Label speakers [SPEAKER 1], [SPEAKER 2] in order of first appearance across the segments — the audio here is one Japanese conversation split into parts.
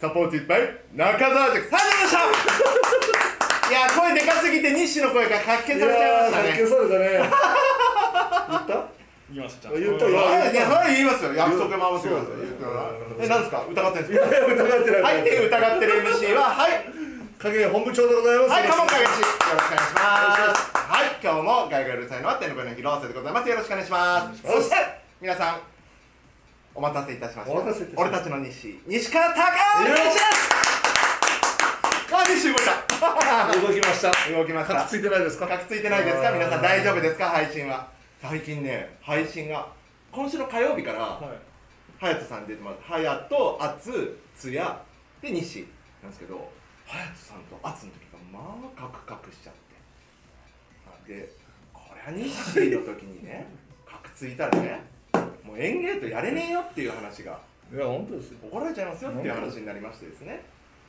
[SPEAKER 1] サポーティッバイ中澤塾さあでしたいや声でかすぎて日誌の声が発見されちゃいました
[SPEAKER 2] 発見
[SPEAKER 1] ね
[SPEAKER 2] されたね言った
[SPEAKER 3] いきました
[SPEAKER 2] 言った
[SPEAKER 1] い
[SPEAKER 2] よ
[SPEAKER 1] やいやそれ言いますよ約束守ってくださ
[SPEAKER 2] そ
[SPEAKER 1] い言
[SPEAKER 2] うだね
[SPEAKER 1] ってくださいえ何ですか疑ってるん
[SPEAKER 2] い
[SPEAKER 1] ですか
[SPEAKER 2] やいや疑ってない
[SPEAKER 1] はいで疑ってる MC ははい
[SPEAKER 2] 影本部長でございます
[SPEAKER 1] はい、カモンガイガシ、よろしくお願いします。はい、今日もガイガイうるさいのは天の声の広瀬でございます。よろしくお願いします。
[SPEAKER 2] お願い
[SPEAKER 1] そし
[SPEAKER 2] します
[SPEAKER 1] て、皆さん、お待たせいたしました。
[SPEAKER 2] お待たせいたしま
[SPEAKER 1] 俺
[SPEAKER 2] した
[SPEAKER 1] たちの西、西川隆夫
[SPEAKER 2] よろ
[SPEAKER 1] で
[SPEAKER 2] し
[SPEAKER 1] す。あ、西動いた。
[SPEAKER 2] 動きました
[SPEAKER 1] 動きました。
[SPEAKER 2] カツついてないですか
[SPEAKER 1] カクついてないですか皆さん大丈夫ですか配信は。最近ね、配信が、今週の火曜日から、
[SPEAKER 3] はい
[SPEAKER 1] ハヤトさん出てもらって、ハヤト、アツ、ツヤ、で、西なんですけど、ハヤトさんとアツの時が、まあ、カクカクしちゃって。で、これは西の時に ね、カクついたらね、もう園芸とやれねえよっていう話が、
[SPEAKER 2] いや本当ですよ
[SPEAKER 1] 怒られちゃいますよっていう話になりましてですね、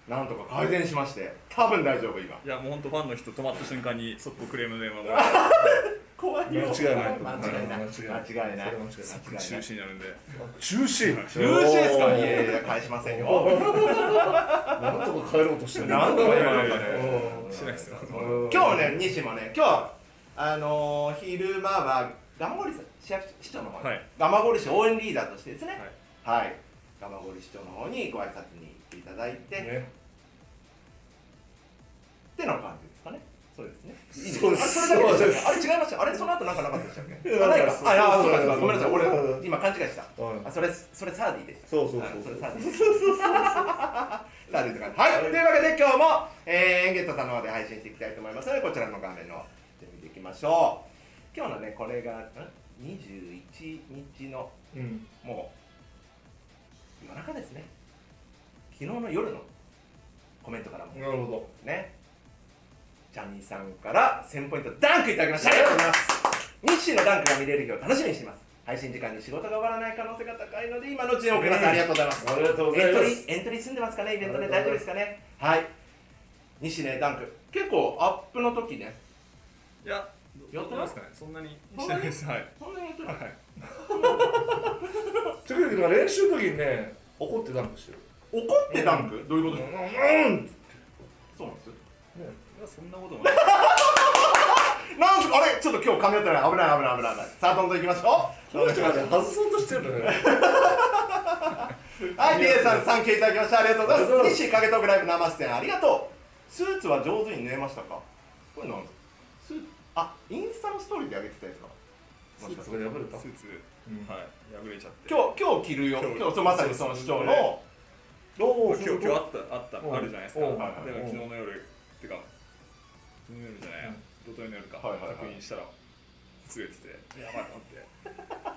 [SPEAKER 1] なんとか改善しまして、多分大丈夫、今。
[SPEAKER 3] いやもう本当ファンの人止まった瞬間に速攻クレームの電話もらっ
[SPEAKER 1] 怖い
[SPEAKER 2] 間
[SPEAKER 1] よ。
[SPEAKER 2] 違いな
[SPEAKER 1] 間違
[SPEAKER 2] い
[SPEAKER 1] いない。間違いない。
[SPEAKER 2] それは間違いない
[SPEAKER 1] 間違
[SPEAKER 3] て
[SPEAKER 1] い
[SPEAKER 3] 中
[SPEAKER 1] ない。
[SPEAKER 3] 止になるんで
[SPEAKER 2] 中止
[SPEAKER 1] 中止ですかいやいや、返しませんよ。
[SPEAKER 2] なんとか帰ろうとしてる
[SPEAKER 1] なんとか帰ろうとね
[SPEAKER 3] しないですよ
[SPEAKER 2] うん
[SPEAKER 1] 今日ね、西もね、今日はあのー、昼間は蒲郡市役市長の方に、
[SPEAKER 3] はい
[SPEAKER 1] 蒲郡市応援リーダーとしてですね、はい、蒲郡市長の方にご挨拶に行っていただいて、
[SPEAKER 2] ね
[SPEAKER 1] ってな感じですかね。そうですね。いい
[SPEAKER 2] そうです
[SPEAKER 1] あそれだけ
[SPEAKER 2] そ
[SPEAKER 1] で
[SPEAKER 2] うですす
[SPEAKER 1] かね。あれ違いました。あれその後なんかなかったでしたっけ？
[SPEAKER 2] いや
[SPEAKER 1] あない
[SPEAKER 2] なん
[SPEAKER 1] か
[SPEAKER 2] か。そう
[SPEAKER 1] あ、いや
[SPEAKER 2] そ
[SPEAKER 1] そう
[SPEAKER 2] う
[SPEAKER 1] かそうか。ごめんなさい。俺
[SPEAKER 2] うん
[SPEAKER 1] 今勘違いした。
[SPEAKER 2] はい
[SPEAKER 1] あ、それそれサーディでした。
[SPEAKER 2] そうそうそう
[SPEAKER 1] はいそれサーディ。
[SPEAKER 2] そうそうそう
[SPEAKER 1] さあ、出てください。はい、というわけで今日も、えー、エンゲットさんの方で配信していきたいと思いますので、こちらの画面の見ていきましょう。今日のね、これが、ん ?21 日の、
[SPEAKER 2] うん
[SPEAKER 1] もう、夜中ですね。昨日の夜のコメントからも
[SPEAKER 2] なるほ
[SPEAKER 1] ね、ジャニーさんから1000ポイントダンクいただきました。ありがとうございます。日誌のダンクが見れる日を楽しみにしています。配信時間に仕事が終わらない可能性が高いので、今のうちに送ります。ありがとうございます。
[SPEAKER 2] どありがとうござ
[SPEAKER 1] エ
[SPEAKER 2] い
[SPEAKER 1] ン
[SPEAKER 2] ま
[SPEAKER 1] トリ
[SPEAKER 2] す
[SPEAKER 1] ーエントリー済んでますかねイベントで
[SPEAKER 2] あ
[SPEAKER 1] 大丈
[SPEAKER 2] りがと
[SPEAKER 1] 夫
[SPEAKER 2] う
[SPEAKER 1] で
[SPEAKER 2] ご
[SPEAKER 1] すかねはい西ねダンク結構アップの時ね
[SPEAKER 3] いや
[SPEAKER 1] やってます
[SPEAKER 3] かねそんなにしてないですはい
[SPEAKER 1] そんなにやってない
[SPEAKER 3] はい
[SPEAKER 2] 時々まあ練習の時にね怒ってたんですよ
[SPEAKER 1] 怒ってダンクどういうことですか
[SPEAKER 2] うん
[SPEAKER 1] そうなんですよ
[SPEAKER 3] いやそんなこともない
[SPEAKER 1] なんすかあれちょっと今日噛み合ってない危ない危ない危ない危ないさあどんどん行きましょ
[SPEAKER 2] この人がね外そうとしてるのよ
[SPEAKER 1] うはい DA さん3件いただきましたありがとうござい
[SPEAKER 2] ありがとう
[SPEAKER 1] ます
[SPEAKER 2] ございます
[SPEAKER 1] 西影トークライブ生出演ありがとうスーツは上手に縫えましたかこれなんですかスーツあインスタのストーリーで上げてたやつか
[SPEAKER 2] そこで破れた
[SPEAKER 3] スーツ
[SPEAKER 2] うん
[SPEAKER 3] はい破れちゃって
[SPEAKER 1] 今日今日着るよ
[SPEAKER 3] 今日
[SPEAKER 1] 今日そうまさにその市長
[SPEAKER 3] そうそう
[SPEAKER 1] の
[SPEAKER 2] どうも
[SPEAKER 3] 今日今日あったあった
[SPEAKER 2] うん
[SPEAKER 3] あるじゃないですか
[SPEAKER 2] う
[SPEAKER 3] だ
[SPEAKER 2] ん
[SPEAKER 3] から
[SPEAKER 1] はい
[SPEAKER 2] はい
[SPEAKER 3] 昨日の夜ってか昨日の夜じゃないや一昨日の夜か
[SPEAKER 1] はいはいはい
[SPEAKER 3] 確認したらずれててやばいと思って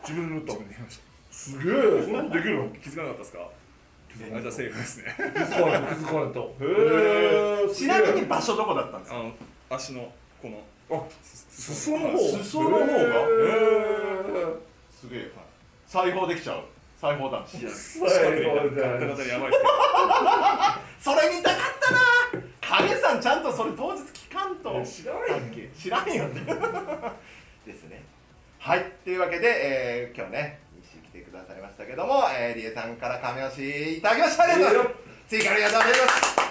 [SPEAKER 2] 自分で打っ
[SPEAKER 3] 自分で言いました
[SPEAKER 2] たすげえそんなことできるの
[SPEAKER 3] 気づかなかったですか
[SPEAKER 2] 気づか
[SPEAKER 3] あ
[SPEAKER 2] なかっ
[SPEAKER 3] じゃあ
[SPEAKER 2] た
[SPEAKER 3] セーフですね
[SPEAKER 2] 気づかないと気づかないと
[SPEAKER 1] へ
[SPEAKER 2] へえ
[SPEAKER 1] ちなみに場所どこだったんです
[SPEAKER 3] あ
[SPEAKER 1] か
[SPEAKER 3] の足のこの
[SPEAKER 2] あ裾の方
[SPEAKER 1] 裾の方が
[SPEAKER 2] へえ
[SPEAKER 1] すげえ裁縫できちゃう裁縫男子
[SPEAKER 3] いや
[SPEAKER 2] う
[SPEAKER 3] 近くでガッタガタにやばいですけど
[SPEAKER 1] それ見たかったな影さんちゃんとそれ当日聞かんと
[SPEAKER 2] 知らないっけ
[SPEAKER 1] 知らんよね ですねはいというわけで、えー今日ね西来てくださいましたけども、えー、リエさんから亀押しいただきましたありがとうございます追加ありがとうござい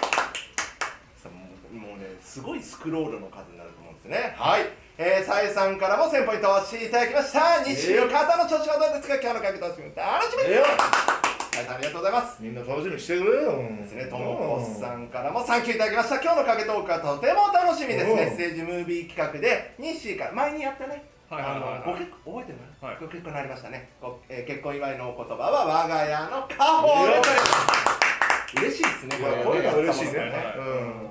[SPEAKER 1] ますさあもうもうねすごいスクロールの数になると思うんですねはいえー、さえさんからも1000ポイントを押していただきました西の方の調子はどうですか今日の解決楽しみ楽しみ
[SPEAKER 2] ええよ
[SPEAKER 1] さえさんありがとうございます
[SPEAKER 2] みんな楽しみにしてくれよ
[SPEAKER 1] ですね、ともこさんからもサンキューいただきました今日の影トークはとても楽しみです
[SPEAKER 2] うん
[SPEAKER 1] メッセージムービー企画でニッシーから前にやったね
[SPEAKER 3] はいはいはいはい
[SPEAKER 1] あのご結婚覚えてるの、
[SPEAKER 3] はい
[SPEAKER 1] ご結婚になりましたね、ごえー結婚祝いのお言葉は我が家の家宝で嬉しいですね
[SPEAKER 2] いや
[SPEAKER 1] これ
[SPEAKER 2] これは嬉しいね
[SPEAKER 1] ねうん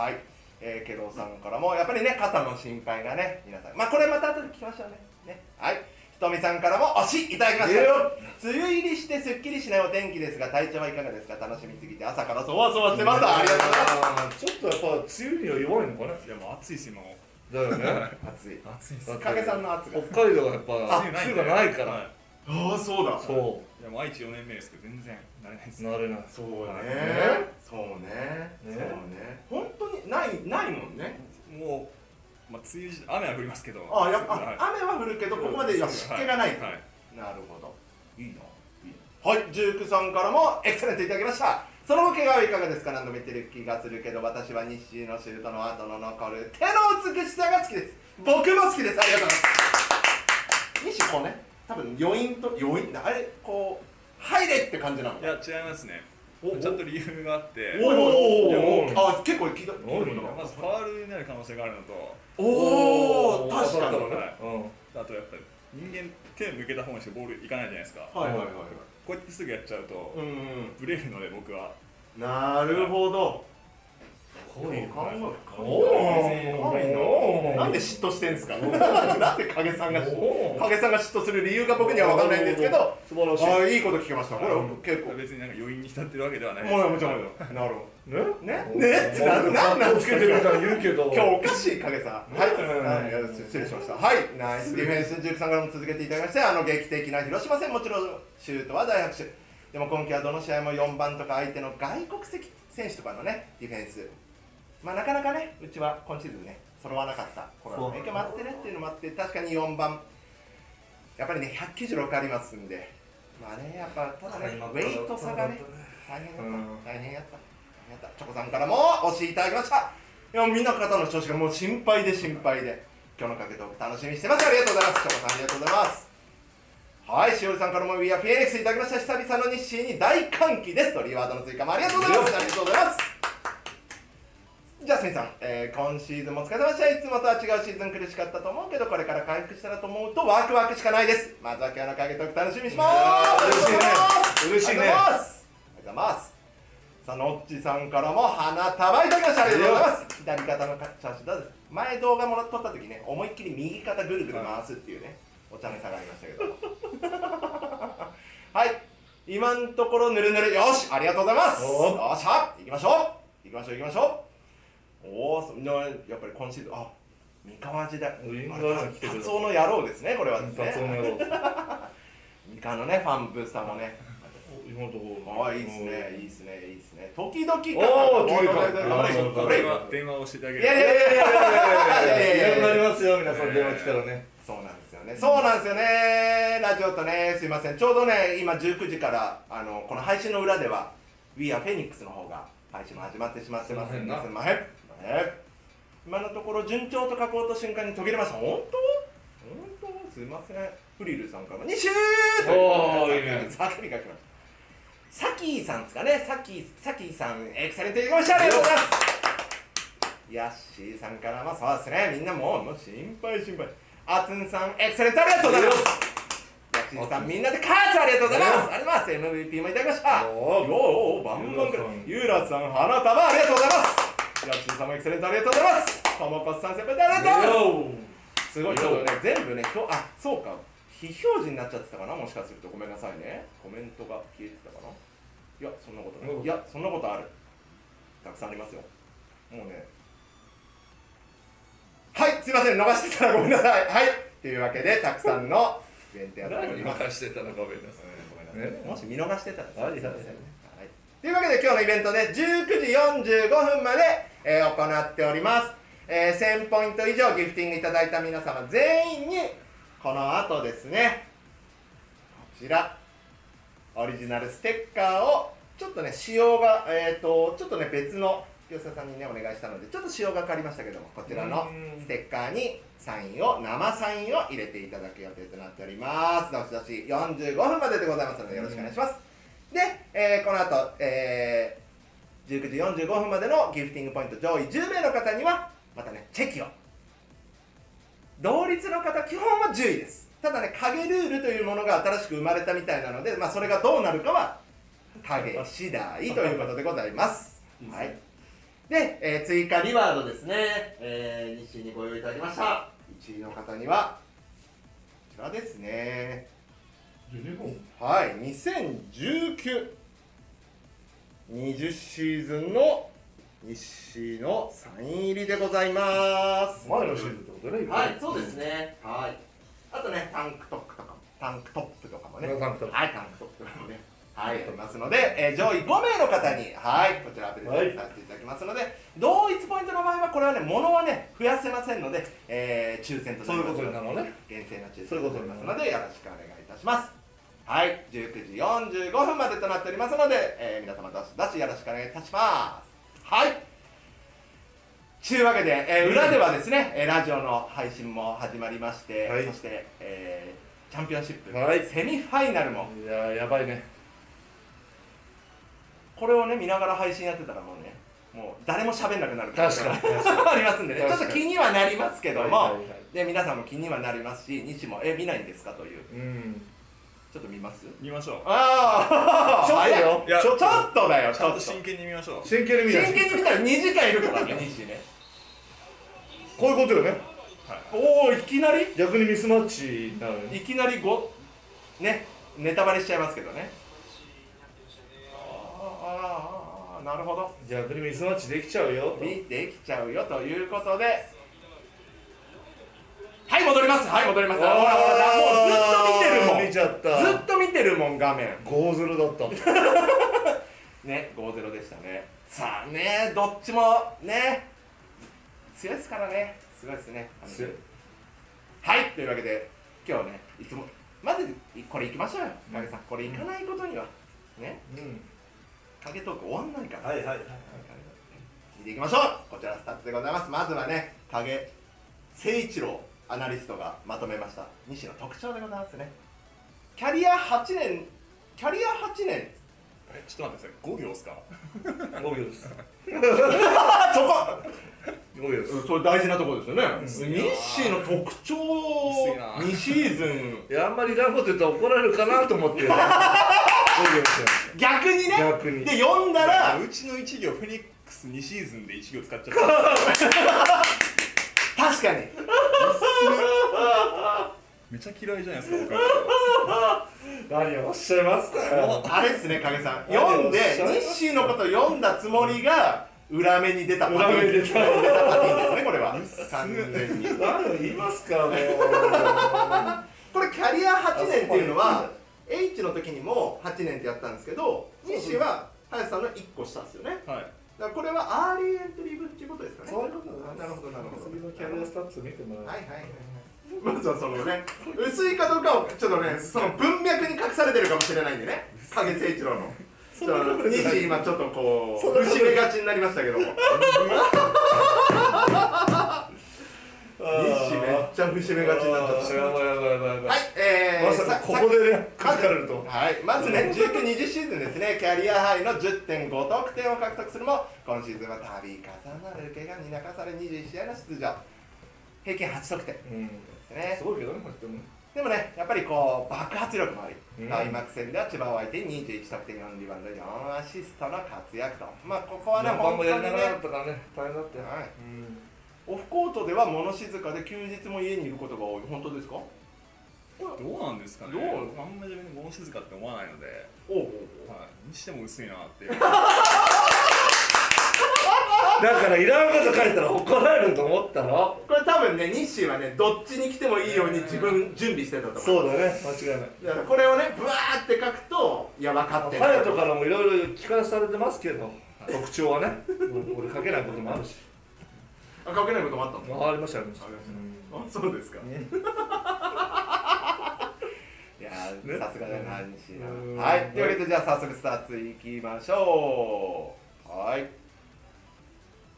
[SPEAKER 1] はい、えー、ケロさんからもやっぱりね肩の心配がね皆さんまあこれまた後で聞きましょうねねはいひとみさんからも推しいただきました
[SPEAKER 2] いいよ
[SPEAKER 1] 梅雨入りしてすっきりしないお天気ですが体調はいかがですか楽しみすぎて朝からそわそわしてますありがとうございます
[SPEAKER 2] すちょっとやっぱ梅雨には弱いのかない
[SPEAKER 3] やもう暑いです今も
[SPEAKER 2] だよ ね
[SPEAKER 1] 暑い
[SPEAKER 3] 暑いです
[SPEAKER 2] だって
[SPEAKER 1] 影さんの圧が
[SPEAKER 2] 北海道がやっぱ梅雨がないか
[SPEAKER 3] は
[SPEAKER 2] ら
[SPEAKER 1] ああそうだ
[SPEAKER 2] そ
[SPEAKER 3] いやもう愛知4年目ですけど全然慣れないで
[SPEAKER 2] う
[SPEAKER 3] す
[SPEAKER 2] 慣れない
[SPEAKER 1] そうね
[SPEAKER 2] ね
[SPEAKER 1] そうねそう
[SPEAKER 2] ね
[SPEAKER 1] ね本当にないないもんね
[SPEAKER 3] もう、まあ、梅雨時雨は降りますけど
[SPEAKER 1] あやっぱ
[SPEAKER 3] はい
[SPEAKER 1] あ雨は降るけどここまで今湿気がない
[SPEAKER 3] はいはい
[SPEAKER 1] なるほどいいないいなはい、ジュークさんからもエクセレントいただきましたその後怪我はいかがですか何度も言ってる気がするけど私は西のシュートの後の残る手の美しさが好きです僕も好きですありがとうございます西こうね多分余韻と余韻あれこう入れって感じなの
[SPEAKER 3] いや違いますね
[SPEAKER 2] おお
[SPEAKER 3] ちゃんと理由があって
[SPEAKER 2] おおお
[SPEAKER 1] あ結構聞いた聞いたことない
[SPEAKER 3] まずファールになる可能性があるのと
[SPEAKER 1] おお確かに
[SPEAKER 2] ね
[SPEAKER 1] はい
[SPEAKER 3] あとやっぱり人間手向けた方にしてボールいかないじゃないですかこ
[SPEAKER 1] はいはいう
[SPEAKER 3] やってすぐやっちゃうと
[SPEAKER 1] うんうん
[SPEAKER 3] ブレるので僕は
[SPEAKER 1] なるほど
[SPEAKER 2] こういう
[SPEAKER 1] 考え
[SPEAKER 2] お
[SPEAKER 1] 考え
[SPEAKER 2] お
[SPEAKER 1] 考えなんで嫉妬してんですかなんで影さんが嫉妬影さんが嫉妬する理由が僕には分かんないんですけど
[SPEAKER 2] 素晴らしい
[SPEAKER 1] ああいいこと聞きましたこれ結構
[SPEAKER 3] 別になんか余韻に浸ってるわけではないです
[SPEAKER 1] もうもちろんもちろんなるほ
[SPEAKER 2] ね
[SPEAKER 1] どねねってななんなん
[SPEAKER 2] つけてるみたいに言うけど
[SPEAKER 1] 今日おかしい影さんはい、
[SPEAKER 2] うん
[SPEAKER 1] はいいや失礼しましたはいナイスディフェンスジュークさんからも続けていただきましてあの劇的な広島戦もちろんシュートは大拍手でも今季はどの試合も4番とか相手の外国籍選手とかのねディフェンスまあなかなかねうちは今シーズンね揃わなかったコロナの影響もあってねっていうのもあって確かに4番やっぱりね196ありますんでまあねやっぱただねウェイト差がね大変だった、
[SPEAKER 2] うん
[SPEAKER 1] 大変やった大変やったチョコさんからもお越しいただきましたいやみんな方の調子がもう心配で心配で今日のかけトーク楽しみにしてますありがとうございますチョコさんありがとうございますはいしおりさんからも「We are Phoenix」いただきました久々の日誌に大歓喜ですとリワードの追加もありがとうございますありがとうございますジャスミンさん、えー今シーズンもお疲れ様でしたいつもとは違うシーズン苦しかったと思うけどこれから回復したらと思うとワクワクしかないですまずは今日のかけトーク楽しみにします
[SPEAKER 2] いやー嬉しいね
[SPEAKER 1] ありがとうございますありがとうございますさあノッチさんからも花束いただきましたありがとうございます左肩の写真だ前動画もらっとった時ね思いっきり右肩ぐるぐる回すっていうねお茶目さがありましたけど はい今のところぬるぬるよしありがとうございますよ
[SPEAKER 2] お
[SPEAKER 1] っしゃ行きましょう行きましょう行きましょうおおーやっぱり今シーズンあ三河時代
[SPEAKER 2] ウイン
[SPEAKER 1] ま
[SPEAKER 2] ガ
[SPEAKER 1] あ
[SPEAKER 2] ーが来てくれた
[SPEAKER 1] 達夫の野郎ですねこれはです
[SPEAKER 2] 達音
[SPEAKER 1] ね
[SPEAKER 2] やろう
[SPEAKER 1] 三河のねファンブースターもね
[SPEAKER 2] 今のところ
[SPEAKER 1] ああいいですねいいですねいいですね時々か
[SPEAKER 2] おー時々か
[SPEAKER 1] か
[SPEAKER 3] 電話電話をしていただけ
[SPEAKER 1] いやい
[SPEAKER 3] れ
[SPEAKER 1] やいやいや
[SPEAKER 2] いなくなりますよ皆さん電話来たらね
[SPEAKER 1] そうなんですよねそうなんですよねラジオとねすいませんちょうどね今19時からあのこの配信の裏では「We are Phoenix」の方が配信も始まってしまってます
[SPEAKER 2] すい
[SPEAKER 1] んで
[SPEAKER 2] ませんな
[SPEAKER 1] すいませんね今のところ順調と書こうと瞬間に途切れました本当本当すいませんフリルさんから「にしゅー!」
[SPEAKER 2] おーいいね
[SPEAKER 1] ざっくり書きましたサキーさんですかね、サキー、サキーさん、エクサレントいただきましたありがとうございます。ヤッシーさんからもそうですね、みんなもうもう心配心配。アツンさん、エクサレントありがとうございます。ヤッシーさん、みんなでカーツありがとうございます。ありがとうございます。MVP もいただきました。
[SPEAKER 2] おー
[SPEAKER 1] よーおーバンバンからユ
[SPEAKER 2] ユ
[SPEAKER 1] ーラさん、花束ありがとうございます。ヤッシーさんもエクサレントありがとうございます。トモコスさん、先輩ありがとうございます。すごい、ちょっとね、全部ね、ひょあそうか、非表示になっちゃってたかな、もしかすると、ごめんなさいね、コメントが消えてたかな、いや、そんなことない、
[SPEAKER 2] うん
[SPEAKER 1] いや、そんなことある、たくさんありますよ、もうね、はい、すいません、逃してたらごめんなさい、はい、というわけで、たくさんのイベントやっております。
[SPEAKER 3] 任してたのかごめんなさい
[SPEAKER 1] ごめんなさい
[SPEAKER 2] ね
[SPEAKER 1] もし見逃してたら、
[SPEAKER 2] はい
[SPEAKER 1] すいませんねはいというわけで今日のイベントで19時45分まで、えー行っております、えー1000ポイント以上ギフティングいただいた皆様全員にこの後ですねこちらオリジナルステッカーをちょっとね仕様がえっ、とちょっとね別の業者さんにねお願いしたのでちょっと仕様が変わりましたけどもこちらの
[SPEAKER 2] うん
[SPEAKER 1] ステッカーにサインを生サインを入れていただく予定となっておりますどしどし45分まででございますのでよろしくお願いしますで、えーこの後、えー19時45分までのギフティングポイント上位10名の方にはまたねチェキを同率の方基本は10位ですただね影ルールというものが新しく生まれたみたいなので、まあ、それがどうなるかは影次第ということでございます
[SPEAKER 2] いいですね
[SPEAKER 1] はいで、えー追加リワードですね、えー、日誌にご用意いただきました1位の方にはこちらですね
[SPEAKER 2] ユニフォーム
[SPEAKER 1] はい、2019 20シーズンの西のサイン入りでございます。
[SPEAKER 2] 前のシーズンってことね
[SPEAKER 1] はい、そうですね。はい。あとね、タンクトップとかも、タンクトップとかもね。
[SPEAKER 2] タンクトップ
[SPEAKER 1] はい、タンクトップとかもね。はい、ありますので、えー上位5名の方に、はい、こちらプレゼントさせていただきますので、同一ポイントの場合は、これはね、物はね、増やせませんので、えー抽選と
[SPEAKER 2] そういうことにな
[SPEAKER 1] る
[SPEAKER 2] るのね
[SPEAKER 1] 厳正な抽選となりますので、よろしくお願いいたします。はい、19時45分までとなっておりますので、えー皆様どしどしよろしくお願いいたします。はい。というわけで、えー裏ではですね、えーラジオの配信も始まりまして、
[SPEAKER 2] はい
[SPEAKER 1] そして、えーチャンピオンシップ、
[SPEAKER 2] はい
[SPEAKER 1] セミファイナルも、
[SPEAKER 2] いやーやばいね
[SPEAKER 1] これをね見ながら配信やってたらもうねもう誰も喋んなくなる
[SPEAKER 2] 確かに
[SPEAKER 1] ありますんでねちょっ
[SPEAKER 2] 確
[SPEAKER 1] と
[SPEAKER 2] かに
[SPEAKER 1] 気にはなりますけども、
[SPEAKER 2] はいはいはい
[SPEAKER 1] で皆さんも気にはなりますし西も「え見ないんですか?」という
[SPEAKER 2] うん
[SPEAKER 1] ちょっと見ます
[SPEAKER 3] 見ましょ
[SPEAKER 1] ああ
[SPEAKER 2] ちょっとよ
[SPEAKER 1] いやちょっとだよ
[SPEAKER 3] う
[SPEAKER 1] ち
[SPEAKER 3] ちゃ
[SPEAKER 1] ょ
[SPEAKER 3] ん
[SPEAKER 1] っ
[SPEAKER 3] と
[SPEAKER 1] と
[SPEAKER 3] 真剣に見ましょう
[SPEAKER 2] 真剣に見ない
[SPEAKER 1] 真剣に見たら2時間いるから ね西ね
[SPEAKER 2] こういうことよね
[SPEAKER 1] おおいきなり
[SPEAKER 2] 逆にミスマッチになるよね
[SPEAKER 1] いきなりごねネタバレしちゃいますけどねあーあーあーなるほど
[SPEAKER 2] 逆にミスマッチできちゃうよと
[SPEAKER 1] 見てきちゃうよということではい戻りますはい戻りますほらほらほらもうずっと見てるもん
[SPEAKER 2] 見ちゃった
[SPEAKER 1] ずっと見てるもん画面
[SPEAKER 2] 5-0だった
[SPEAKER 1] ね5-0でしたねさあねどっちもね強いですからねすごいですね
[SPEAKER 2] 強い
[SPEAKER 1] はいというわけで今日ねいつもまずこれいきましょうよ影さんこれいかないことにはね
[SPEAKER 2] うん
[SPEAKER 1] 影トーク終わんないから
[SPEAKER 2] はいはい
[SPEAKER 1] 聞いていきましょうこちらスタッフでございますまずはね影誠一郎アナリストがまとめました西の特徴でございますねキャリア8年キャリア8年
[SPEAKER 3] えちょっと待ってください5秒ですか
[SPEAKER 2] 5秒です
[SPEAKER 1] あそこ
[SPEAKER 2] 5秒です
[SPEAKER 1] それ大事なところですよね、
[SPEAKER 3] いな
[SPEAKER 1] 西の特徴
[SPEAKER 3] 薄いな
[SPEAKER 1] 2シーズン
[SPEAKER 2] いやあんまりいらんこと言ったら怒られるかなと思って5秒ですよ
[SPEAKER 1] 逆にね
[SPEAKER 2] 逆に
[SPEAKER 1] で読んだら
[SPEAKER 3] うちの1行フェニックス2シーズンで1行使っちゃった
[SPEAKER 1] 確かに
[SPEAKER 3] めちゃ嫌いじゃないですか僕は
[SPEAKER 2] 何をおっしゃいますかよ
[SPEAKER 1] あれですね影さん読んで西のこと読んだつもりが裏目に出たパ
[SPEAKER 2] 裏目に出た
[SPEAKER 1] 裏目に出たパティですねこれは完全に
[SPEAKER 2] 何を言いますかもう
[SPEAKER 1] これキャリア8年っていうのは H の時にも8年ってやったんですけど西は林さんの1個下ですよね
[SPEAKER 3] はい
[SPEAKER 1] だからこれはアーリーエントリー分っていうことですかね
[SPEAKER 2] そういうことだ
[SPEAKER 1] なるほどなるほど
[SPEAKER 2] 次のキャリアスタッツ見てもらう
[SPEAKER 1] はいはいはいはいまずはそのね薄いかどうかをちょっとねその文脈に隠されてるかもしれないんでね影誠一郎のちょっと西今ちょっとこう節目がちになりましたけども西めっちゃ節目がちになっちゃっ
[SPEAKER 2] あーやばいやばいやばいやばい
[SPEAKER 1] たはいえー、
[SPEAKER 2] まさかここでね書かれると
[SPEAKER 1] はい、まずね、19、20シーズンですね、キャリアハイの10.5得点を獲得するも、今シーズンは度重なる怪我に泣かされ21試合の出場、平均8得点で
[SPEAKER 2] うん
[SPEAKER 1] すね
[SPEAKER 2] す。ごいけどねこうやっても
[SPEAKER 1] でもね、やっぱりこう爆発力もあり、
[SPEAKER 2] うん
[SPEAKER 1] 開幕戦では千葉を相手に21得点、4リバウンド、4アシストの活躍と、まあ、ここはね、
[SPEAKER 2] 4番
[SPEAKER 1] 本当
[SPEAKER 2] も
[SPEAKER 1] に
[SPEAKER 2] やりながらだ
[SPEAKER 1] ね
[SPEAKER 2] っ、たからね大変だったよ
[SPEAKER 1] はい
[SPEAKER 2] うん
[SPEAKER 1] オフコートでは物静かで、休日も家にいることが多い、本当ですか
[SPEAKER 3] どうなんですかね
[SPEAKER 1] どう
[SPEAKER 3] あんまり自分に物静かって思わないので、
[SPEAKER 1] おうおうおう
[SPEAKER 3] はい、にしても薄いな っていう
[SPEAKER 2] だからいらんこと書いたら怒られると思ったの
[SPEAKER 1] これ多分ね、日誌はね、どっちに来てもいいように自分準備してたと思う。
[SPEAKER 2] そうだね間違いない
[SPEAKER 1] だからこれをねブワーって書くといや分かってん
[SPEAKER 2] パ
[SPEAKER 1] な
[SPEAKER 2] レットからもいろいろ聞かされてますけど特徴はね俺俺書けないこともあるし
[SPEAKER 1] あ書けないこともあったの
[SPEAKER 2] あありましたありました
[SPEAKER 1] ありました
[SPEAKER 2] うん
[SPEAKER 1] あそうですかいやー
[SPEAKER 2] ね
[SPEAKER 1] さすがだな西
[SPEAKER 2] うん
[SPEAKER 1] なはいというわけでじゃあ早速スタートいきましょうはい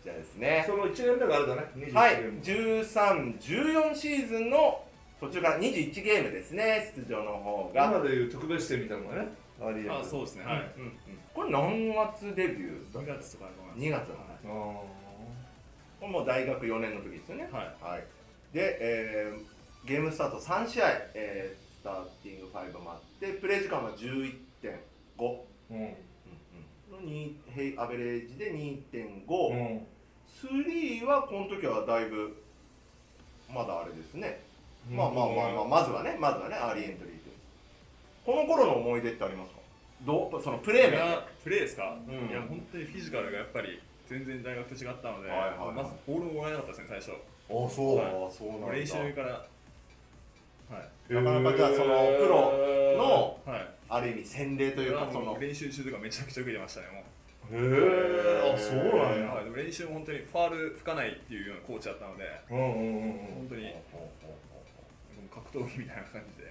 [SPEAKER 1] じゃあですね
[SPEAKER 2] その1年目があれだね
[SPEAKER 1] はい
[SPEAKER 2] 21年
[SPEAKER 1] 1314シーズンの途中から21ゲームですね出場の方が、
[SPEAKER 2] 今でいう特別展みたいなのがねありえる
[SPEAKER 3] あそうですねはい
[SPEAKER 1] うんうん、これ何月デビューだ
[SPEAKER 3] 2月とかだと思います
[SPEAKER 1] 2月だ
[SPEAKER 2] あ
[SPEAKER 1] これもう大学4年の時ですよね
[SPEAKER 3] はい
[SPEAKER 1] はい、で、えーゲームスタート3試合、えースターティング5もあってプレー時間は11.5、
[SPEAKER 2] ーうん
[SPEAKER 1] のに平アベレージで
[SPEAKER 2] う
[SPEAKER 1] 2.5、
[SPEAKER 2] ん
[SPEAKER 1] スリーはこの時はだいぶまだあれですね、まあまあまあまあまずはねまずはねアーリーエントリーでこの頃の思い出ってありますかどうそのプレー
[SPEAKER 3] い
[SPEAKER 1] 面
[SPEAKER 3] やプレーですか、
[SPEAKER 1] うん
[SPEAKER 3] いや本当にフィジカルがやっぱり全然大学と違ったので、
[SPEAKER 1] はいはいはい
[SPEAKER 3] まずボールももらえなかったですね最初
[SPEAKER 2] あそう
[SPEAKER 3] はい
[SPEAKER 1] ああそうなんだ
[SPEAKER 3] 練習からはい
[SPEAKER 1] なかなかじゃあそのプロの
[SPEAKER 3] はい
[SPEAKER 1] ある意味洗礼というかそ
[SPEAKER 3] も
[SPEAKER 1] の
[SPEAKER 3] う練習中とかめちゃくちゃ受けてましたねもう
[SPEAKER 2] へえあそうなん
[SPEAKER 3] は
[SPEAKER 2] や
[SPEAKER 3] い、でも練習も本当にファール吹かないっていうようなコーチだったので
[SPEAKER 2] うんうんうんうん
[SPEAKER 3] 本当に
[SPEAKER 1] ほうほうほうほう
[SPEAKER 3] 格闘技みたいな感じで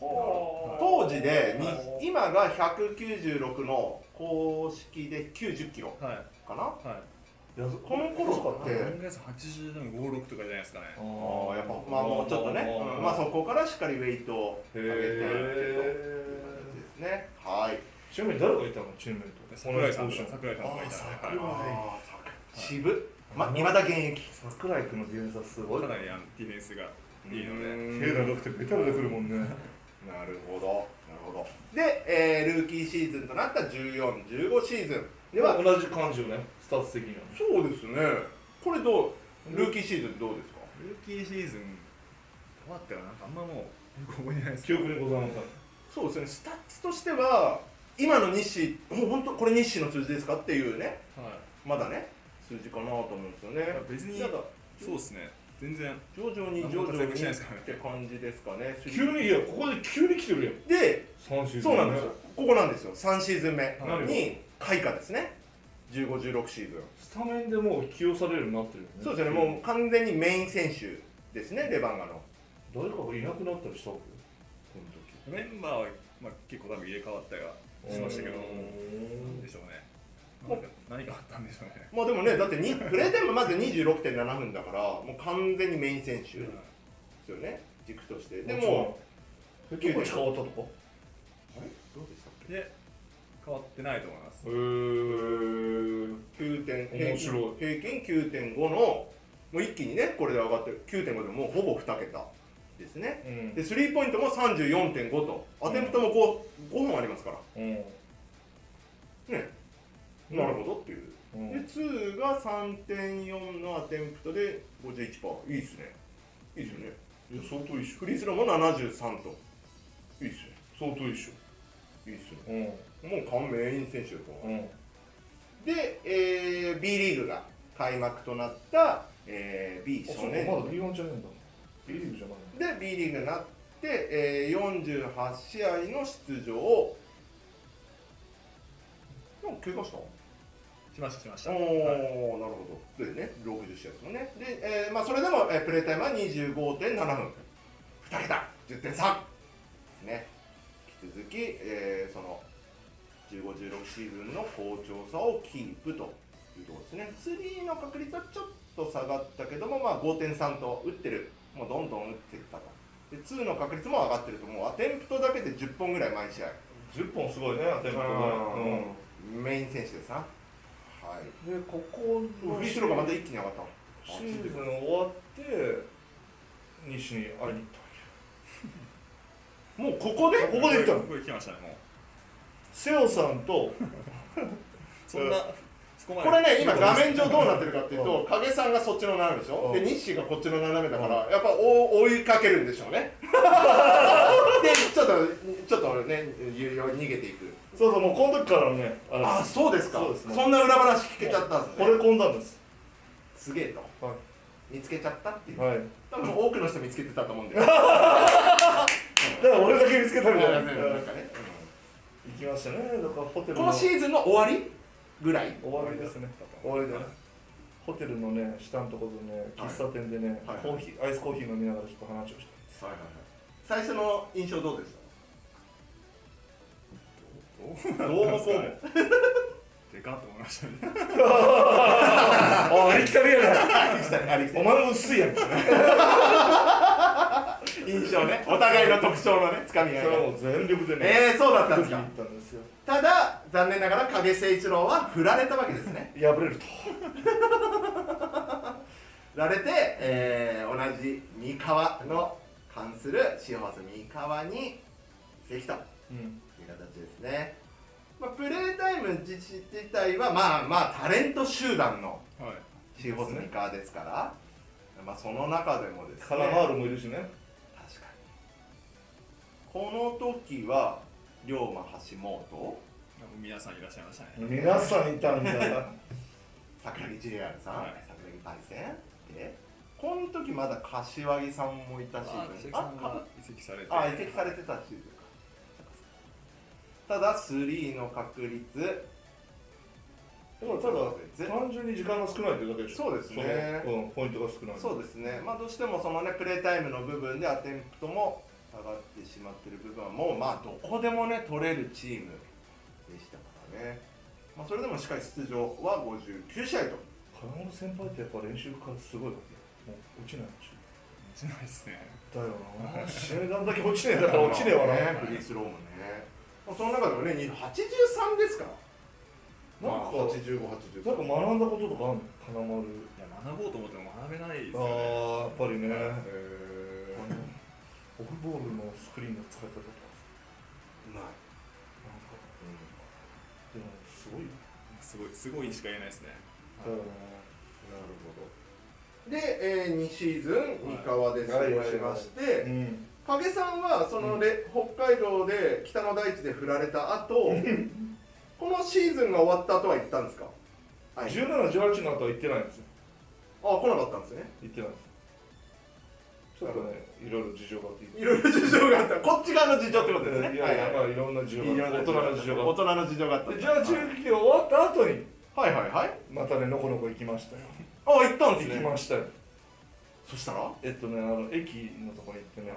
[SPEAKER 1] 当時でに、
[SPEAKER 2] はい
[SPEAKER 1] 今が196の公式で90キロ
[SPEAKER 3] はい
[SPEAKER 1] かな
[SPEAKER 3] はい
[SPEAKER 2] いやそ
[SPEAKER 1] この頃っ
[SPEAKER 3] で
[SPEAKER 1] て
[SPEAKER 3] 今月80でも56とかじゃないですかね
[SPEAKER 2] あ
[SPEAKER 1] あ
[SPEAKER 2] ー
[SPEAKER 1] ーやっぱまあもうちょっとね、
[SPEAKER 2] あー
[SPEAKER 1] うんまあ、そこからしっかりウェイトを上げていってと
[SPEAKER 2] へー
[SPEAKER 1] ですねはい
[SPEAKER 2] ちなみに誰がいたのチームメイト
[SPEAKER 3] 桜井さん
[SPEAKER 2] 同
[SPEAKER 3] と
[SPEAKER 2] じ
[SPEAKER 3] か
[SPEAKER 2] ポジション
[SPEAKER 3] 桜井さんとかいたんで
[SPEAKER 2] あ
[SPEAKER 3] は
[SPEAKER 1] 渋まあ、未だ現役
[SPEAKER 2] 桜井君のディフェンスはすごい
[SPEAKER 3] いかなりあのディフェンスがいいので
[SPEAKER 1] うん
[SPEAKER 2] 手長くてベタベタくるもんね
[SPEAKER 1] なるほどなるほどで、えールーキーシーズンとなった1415シーズンで
[SPEAKER 2] では
[SPEAKER 1] は
[SPEAKER 2] 同じ感じよねスタッツ的には
[SPEAKER 1] そうですねこれどうルーキーシーズンどうですか
[SPEAKER 3] ルーキーシーズン終わったらなんかあんまもうよく覚えてないです
[SPEAKER 2] 記
[SPEAKER 3] けど
[SPEAKER 2] 憶にございません
[SPEAKER 1] そうですねスタッツとしては今の日誌もう本当これ日誌の数字ですかっていうね
[SPEAKER 3] はい
[SPEAKER 1] まだね数字かなと思うんですよね
[SPEAKER 3] 別に
[SPEAKER 1] ただ
[SPEAKER 3] そうですね全然
[SPEAKER 1] 徐々に
[SPEAKER 3] あん
[SPEAKER 1] 徐
[SPEAKER 3] ま
[SPEAKER 1] 々
[SPEAKER 3] 活
[SPEAKER 1] にっ
[SPEAKER 3] 躍してないですからね
[SPEAKER 1] て感じですか ね
[SPEAKER 2] 急にいやここで急に来てるやん
[SPEAKER 1] で
[SPEAKER 2] 三シーズン
[SPEAKER 1] そうなんですよここなんですよ3シーズン目
[SPEAKER 3] はい
[SPEAKER 1] に開花ですね1516シーズン
[SPEAKER 2] スタメンでもう起用されるようになってるよね
[SPEAKER 1] そうですね、もう完全にメイン選手ですね、レバンガの。
[SPEAKER 2] 誰かがいなくなったりしたわ
[SPEAKER 3] メンバーは、まあ、結構多分入れ替わったりは
[SPEAKER 2] け
[SPEAKER 3] しましたけど
[SPEAKER 2] うー
[SPEAKER 3] なんで
[SPEAKER 2] ん
[SPEAKER 3] しょうねなんか何かあったんでしょうね
[SPEAKER 1] まあでもね、だって にプレータイムまず26.7分だから、もう完全にメイン選手で
[SPEAKER 3] はい
[SPEAKER 1] すよね、軸として。でも、
[SPEAKER 2] え結構変わったとか
[SPEAKER 1] あれどうでしたっけ
[SPEAKER 3] で変わってないと思います
[SPEAKER 2] へー
[SPEAKER 1] 9点
[SPEAKER 2] 面白
[SPEAKER 1] 平均平均9.5の、もう一気にね、これで上がってる、9.5でもうほぼ2桁ですね。
[SPEAKER 2] うん
[SPEAKER 1] で、スリーポイントも34.5と、アテンプトも 5, 5本ありますから、
[SPEAKER 2] うん
[SPEAKER 1] ね、
[SPEAKER 2] うん
[SPEAKER 1] なるほどっていう。
[SPEAKER 2] うん
[SPEAKER 1] で、2が3.4のアテンプトで51%。いいっすね。いいっすよね。
[SPEAKER 2] いや相当いいっしょ
[SPEAKER 1] フリースローも73と。いいっすね。
[SPEAKER 2] 相当いいっし
[SPEAKER 1] いいっすね。
[SPEAKER 2] ょうん
[SPEAKER 1] もう完メイン選手だから
[SPEAKER 2] うん
[SPEAKER 1] で、えー B リーグが開幕となった、えー B
[SPEAKER 2] あ
[SPEAKER 1] 初
[SPEAKER 2] そうか
[SPEAKER 1] 年
[SPEAKER 2] ま
[SPEAKER 1] 度
[SPEAKER 2] だ B1 じゃねえんだ B リーグじゃない
[SPEAKER 1] で B リーグになって、えー48試合の出場をなんか怪我した
[SPEAKER 3] しましたしました
[SPEAKER 1] おお、
[SPEAKER 3] は
[SPEAKER 1] なる
[SPEAKER 3] い
[SPEAKER 1] ほど。でね、60試合ですもんね。で、えーまあ、それでも、えープレータイムは25.7分。2桁、10.3ですね。引き続き、えーその、15、16シーズンの好調さをキープというところですね。3の確率はちょっと下がったけども、まあ、5.3と打ってる。もうどんどん打っていったと。で、2の確率も上がってると、もうアテンプトだけで10本ぐらい毎試合。
[SPEAKER 2] 10本すごいねアテンプトね
[SPEAKER 1] メイン選手ですな。はい。
[SPEAKER 2] うんでここ
[SPEAKER 1] フリースローがまた一気に上がったの。
[SPEAKER 2] シーズン終わって西に会いに行った
[SPEAKER 1] もうここで
[SPEAKER 2] ここで行ったの
[SPEAKER 3] ここで来ましたねもう
[SPEAKER 2] 瀬尾さんと
[SPEAKER 3] そんなそこまで
[SPEAKER 1] これね、今画面上どうなってるかっていうと、影さんがそっちの斜めでしょ、
[SPEAKER 2] うん
[SPEAKER 1] で、西がこっちの斜めだから、やっぱ追いかけるんでしょう ね。で、ちょっと、ちょっとね、ゆ逃げていく。
[SPEAKER 2] そうそうもうこの時からねあれ
[SPEAKER 1] あ、そうですか。
[SPEAKER 2] そう
[SPEAKER 1] そ
[SPEAKER 2] ですね
[SPEAKER 1] んな裏話聞けちゃったんですね。
[SPEAKER 2] 惚れ込んだんです
[SPEAKER 1] すげえと。
[SPEAKER 2] は
[SPEAKER 1] 見つけちゃったっていう。
[SPEAKER 2] はい
[SPEAKER 1] 多分多くの人見つけてたと思うんで。 だ
[SPEAKER 2] だから俺だけ見つけたみたいな
[SPEAKER 1] なんかね
[SPEAKER 2] 行きましたねだからホテ ル
[SPEAKER 1] このシーズンの終わりぐらい。
[SPEAKER 2] 終
[SPEAKER 3] 終
[SPEAKER 2] わ
[SPEAKER 3] わ
[SPEAKER 2] り
[SPEAKER 3] り
[SPEAKER 2] で
[SPEAKER 3] ですすね
[SPEAKER 2] 終わりだホテルのね下のところでね
[SPEAKER 1] はい
[SPEAKER 2] 喫茶店でね、
[SPEAKER 1] はい
[SPEAKER 2] コーヒーアイスコーヒー飲みながらちょっと話をした
[SPEAKER 1] 最初の印象どうでした
[SPEAKER 3] ど
[SPEAKER 1] どうもこうも
[SPEAKER 3] でかっと思いましたね
[SPEAKER 2] あありきたりや な
[SPEAKER 1] ありきたりありきた
[SPEAKER 2] お前も薄いやんそ
[SPEAKER 1] り印象ねお互いの特徴のねつかみ合い
[SPEAKER 2] れ
[SPEAKER 1] が
[SPEAKER 2] はもう全力でね
[SPEAKER 1] えー、そうだったん
[SPEAKER 2] 行
[SPEAKER 1] です
[SPEAKER 2] った
[SPEAKER 1] か
[SPEAKER 2] んですよ
[SPEAKER 1] ただ残念ながら影誠一郎は振られたわけですね
[SPEAKER 2] 破れると
[SPEAKER 1] 振られて、えー同じ三河の関する塩ハス三河に移籍と
[SPEAKER 2] うん
[SPEAKER 1] いう形ですね、まあ、プレータイム自自体はまあまあタレント集団の
[SPEAKER 3] はい
[SPEAKER 1] 塩ハス三河ですからまあその中でもですね
[SPEAKER 2] カラマールもいるしね
[SPEAKER 1] 確かにこの時は龍馬橋本
[SPEAKER 3] 皆さんいらっしゃいましたね
[SPEAKER 2] 皆さんいたんだ
[SPEAKER 1] 桜木 JR さん、
[SPEAKER 3] はい
[SPEAKER 1] 桜木パイセンでこの時まだ柏木さんもいたシーズン
[SPEAKER 3] あさん
[SPEAKER 1] か
[SPEAKER 3] が移籍されて
[SPEAKER 1] あ移籍されてたシーズンかただ3の確率
[SPEAKER 2] でもただ単純に時間が少ないというだけでしょ
[SPEAKER 1] そうですね
[SPEAKER 2] そのうん、ポイントが少ない
[SPEAKER 1] そうですねまあどうしてもそのねプレータイムの部分でアテンプトも下がってしまってる部分はもうまあどこでもね取れるチームでしたからね、まあ、それでもしっかり出場は59試合と
[SPEAKER 2] 金丸先輩ってやっぱ練習からすごいわけもう落ちないでし
[SPEAKER 3] 落ちないですね。
[SPEAKER 2] ょだよな試合なんだけ落ちねえんだから落ちねえわな、
[SPEAKER 1] ねフリースローもね、まあ、その中でもねに83ですから
[SPEAKER 2] なん
[SPEAKER 1] まあ
[SPEAKER 2] か
[SPEAKER 1] 85、83
[SPEAKER 2] なんか学んだこととかあるの金丸
[SPEAKER 3] いや学ぼうと思っても学べないです
[SPEAKER 2] あ
[SPEAKER 3] よね。
[SPEAKER 2] あやっぱりね、
[SPEAKER 1] え
[SPEAKER 2] あのオフボールのスクリーンの使い方とか
[SPEAKER 1] ーない、
[SPEAKER 2] なんかでもすごいよ
[SPEAKER 3] すごいすごいしか言えないですね。
[SPEAKER 2] だよね
[SPEAKER 1] なるほど。で、えー、2シーズン、三河で過ごしまして、
[SPEAKER 2] うん
[SPEAKER 1] 影さんはそのレ、北海道で北の大地で振られた 後、このシーズンが終わった後は行ったんですか、はい、あ、
[SPEAKER 2] 1718の後は行ってないんですよ
[SPEAKER 1] 来なかったんですね。
[SPEAKER 2] 行ってないんですちょっとねいろいろ事情があって行っ
[SPEAKER 1] いろいろ事情があった。こっち側の事情ってことですね。
[SPEAKER 2] いやいや、ま
[SPEAKER 1] は
[SPEAKER 2] あ、いろんな事情
[SPEAKER 1] い
[SPEAKER 2] があ
[SPEAKER 1] ろ
[SPEAKER 2] っ
[SPEAKER 1] い
[SPEAKER 2] て
[SPEAKER 1] ろ
[SPEAKER 2] 大人の事情が
[SPEAKER 1] 大
[SPEAKER 2] あっ
[SPEAKER 1] 人の事情があった。
[SPEAKER 2] てでじゃあ中期終わった後に
[SPEAKER 1] はいはいはい。
[SPEAKER 2] またねのこのこ行きましたよ
[SPEAKER 1] あ、行ったんです
[SPEAKER 2] 行き
[SPEAKER 1] ね。
[SPEAKER 2] ましたよ
[SPEAKER 1] そしたら
[SPEAKER 2] えっとねあの駅のとこに行ってね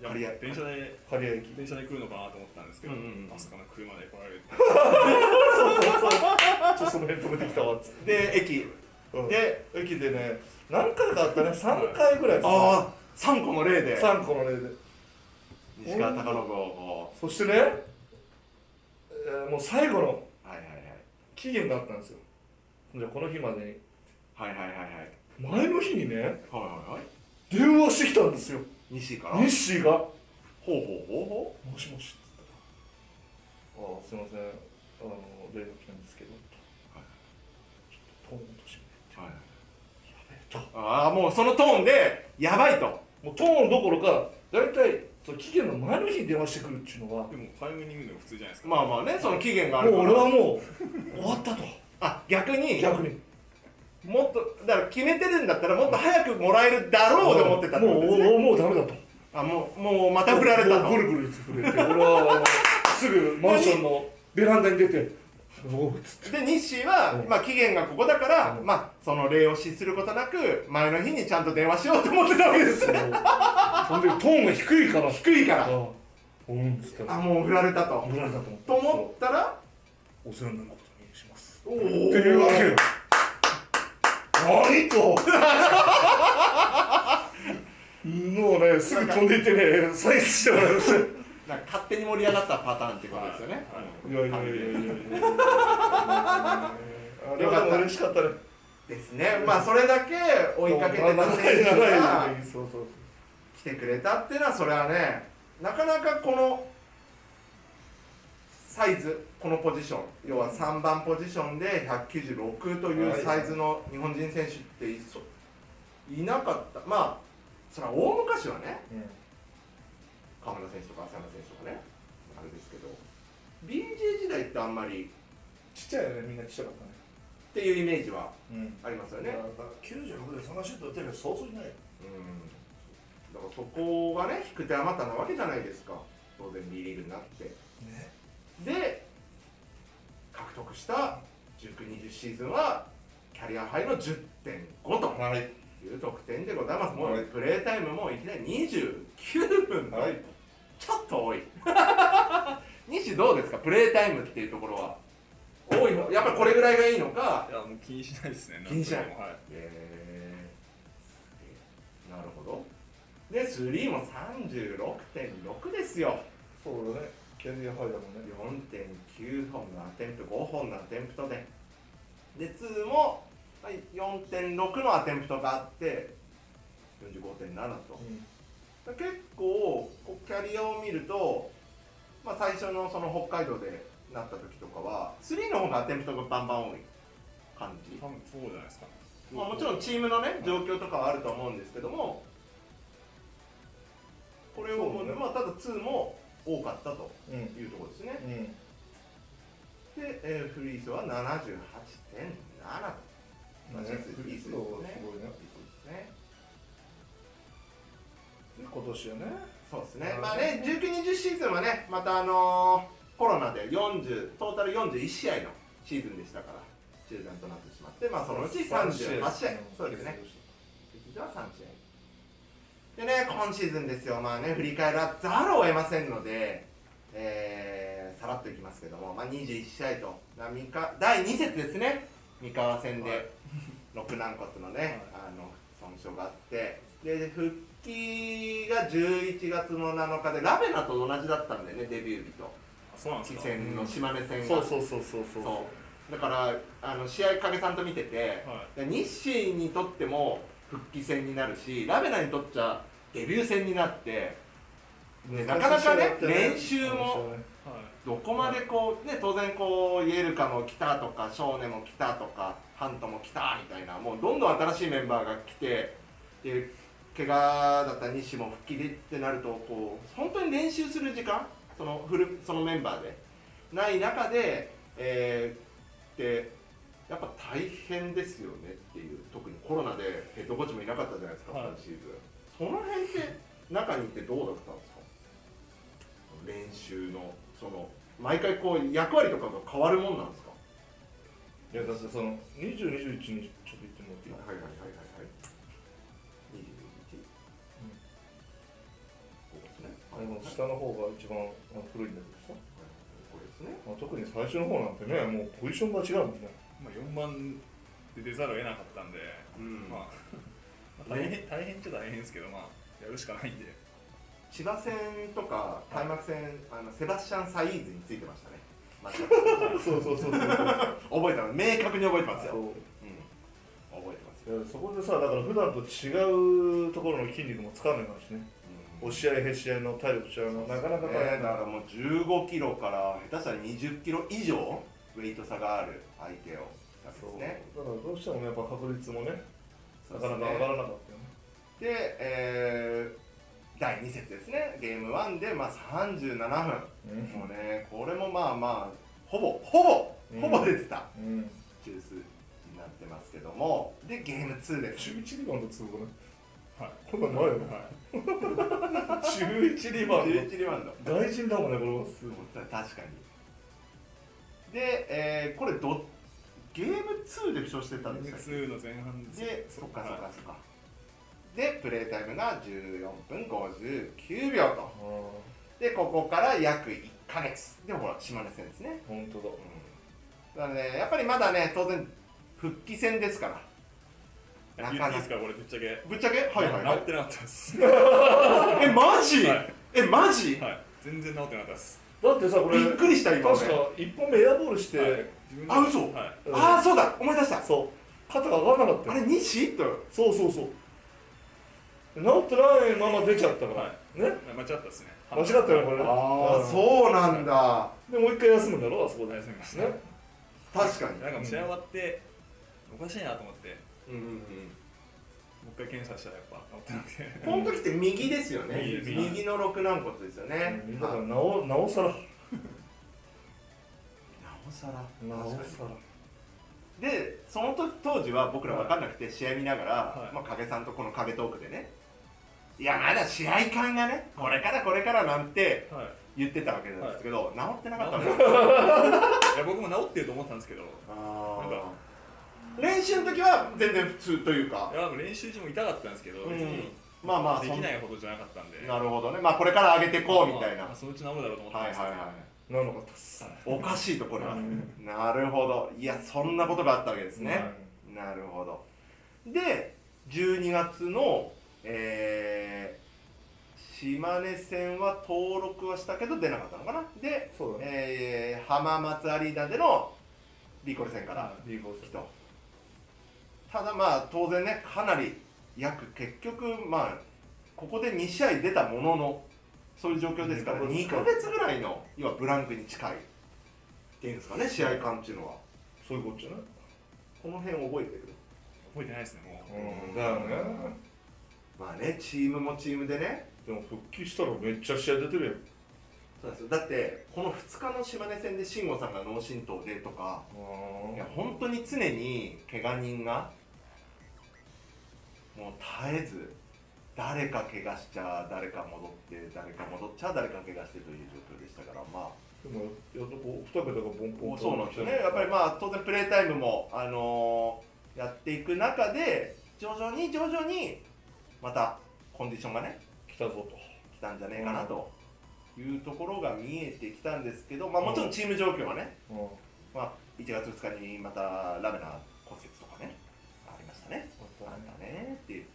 [SPEAKER 3] いや
[SPEAKER 1] ありがとう
[SPEAKER 3] 電車で
[SPEAKER 2] 刈谷駅
[SPEAKER 3] 電車で来るのかなと思ったんですけど、
[SPEAKER 1] うんうんうん
[SPEAKER 3] まさかの車で来られるって。
[SPEAKER 2] そうそうそうちょっとその辺止めてきたわっつって
[SPEAKER 1] で、駅。
[SPEAKER 2] で駅でね何回かあったね3回ぐらいですね
[SPEAKER 1] ああ、3個の例で、
[SPEAKER 2] 3個の例で
[SPEAKER 1] 西川貴信をこ
[SPEAKER 2] そしてね、えーもう最後の
[SPEAKER 1] う。はいはいはい。
[SPEAKER 2] 期限があったんですよじゃあこの日まで
[SPEAKER 1] はいはいはいはい。はい
[SPEAKER 2] に前の日にね
[SPEAKER 1] はいはい。
[SPEAKER 2] 電話してきたんですよ
[SPEAKER 1] 西から。
[SPEAKER 2] ネッシーが
[SPEAKER 1] ほうほうほうほ
[SPEAKER 2] 「もしもし」っつったら「ああすいませんあの例が来たんですけど」
[SPEAKER 1] はい
[SPEAKER 2] ちょっとトーン落として
[SPEAKER 1] う。はい、
[SPEAKER 2] やべえと
[SPEAKER 1] ああ、もうそのトーンで、やばいと。
[SPEAKER 2] もうトーンどころか大体その期限の前の日に電話してくるっていうのはも
[SPEAKER 3] でもタイムニングでも普通じゃないですか。
[SPEAKER 1] まあまあね、その期限があ
[SPEAKER 2] う
[SPEAKER 1] るから。
[SPEAKER 2] 俺はもう終わったと
[SPEAKER 1] あ、逆に、
[SPEAKER 2] 逆に
[SPEAKER 1] もっと、だから決めてるんだったら、もっと早くもらえるだろうと思ってたって
[SPEAKER 2] も
[SPEAKER 1] こ
[SPEAKER 2] う
[SPEAKER 1] とです
[SPEAKER 2] も
[SPEAKER 1] ね。
[SPEAKER 2] うもうダメだと
[SPEAKER 1] あ、もう、もうまた振られたと。
[SPEAKER 2] ぐるぐる震えて俺はあのすぐマンションのベランダに出て「おう」っつって
[SPEAKER 1] で、日誌は
[SPEAKER 2] う、ん
[SPEAKER 1] まあ期限がここだから、
[SPEAKER 2] うん
[SPEAKER 1] まあ、その礼を失することなく、前の日にちゃんと電話しようと思ってたわけです。
[SPEAKER 2] そのそんでトーンが低いから
[SPEAKER 1] 低いから。
[SPEAKER 2] あうんっつった
[SPEAKER 1] あ、
[SPEAKER 2] ら
[SPEAKER 1] もう振られたと。
[SPEAKER 2] 怒られたと
[SPEAKER 1] と思
[SPEAKER 2] 思
[SPEAKER 1] ったら、
[SPEAKER 2] ってお世話になることにします
[SPEAKER 1] おお
[SPEAKER 2] っていうわけよ何ともうねすぐ飛んでいってね採取してもらいましたい
[SPEAKER 1] なんか勝手に盛り上がったパターンってことですよね。
[SPEAKER 3] はい
[SPEAKER 2] やいやいやいやいやあれ
[SPEAKER 1] よか
[SPEAKER 2] は
[SPEAKER 1] っ
[SPEAKER 2] で
[SPEAKER 1] た
[SPEAKER 2] も嬉しかったね
[SPEAKER 1] ですね。まあ、それだけ追いかけてた選手が、
[SPEAKER 2] そうそう
[SPEAKER 1] 来てくれたってのはそれはねなかなかこのサイズこのポジション要は3番ポジションで196というサイズの日本人選手っていそいなかったまあそれは大昔はね
[SPEAKER 2] うん
[SPEAKER 1] 河村選手とか浅野選手とかねあれですけど BJ 時代ってあんまり
[SPEAKER 2] ちっちゃいよねみんなちっちゃかったね
[SPEAKER 1] っていうイメージは
[SPEAKER 2] うん
[SPEAKER 1] ありますよ
[SPEAKER 2] いや
[SPEAKER 1] ね
[SPEAKER 2] やっぱ96でそんなシュート打てる人そうそういないよ
[SPEAKER 1] うんだからそこがね引く手あまたなわけじゃないですか当然 B リーグになって
[SPEAKER 2] ね
[SPEAKER 1] で獲得した1920シーズンはキャリアハイの10.5と
[SPEAKER 2] はい
[SPEAKER 1] いう得点でございます、も
[SPEAKER 2] は
[SPEAKER 1] う
[SPEAKER 2] い
[SPEAKER 1] プレータイムもいきなり29分と、
[SPEAKER 2] はい
[SPEAKER 1] ちょっと多い 西どうですかプレータイムっていうところは多いのやっぱりこれぐらいがいいのか
[SPEAKER 3] いやもう気にしないですね。
[SPEAKER 1] 気にしない
[SPEAKER 3] んとでもはい。
[SPEAKER 1] えー、なるほどでスリーも36.6ですよ
[SPEAKER 2] そうだねキャリアハイだもんね
[SPEAKER 1] 4.9本のアテンプ5本のアテンプトでで2もはい4.6のアテンプトがあって45.7とだから結構こうキャリアを見ると、まあ、最初のその北海道でなった時とかは3の方がアテンプトがバンバン多い感じ、
[SPEAKER 3] 多分そうじゃないですか、ね。
[SPEAKER 1] まあ、もちろんチームのね状況とかはあると思うんですけどもこれをもうね、
[SPEAKER 2] そうね
[SPEAKER 1] まあ、ただ2も多かったと
[SPEAKER 2] うんうん
[SPEAKER 1] いうところですね
[SPEAKER 2] うん
[SPEAKER 1] で、えーフリースは78.7と、まあ実質いいです
[SPEAKER 2] す
[SPEAKER 1] よ
[SPEAKER 2] ごい
[SPEAKER 1] ね
[SPEAKER 2] ね
[SPEAKER 1] ね、
[SPEAKER 2] 今年はね
[SPEAKER 1] そうですね、まあね、19、20シーズンはね、また、あのーコロナで40トータル41試合のシーズンでしたから、中断となってしまって、まあ、そのうち38試合、そうですね、
[SPEAKER 2] うん
[SPEAKER 1] 劇場は3試合でね、今シーズンですよ、まあね、振り返らざるを得ませんので、えーさらっといきますけども、まあ、21試合と、な三河第2節ですね、三河戦
[SPEAKER 3] はい
[SPEAKER 1] で、肋軟骨のね、あの損傷があって、で復帰が11月の7日で、ラベナと同じだったんだよね、デビュー日と、
[SPEAKER 3] そうなんです
[SPEAKER 1] 次
[SPEAKER 3] か
[SPEAKER 1] 戦の島根戦が。
[SPEAKER 3] そうそうそうそうそう
[SPEAKER 1] そうだからあの試合影さんと見てて、
[SPEAKER 3] は
[SPEAKER 1] 日誌にとっても復帰戦になるしラベナにとっちゃデビュー戦になって、ね、なかなかね練習も
[SPEAKER 3] はい
[SPEAKER 1] どこまでこう、ね、当然こうイエルカも来たとか少年も来たとかハントも来たみたいなもうどんどん新しいメンバーが来てで怪我だった西も復帰でってなるとこう本当に練習する時間そのフルそのメンバーでない中で、えー、でやっぱ大変ですよねっていう特にコロナでヘッドコーチもいなかったじゃないですか、
[SPEAKER 3] はい
[SPEAKER 1] 今シーズンその辺って中にいてどうだったんですか練習のその毎回こう役割とかが変わるもんなんですか
[SPEAKER 2] いやだってその20、21にちょっと言ってもらっていい
[SPEAKER 1] はいはいはいはいはい21ここですね
[SPEAKER 2] あの下の方が一番あの古いんだけどさ、
[SPEAKER 1] これですね
[SPEAKER 2] まあ、特に最初の方なんてねもうポジションが違うもんね
[SPEAKER 3] まあ、4番で出ざるを得なかったんで、
[SPEAKER 1] うん
[SPEAKER 3] まあ、 まあ大変大変っちゃ大変ですけど、まあ、やるしかないんで、
[SPEAKER 1] 千葉戦とか開幕戦、あのセバスチャン・サイーズについてましたね、 間違って
[SPEAKER 2] そうそうそうそうそう
[SPEAKER 1] 覚えたの明確に覚えてますよ、
[SPEAKER 2] そう
[SPEAKER 1] うん、覚えてますよ、
[SPEAKER 2] いやそこでさだから普段と違うところの筋肉もつかんでないしね押し合いへし合いの体力違うのなかなか大
[SPEAKER 1] ね
[SPEAKER 2] 変
[SPEAKER 1] だか
[SPEAKER 2] だ
[SPEAKER 1] らもう15キロから下手したら20キロ以上ウェイト差がある相手をしたんで
[SPEAKER 2] そう
[SPEAKER 1] す
[SPEAKER 2] だ
[SPEAKER 1] ね
[SPEAKER 2] からどうしてもねやっぱ確率もねなか
[SPEAKER 1] そう
[SPEAKER 2] な
[SPEAKER 1] です
[SPEAKER 2] か
[SPEAKER 1] ね
[SPEAKER 2] 上がらなかったよね
[SPEAKER 1] で、えー第2節ですねゲーム1で、まあ、37分もうねこれもまあまあほぼほ
[SPEAKER 2] うん
[SPEAKER 1] ぼほぼ出てた
[SPEAKER 2] うん
[SPEAKER 1] 中枢になってますけどもでゲーム2です
[SPEAKER 2] 11リバウンドつぶね
[SPEAKER 3] はい
[SPEAKER 2] こんなんないよね
[SPEAKER 3] は
[SPEAKER 2] 11リバウン
[SPEAKER 1] 11リバウンド
[SPEAKER 2] ド大臣だもんねこれは
[SPEAKER 1] すごい確かにで、えーこれどゲーム2で負傷してたん
[SPEAKER 3] い、
[SPEAKER 1] でしたっけ
[SPEAKER 3] 2の前半
[SPEAKER 1] で、そっかそっ
[SPEAKER 3] は
[SPEAKER 1] かそっか。で、プレータイムが14分59秒と。
[SPEAKER 2] ああ
[SPEAKER 1] で、ここから約1ヶ月。で、ほら、島根戦ですね。
[SPEAKER 2] 本当だ
[SPEAKER 1] だからね、やっぱりまだね、当然、復帰戦ですから。
[SPEAKER 3] い、言っていいですか、これ、ぶっちゃけ、
[SPEAKER 1] ぶっちゃけはいはいは
[SPEAKER 3] 直
[SPEAKER 1] い
[SPEAKER 3] っ。てなかったです、
[SPEAKER 1] え、マジ
[SPEAKER 3] はい
[SPEAKER 1] え、マジ
[SPEAKER 3] はい、全然直ってなかったです、
[SPEAKER 2] だってさこれ
[SPEAKER 1] びっくりした、今
[SPEAKER 2] 確か
[SPEAKER 1] 俺。
[SPEAKER 2] 1本目エアボールして、
[SPEAKER 3] はい、自分で
[SPEAKER 1] あ嘘
[SPEAKER 3] はい、
[SPEAKER 2] うん
[SPEAKER 1] ああ、そうだ思い出した
[SPEAKER 2] そう肩が上がらなかった
[SPEAKER 1] あ
[SPEAKER 2] よ
[SPEAKER 1] れ、西と。
[SPEAKER 2] そうそうそう治ってないまま出ちゃったから、
[SPEAKER 3] は
[SPEAKER 2] ね
[SPEAKER 3] 間違ったですね、
[SPEAKER 2] 間違ったよねこれね
[SPEAKER 1] ああ、
[SPEAKER 2] う
[SPEAKER 1] そうなんだ。
[SPEAKER 2] んでもう一回休むんだろあそこで
[SPEAKER 3] はいすみません
[SPEAKER 2] ね
[SPEAKER 1] 確かに。
[SPEAKER 3] なんかもう試合終わって、おかしいなと思って、も
[SPEAKER 1] うんうんうん。
[SPEAKER 3] う一回検査したら、やっぱ直ってなくて、
[SPEAKER 1] この時って右ですよね。
[SPEAKER 3] 右
[SPEAKER 1] 右の肋軟骨ですよね。
[SPEAKER 2] うんだからなおなおさらな
[SPEAKER 1] なおさら
[SPEAKER 2] おさ
[SPEAKER 1] でその時当時は僕ら分かんなくて試合見ながら、
[SPEAKER 3] はい
[SPEAKER 1] まあ、影さんとこの影トークでねいやまだ試合感がねこれからこれからなんて
[SPEAKER 3] はい、
[SPEAKER 1] 言ってたわけなんですけど、治ってなかったの
[SPEAKER 3] 治
[SPEAKER 1] よ
[SPEAKER 3] っいや僕も治ってると思ったんですけど、いなんか
[SPEAKER 1] 練習の時は全然普通というか、
[SPEAKER 3] やなんか練習中も痛かったんですけど、別
[SPEAKER 1] うん
[SPEAKER 3] に。
[SPEAKER 1] まあまあ
[SPEAKER 3] で
[SPEAKER 1] そ
[SPEAKER 3] き
[SPEAKER 1] ん
[SPEAKER 3] ないほどじゃなかったんで、
[SPEAKER 1] なるほどねまあこれから上げてこうみたいな、
[SPEAKER 3] まあそのうち治るだろうと思ったん
[SPEAKER 1] はい
[SPEAKER 3] で
[SPEAKER 1] はい
[SPEAKER 3] すけど、
[SPEAKER 1] はい
[SPEAKER 2] らなかったっす
[SPEAKER 1] おかしいとこれは
[SPEAKER 2] うん
[SPEAKER 1] なるほどいやそんなことがあったわけですね、なるほど。で、12月の、えー島根戦は登録はしたけど出なかったのかな。で、
[SPEAKER 2] そうだね
[SPEAKER 1] えー浜松アリーナでのリコル戦から
[SPEAKER 3] は
[SPEAKER 2] リーグを
[SPEAKER 1] 来た。ただまあ当然ね、かなり約結局まあここで2試合出たもののそういう状況ですから、2
[SPEAKER 2] 二ヶ
[SPEAKER 1] ヶ
[SPEAKER 2] 月
[SPEAKER 1] 月ぐらいの要はブランクに近いっていうんですかね、試合間っていうのは。
[SPEAKER 2] そういうことじゃない
[SPEAKER 1] この辺覚えてる
[SPEAKER 3] 覚えてないですね、もう。
[SPEAKER 2] うんだよね
[SPEAKER 1] まあね、チームもチームでね、
[SPEAKER 2] でも復帰したらめっちゃ試合出てるやん
[SPEAKER 1] そうですよだって、この2日の島根戦で慎吾さんが脳震盪でとか、いや本当に常に怪我人が、もう絶えず、誰か怪我しちゃ、誰か戻って、誰か戻っちゃ、誰か怪我してという状況でしたから、まあ、
[SPEAKER 2] でもやっとこう2桁がボンポン
[SPEAKER 1] そうなんですよね、やっぱりまあ当然プレータイムも、あのーやっていく中で、徐々に徐々にまたコンディションがね
[SPEAKER 2] 来たぞと。
[SPEAKER 1] 来たんじゃねえかなというところが見えてきたんですけど、まあ、もちろんチーム状況はね、
[SPEAKER 2] うんま
[SPEAKER 1] まあ、1月2日にまたラベナ骨折とかねありましたねあ
[SPEAKER 2] た
[SPEAKER 1] ん
[SPEAKER 2] ね
[SPEAKER 1] たねっていう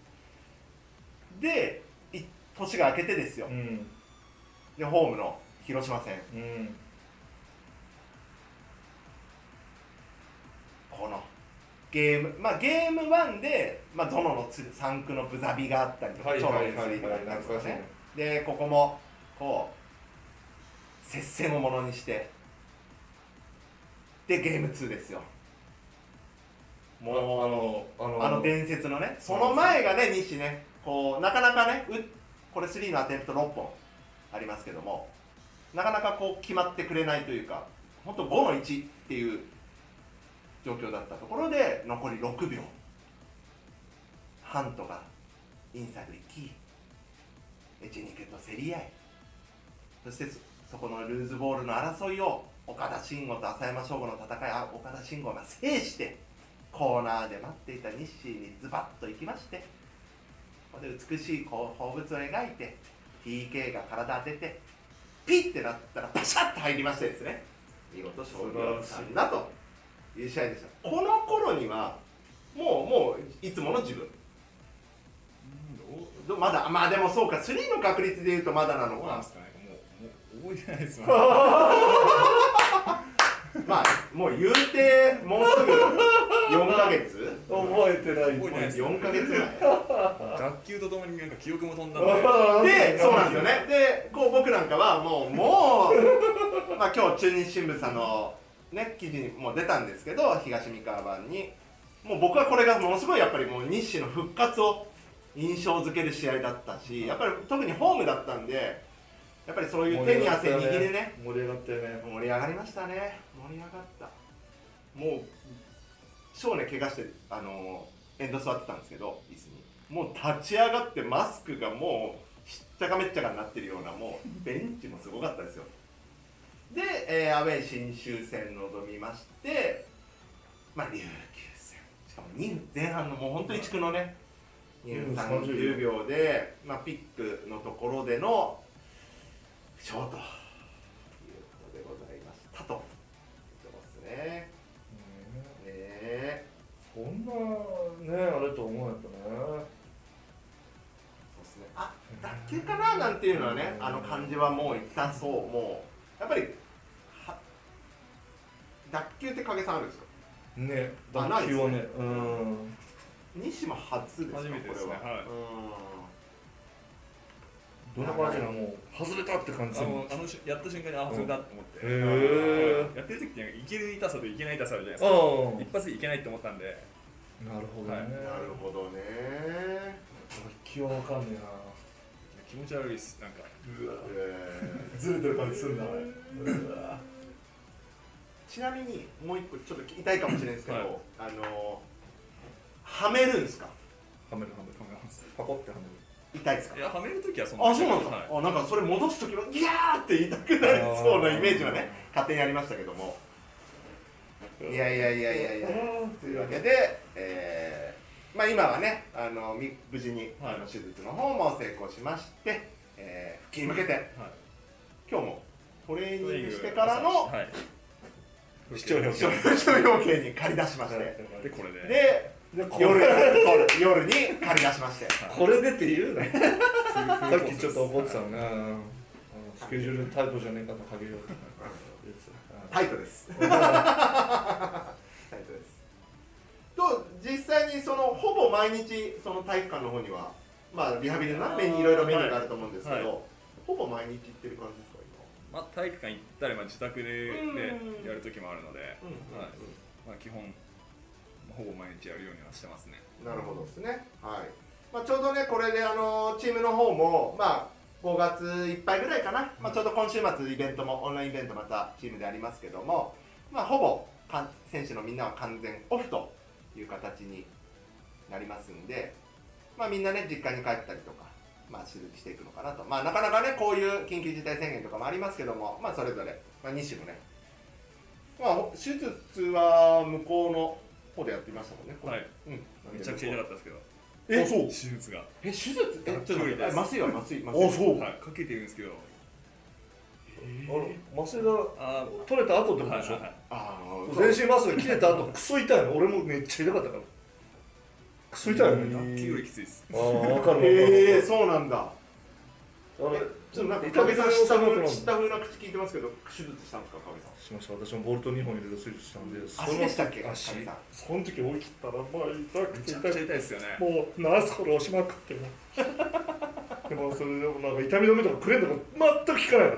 [SPEAKER 1] でい年が明けてですよ、
[SPEAKER 2] うん。
[SPEAKER 1] でホームの広島戦
[SPEAKER 2] うん。
[SPEAKER 1] このゲームまあゲーム1で、まあ、ゾノのつ3区のブザビがあったりとか、
[SPEAKER 2] はいはい
[SPEAKER 1] 超
[SPEAKER 2] は
[SPEAKER 1] 能
[SPEAKER 2] い
[SPEAKER 1] 力があ
[SPEAKER 2] は
[SPEAKER 1] っ
[SPEAKER 2] い。
[SPEAKER 1] たりと
[SPEAKER 2] 懐
[SPEAKER 1] か
[SPEAKER 2] かしい
[SPEAKER 1] ね
[SPEAKER 2] ね。
[SPEAKER 1] でここもこう接戦をものにしてでゲーム2ですよ
[SPEAKER 2] もうあのあの
[SPEAKER 1] あの伝説のねその前がね西ねこうなかなかねうこれ3のアテンプト6本ありますけどもなかなかこう決まってくれないというか本当5の1っていう状況だったところで残り6秒ハントがインサイド行きエチェニケと競り合いそしてそそこのルーズボールの争いを岡田慎吾と浅山翔吾の戦いあ岡田慎吾が制してコーナーで待っていた日誌にズバッと行きましてここで美しいこう放物を描いて TK が体当ててピッてなったらパシャッと入りましてですね見事勝利をつかんだという試合でしたこの頃にはもうもういつもの自分どまだまあでもそうか3の確率でいうとまだなの
[SPEAKER 3] どうなん
[SPEAKER 1] か
[SPEAKER 3] ですかねもうもう覚えてな いですわ
[SPEAKER 1] まあもう言うてもうすぐ4ヶ月
[SPEAKER 2] 覚えてない。
[SPEAKER 3] 覚えてないです
[SPEAKER 1] 4ヶ月前
[SPEAKER 3] 学級とともになんか記憶も飛んだんで
[SPEAKER 1] で、
[SPEAKER 2] で
[SPEAKER 1] そうなんですよ。ね。で、こう僕なんかはもう、もう、まあ今日中日新聞さんのね、記事にも出たんですけど、東三河版に、もう僕はこれがものすごいやっぱりもう日誌の復活を印象づける試合だったし、やっぱり特にホームだったんで、やっぱりそういう手に汗握りね、
[SPEAKER 2] 盛り上がったよね。
[SPEAKER 1] 盛り上がりましたね盛り上がったもう少年怪我してあのエンド座ってたんですけど椅子にもう立ち上がってマスクがもうしっちゃかめっちゃかになってるようなもうベンチもすごかったですよで、えーアウェー新州戦臨みましてまあ琉球戦しかも2分前半のもう本当に地区のね2分30秒で、まあ、ピックのところでのショートということでございましたと。言ってますね。ねえ。
[SPEAKER 2] そんなねあれと思わなかったね。
[SPEAKER 1] そうですね。あ、脱臼かななんていうのはね、あの感じはもう痛そう。もう、やっぱり、は脱臼って影さんあるんですか
[SPEAKER 2] ね、
[SPEAKER 1] あ
[SPEAKER 2] 打球はね、うん。
[SPEAKER 1] 西も初ですか
[SPEAKER 3] 初めてですね
[SPEAKER 1] これは
[SPEAKER 3] はい
[SPEAKER 2] どんな感じなのもう外れたって感じ
[SPEAKER 3] あ
[SPEAKER 2] する
[SPEAKER 3] のあのしやった瞬間にあ外れたと思って、
[SPEAKER 2] へー
[SPEAKER 3] やってる時ってなんかいける痛さといけない痛さあるじゃないですか、
[SPEAKER 2] あ
[SPEAKER 3] 一発でいけないって思ったんで
[SPEAKER 2] あなるほどね、
[SPEAKER 3] はい
[SPEAKER 1] うん。なるほどね。
[SPEAKER 2] 気はわかんね
[SPEAKER 3] 気持ち悪いですなんか
[SPEAKER 2] えな
[SPEAKER 1] えー
[SPEAKER 2] ずれてる感じするんだね
[SPEAKER 1] ちなみに、もう一個、ちょっと痛いかもしれないですけど、
[SPEAKER 3] はい
[SPEAKER 1] あのはめるんですか
[SPEAKER 3] はめるはめるはめます
[SPEAKER 2] パコってはめ
[SPEAKER 1] 痛いですか
[SPEAKER 3] いやはめる時はそん
[SPEAKER 1] あ、そうなんですか、
[SPEAKER 3] はい
[SPEAKER 1] あなんかそれ戻すときは、いやーって言いたくなりそうなイメージはね、勝手にありましたけども。いやいやいやいやいや。というわけで、えーまあ、今はね、あのみ無事に、
[SPEAKER 3] はい
[SPEAKER 1] あの手術の方も成功しまして、えー復帰に向けて、
[SPEAKER 3] はい
[SPEAKER 1] 今日もトレーニングしてからの
[SPEAKER 3] はい
[SPEAKER 2] る視聴表
[SPEAKER 1] 所要件に借り出しまして、
[SPEAKER 3] でこれで
[SPEAKER 1] で、
[SPEAKER 2] で
[SPEAKER 1] 夜に夜に借り出しまして。
[SPEAKER 2] これでって言うなさ
[SPEAKER 3] さ
[SPEAKER 2] っきちょっと怒ってたのねあのスケジュールタイトじゃねえかと限りようと
[SPEAKER 1] タイトです。タイトです。と実際にそのほぼ毎日その体育館の方にはまあリハビリのな
[SPEAKER 3] あー
[SPEAKER 1] メニューいろいろメニューがあると思うんですけど、
[SPEAKER 3] はいはい
[SPEAKER 1] ほぼ毎日行ってる感じですか今
[SPEAKER 3] まあ、体育館行ったり、まあ、自宅で
[SPEAKER 1] うん
[SPEAKER 3] でやる時もあるので、
[SPEAKER 1] うんうんうん
[SPEAKER 3] はいまあ、基本ほぼ毎日やるようにはしてますね。
[SPEAKER 1] なるほどですね。はい。まあちょうどねこれであのチームの方もまあ。5月いっぱいぐらいかな、まあ、ちょうど今週末、イベントも、オンラインイベントまたチームでありますけども、まあ、ほぼかん選手のみんなは完全オフという形になりますんで、まあ、みんなね、実家に帰ったりとか、まあ、手術していくのかなと、まあ、なかなかね、こういう緊急事態宣言とかもありますけども、まあ、それぞれ、まあ、西もね、まあ、手術は向こうの方でやっていましたもんね、これ
[SPEAKER 3] はい、
[SPEAKER 1] うん、
[SPEAKER 3] めちゃくちゃ痛かったですけど、
[SPEAKER 2] えそう
[SPEAKER 3] 手術が
[SPEAKER 1] え手術えちょっと待って
[SPEAKER 3] あ
[SPEAKER 1] あ麻酔は麻酔麻
[SPEAKER 2] あ
[SPEAKER 1] 酔
[SPEAKER 2] そう
[SPEAKER 3] はいかけてるんですけど
[SPEAKER 2] あれ麻酔が
[SPEAKER 3] あ
[SPEAKER 2] 取れた後っ
[SPEAKER 3] ー
[SPEAKER 2] てことで
[SPEAKER 3] はいは
[SPEAKER 2] し
[SPEAKER 3] い
[SPEAKER 2] ょ、
[SPEAKER 3] はい
[SPEAKER 1] あー
[SPEAKER 2] 全身麻酔切れた後クソ痛いの俺もめっちゃ痛かったからクソ痛いのみんな
[SPEAKER 1] へー
[SPEAKER 3] 筋よりきついです
[SPEAKER 2] ああ分かる
[SPEAKER 1] へえ
[SPEAKER 2] 分かる
[SPEAKER 1] そうなんだ
[SPEAKER 2] あれ
[SPEAKER 1] ちょっとなんか
[SPEAKER 2] 痛
[SPEAKER 1] 影
[SPEAKER 2] み
[SPEAKER 1] さ
[SPEAKER 2] さ
[SPEAKER 1] ん
[SPEAKER 2] ん
[SPEAKER 1] 下
[SPEAKER 2] 下
[SPEAKER 1] 風
[SPEAKER 2] 向
[SPEAKER 1] な
[SPEAKER 2] く
[SPEAKER 1] 下風な口聞いてますけど手術したんですか影さん
[SPEAKER 2] しました私もボルト2本入れる手術したんでその
[SPEAKER 1] 足でしたっけ
[SPEAKER 2] 足
[SPEAKER 1] 神さん
[SPEAKER 2] その時思い切ったらまあ痛く
[SPEAKER 3] め
[SPEAKER 2] て
[SPEAKER 3] ち
[SPEAKER 2] 痛く
[SPEAKER 3] ゃくちゃ
[SPEAKER 2] て
[SPEAKER 3] 痛いですよね
[SPEAKER 2] もうナースこれ押しまくっても でもそれでもなんか痛み止めとかくれんとか全く効かない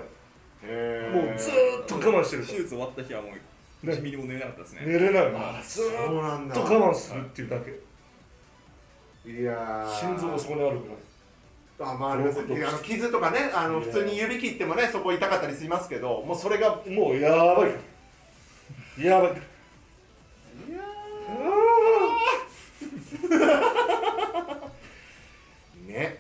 [SPEAKER 1] へ
[SPEAKER 2] のもうずーっと我慢して
[SPEAKER 3] 手
[SPEAKER 2] るから
[SPEAKER 3] 術終わった日はもう1ミリも寝れなかったですね
[SPEAKER 2] 寝れないの
[SPEAKER 1] あ
[SPEAKER 2] ずー
[SPEAKER 1] そうなん
[SPEAKER 2] っ
[SPEAKER 1] だ
[SPEAKER 2] と我慢するっていうだけ
[SPEAKER 1] いやー
[SPEAKER 2] 心臓がそこにあるから
[SPEAKER 1] あまああります
[SPEAKER 2] どういうこと
[SPEAKER 1] あの傷とかねあの
[SPEAKER 2] い
[SPEAKER 1] 普
[SPEAKER 2] や
[SPEAKER 1] 通に指切ってもねそこ痛かったりしますけどもうそれが
[SPEAKER 2] もうやばいからやばいから
[SPEAKER 1] いやーね
[SPEAKER 2] ね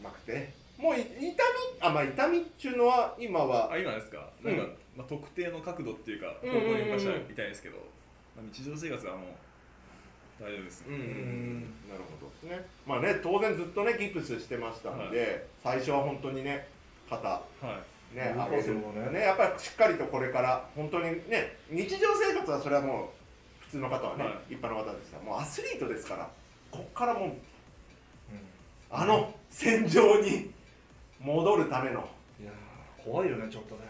[SPEAKER 1] うまくてねもうい痛みあまあ痛みっちゅうのは今は
[SPEAKER 3] あ今ですかなんか、
[SPEAKER 1] うん
[SPEAKER 3] まあ、特定の角度っていうか
[SPEAKER 1] う
[SPEAKER 3] 方
[SPEAKER 1] ん
[SPEAKER 3] 向
[SPEAKER 1] うんうん
[SPEAKER 3] に向かしたら痛いですけど、まあ、日常生活はもう大丈夫です、
[SPEAKER 1] うんうん
[SPEAKER 2] うん
[SPEAKER 1] なるほどですねまあね当然ずっとねギプスしてましたんで、最初は本当にね肩
[SPEAKER 3] はい
[SPEAKER 1] ね
[SPEAKER 2] 難
[SPEAKER 1] 上
[SPEAKER 2] しい
[SPEAKER 1] げる
[SPEAKER 2] もん
[SPEAKER 1] ね
[SPEAKER 2] ね
[SPEAKER 1] やっぱりしっかりとこれから本当にね日常生活はそれはもう普通の方はね、
[SPEAKER 3] は
[SPEAKER 1] 一般の方でしたもうアスリートですからこっからもう
[SPEAKER 2] う
[SPEAKER 1] あの戦場に戻るための
[SPEAKER 2] んいやー怖いよねちょっとね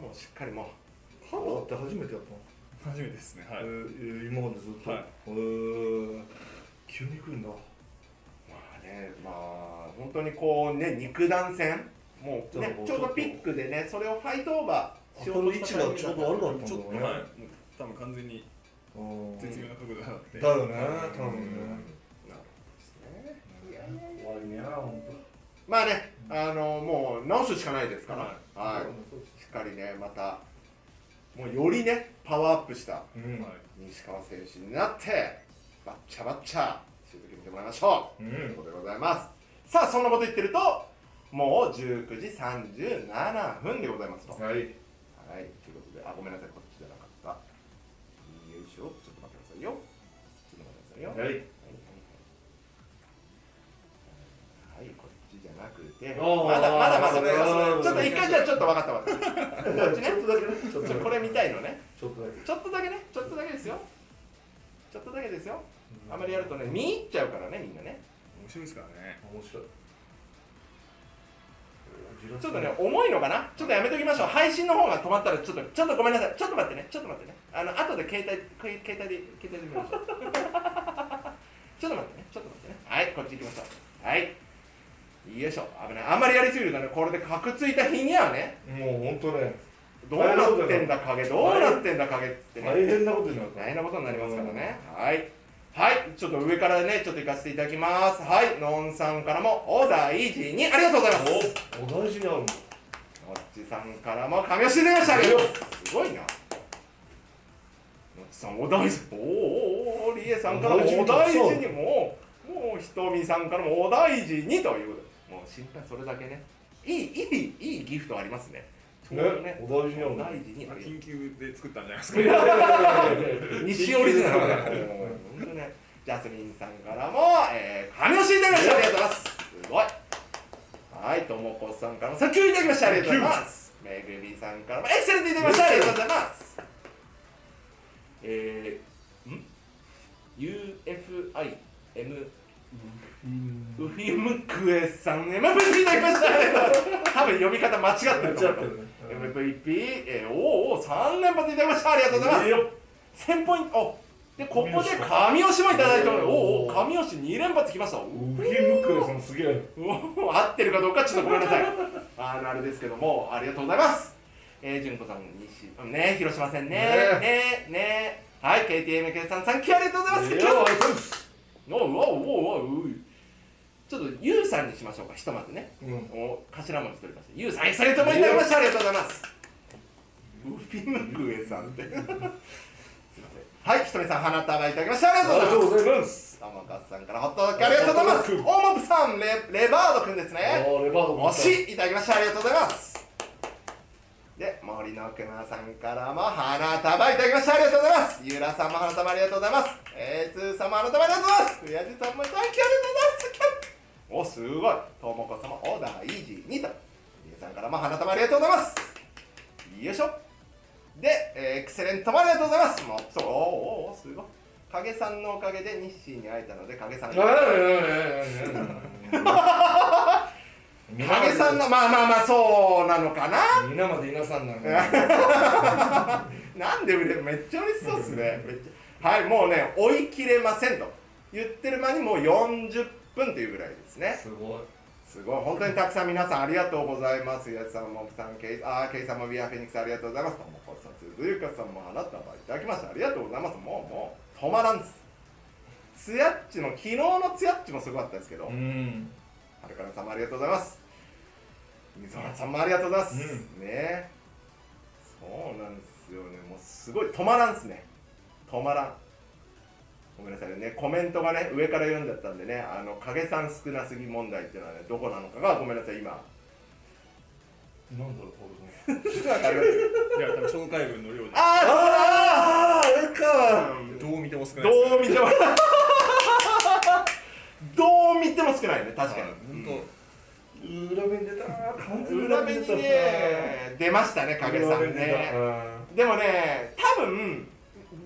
[SPEAKER 1] もうしっかりもう
[SPEAKER 2] ハンドって初めてやったの
[SPEAKER 3] 初めてですねはい、
[SPEAKER 2] えー今までずっと、
[SPEAKER 3] はい
[SPEAKER 2] えー急に来るんだ
[SPEAKER 1] まあねまあ本当にこうね肉弾戦もう、ね、ちょうどピックでねそれをファイトオーバーしよ
[SPEAKER 2] 頭
[SPEAKER 1] う
[SPEAKER 2] の
[SPEAKER 1] と
[SPEAKER 2] 位
[SPEAKER 1] した
[SPEAKER 2] 置
[SPEAKER 1] タイミング
[SPEAKER 2] がちょうど悪かったんだ
[SPEAKER 3] ちょっ
[SPEAKER 2] ろ
[SPEAKER 3] と、
[SPEAKER 2] うね、
[SPEAKER 3] はい、もう多分完全に
[SPEAKER 2] うん
[SPEAKER 3] 絶妙な角度があって、
[SPEAKER 2] だよね
[SPEAKER 1] う
[SPEAKER 2] 多
[SPEAKER 1] ん
[SPEAKER 2] 分ね
[SPEAKER 1] なるほどですねいや
[SPEAKER 2] 怖いね本
[SPEAKER 1] まあねあのもう直すしかないですから、
[SPEAKER 3] は
[SPEAKER 2] 当。
[SPEAKER 1] はいしっかりねまたもうよりねパワーアップした
[SPEAKER 2] うん
[SPEAKER 3] はい
[SPEAKER 1] 西川選手になってバッチャバッチャ続けてもらいましょう、
[SPEAKER 2] うん
[SPEAKER 1] ということでございますさあそんなこと言ってるともう19時37分でございますと、はい、
[SPEAKER 2] はい
[SPEAKER 1] ということであごめんなさいこっちじゃなかったよいしょちょっと待ってくださいよちょっと待ってくださいよ
[SPEAKER 2] はい
[SPEAKER 1] はい、こっちじゃなくて、
[SPEAKER 2] おー
[SPEAKER 1] まだまだまだま
[SPEAKER 2] あ
[SPEAKER 1] だ、
[SPEAKER 2] ー
[SPEAKER 1] ちょっと一回じゃあちょっと分かった分かっ。
[SPEAKER 2] ちょっとだけねちょったと
[SPEAKER 1] ち
[SPEAKER 2] だ
[SPEAKER 1] ょ
[SPEAKER 2] け
[SPEAKER 1] これ見たいのね。
[SPEAKER 2] ちょっとだけ
[SPEAKER 1] ちょっとだけね、ちょっとだけですよ。ちょっとだけですよ。あまりやるとね、見入っちゃうからね、みんなね。
[SPEAKER 3] 面白いですからね
[SPEAKER 2] 面白い
[SPEAKER 1] ちょっとね、重いのかなちょっとやめときましょう。配信の方が止まったら、ちょっと、ちょっとごめんなさい。ちょっと待ってね、ちょっと待ってね。あの、後で携帯、こい携帯で、携帯で見ましょう。ちょっと待ってね、ちょっと待ってね。はい、こっち行きましょう。はい。よいしょ、危ない。あんまりやりすぎるとね、これでカクついた日にはね、
[SPEAKER 2] もう本当ね
[SPEAKER 1] どうなってんだ影、どうなってんだ影っつってね。
[SPEAKER 2] 大変なことになるから
[SPEAKER 1] 大変なことになりますからね。はい。はい。ちょっと上からね、ちょっと行かせていただきます。はい。のんさんからも、お大事に、ありがとうございます。のっ
[SPEAKER 2] お大事にあるんだ
[SPEAKER 1] ちさんからも、神吉出ましたけど、すごいな。のっちさん、お大事に、おーおーおー、りえさんからも、お
[SPEAKER 2] お
[SPEAKER 1] 大
[SPEAKER 2] 大事に
[SPEAKER 1] 事に、もう、もう、ひとみさんからも、お大事に、ということで。もう、心配それだけね。いい、いい、いいギフトありますね。
[SPEAKER 2] ねお大事にある
[SPEAKER 1] お
[SPEAKER 2] んだ
[SPEAKER 1] 大事に、ありがとうございます
[SPEAKER 3] 緊急で作ったんじゃないですか
[SPEAKER 1] 西オリジナルだから本当ねジャスミンさんからも「えー、神吉いただきましたありがとうございますすごいはいともこさんからも「さっきいただきましたありがとうございます」めぐみさんからも「エクセレントいただきましたありがとうございます」えー、ん ?UFIM ウフィムクエさん MVP いただきましたありがとうございます多分読み方間違ってると思う
[SPEAKER 2] ね
[SPEAKER 1] MVP、えー、おーおー3連発いただきましたありがとうございます
[SPEAKER 2] いいよ
[SPEAKER 1] 1000ポイントおでここで神吉もいただいておるおうおう神吉2連発きました
[SPEAKER 2] ウヒムクレさんすげえ
[SPEAKER 1] お合ってるかどうかちょっとごめんなさい あのあれですけどもありがとうございますえー、純子さん西ね広島戦ねねねはい KTM 決算さんきありがとうございます、
[SPEAKER 2] いい
[SPEAKER 1] え
[SPEAKER 2] よ
[SPEAKER 1] ー、おうおうおうおうちょっとゆうさんにしましょうかひとまずね
[SPEAKER 2] うん
[SPEAKER 1] お頭文字取りましたゆうさんエクセレントもいただきましたありがとうございますウフィムクエさんって すいませんはいひとみさん花束いただきましたありがとうございます
[SPEAKER 2] うございます。
[SPEAKER 1] 玉川さんからホットドッグありがとうございます大本さんレレバードくんですね
[SPEAKER 2] レバード
[SPEAKER 1] 推しいただきましたありがとうございますで、森の熊さんからも花束いただきました。ありがとうございます。ゆらさんも花束ありがとうございます。えー、つーさんも花束ありがとうございます。ふやじさんも大気ありがとうございます。キャッお、すごい。ともこ様、お大事にと。皆さんからも花束ありがとうございます。よいしょ。で、えーエクセレントもありがとうございます。もう、そう、おーおーすごい。影さんのおかげで日誌に会えたので、影さんが。影さんの、まあまあまあ、そうなのかな。
[SPEAKER 4] 皆まで皆さんなの
[SPEAKER 1] なんで売れめっちゃ嬉しそうですね。めっちゃはい、もうね、追い切れませんと言ってる間にもう40分というぐらいですね。
[SPEAKER 4] すごい
[SPEAKER 1] すごい、本当にたくさん皆さんありがとうございます。やつさん、もくさん、けい、あー、けいさんもビアフェニックスありがとうございます。ともこさん、つゆかさんもあなたはいただきました。ありがとうございます。もう、もう、止まらんです。つやっちの、昨日のつやっちもすごかったですけど、
[SPEAKER 4] うん
[SPEAKER 1] はるかなさんもありがとうございます。水原さんもありがとうございます。ねえそうなんですよね。もうすごい止まらんですね。止まらん。ごめんなさいね。コメントがね、上から読んじゃったんでね、あの、影さん少なすぎ問題っていうのはね、どこなのかがごめんなさい、今。わ
[SPEAKER 4] なんだろう
[SPEAKER 1] かります
[SPEAKER 3] いや、多分紹介文の量で。
[SPEAKER 1] あーそうだー
[SPEAKER 3] どう見ても少ないです
[SPEAKER 1] どう見ても どう見ても少ないね、確か
[SPEAKER 3] はい
[SPEAKER 1] に。
[SPEAKER 3] 本
[SPEAKER 4] 裏面出た完
[SPEAKER 1] うん裏目にね、出ましたね、影さんね。でもね、多分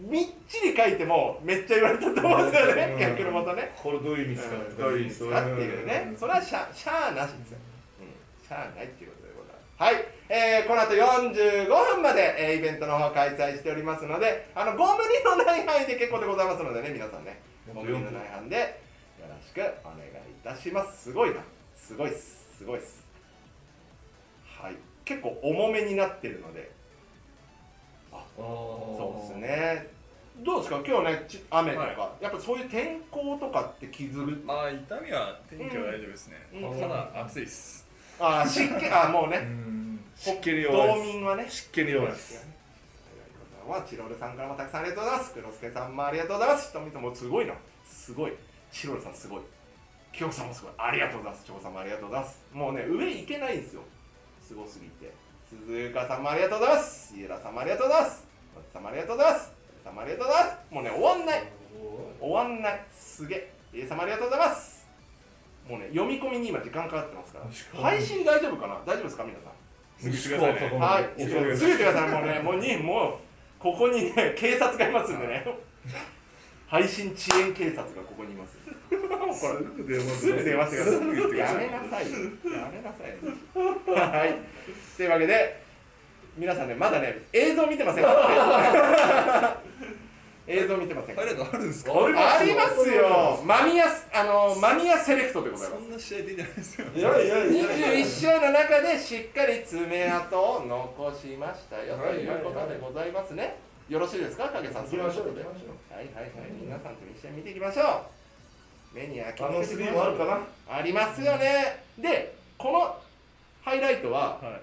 [SPEAKER 1] みっちり書いてもめっちゃ言われたと思うんですよね
[SPEAKER 4] う、ん
[SPEAKER 1] 逆のまたね。
[SPEAKER 2] これどういう意味ですか
[SPEAKER 1] どういう意味ですかっていうね、それはしゃしゃあなしですよ。うん、しゃあないっていうことでございます。はい、えー、この後45分まで、えーイベントの方開催しておりますので、あのご無理のない範囲で結構でございますのでね、皆さんね、ご無理のない範囲でよろしくお願いいたします。すごいな、すごいっす、すごいっす。はい、結構重めになってるので、そうですね。どうですか今日ねち雨とか、
[SPEAKER 3] は
[SPEAKER 1] やっぱそういう天候とかって傷る
[SPEAKER 3] まあ、痛みは天気は大丈夫ですね。
[SPEAKER 1] うん
[SPEAKER 3] ただ、暑いです。
[SPEAKER 1] あー湿気あーもうね
[SPEAKER 2] 湿気に
[SPEAKER 1] 道
[SPEAKER 2] 弱いです
[SPEAKER 1] 民はね
[SPEAKER 2] 湿気に弱いです
[SPEAKER 1] はチロルさんからもたくさんありがとうございます。黒助さんもありがとうございます。ひとみさんもすごいな。すごい。チロルさんすごい。きよさんもすごい。ありがとうございます。ちょこさんもありがとうございます。もうね、上行けないんですよ。すごすぎて。鈴鹿さんもありがとうございます。井浦さんもありがとうございます。松さんもありがとうございます。さんもありがとうございます。もうね、終わんない。終わんない。すげえ。家様ありがとうございます。もうね、読み込みに今時間かかってますから。配信大丈夫かな大丈夫ですか皆さん。
[SPEAKER 3] すぐしてくださいね。
[SPEAKER 4] うん
[SPEAKER 1] はい、
[SPEAKER 3] お
[SPEAKER 1] す
[SPEAKER 3] 疲れ様です
[SPEAKER 1] ぐてください、もうね、もうに、もう、ここにね、警察がいますんでね。配信遅延警察がここにいます。こ
[SPEAKER 2] すぐ
[SPEAKER 1] れ、
[SPEAKER 2] 電話
[SPEAKER 1] すぐ電話してくださ
[SPEAKER 3] すぐ言って
[SPEAKER 1] い。
[SPEAKER 3] くだ
[SPEAKER 1] や
[SPEAKER 3] さい
[SPEAKER 1] めなさいよ。やめなさいよ。はい、というわけで、皆さんね、まだね、映像見てま せんから。映像見てませんか
[SPEAKER 3] パ
[SPEAKER 1] ら
[SPEAKER 3] イレ。ートあるんですか
[SPEAKER 1] ありますよ。マミヤ、あの、マミヤセレクトでございま
[SPEAKER 3] そ
[SPEAKER 1] す。
[SPEAKER 3] んな試合出てないですよ。
[SPEAKER 4] いやいやいや
[SPEAKER 1] 21試合の中でしっかり爪痕を残しましたよ
[SPEAKER 4] はい
[SPEAKER 1] ということでございますね。よろしいですか、影さん。
[SPEAKER 4] 行きましょう
[SPEAKER 1] とい
[SPEAKER 4] 行
[SPEAKER 1] こ
[SPEAKER 4] き
[SPEAKER 1] と
[SPEAKER 4] ま
[SPEAKER 1] で
[SPEAKER 4] しょう
[SPEAKER 1] はいはいはい、皆さんと一緒に見ていきましょう。目に焼き
[SPEAKER 2] あの
[SPEAKER 1] 付
[SPEAKER 2] ス
[SPEAKER 1] け
[SPEAKER 2] リ
[SPEAKER 1] て
[SPEAKER 2] ーもあるかな
[SPEAKER 1] ありますよね。で、このハイライトは
[SPEAKER 3] はい。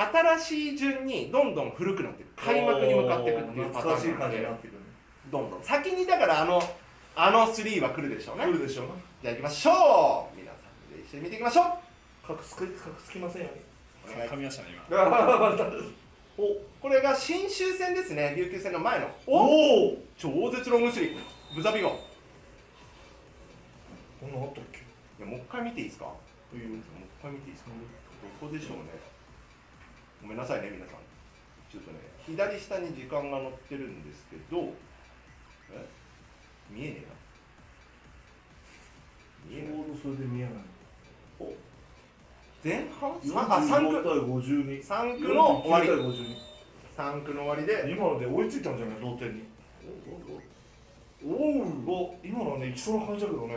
[SPEAKER 1] 新しい順にどんどん古くなっていく開幕に向かっていくっていうパタ
[SPEAKER 2] 懐かし
[SPEAKER 1] ー
[SPEAKER 2] い
[SPEAKER 1] ンな
[SPEAKER 2] 感
[SPEAKER 1] の
[SPEAKER 2] じに
[SPEAKER 1] で
[SPEAKER 2] なってくる
[SPEAKER 1] どんどん先にだからあのあの3は来るでしょうね
[SPEAKER 2] 来るでしょうな
[SPEAKER 1] じゃあ行きましょう皆さんで一緒に見ていきましょう
[SPEAKER 2] 隠すく隠すきませんよ
[SPEAKER 1] お願い
[SPEAKER 3] 噛みましたね、今。
[SPEAKER 1] おこれが信州戦ですね琉球戦の前の
[SPEAKER 2] おお
[SPEAKER 1] 超絶ロングスリーブザビゴンい
[SPEAKER 2] こんなのあったっけ
[SPEAKER 1] やもう一回見ていいですかも
[SPEAKER 2] いいよ
[SPEAKER 1] う一回見ていいですかどこでしょうねごめんなさいね皆さんちょっとね左下に時間が載ってるんですけどえ見えねえな見えな
[SPEAKER 2] ち
[SPEAKER 1] い
[SPEAKER 2] ょうどそれで見えない
[SPEAKER 1] お前半あ三
[SPEAKER 2] 45
[SPEAKER 1] 区
[SPEAKER 2] 対52
[SPEAKER 1] 三区の終わり
[SPEAKER 2] 49対
[SPEAKER 1] 三区の終わりで
[SPEAKER 2] 52今ので追いついたんじゃない同点に
[SPEAKER 1] おお
[SPEAKER 2] お今のはねいきそうな感じだけどね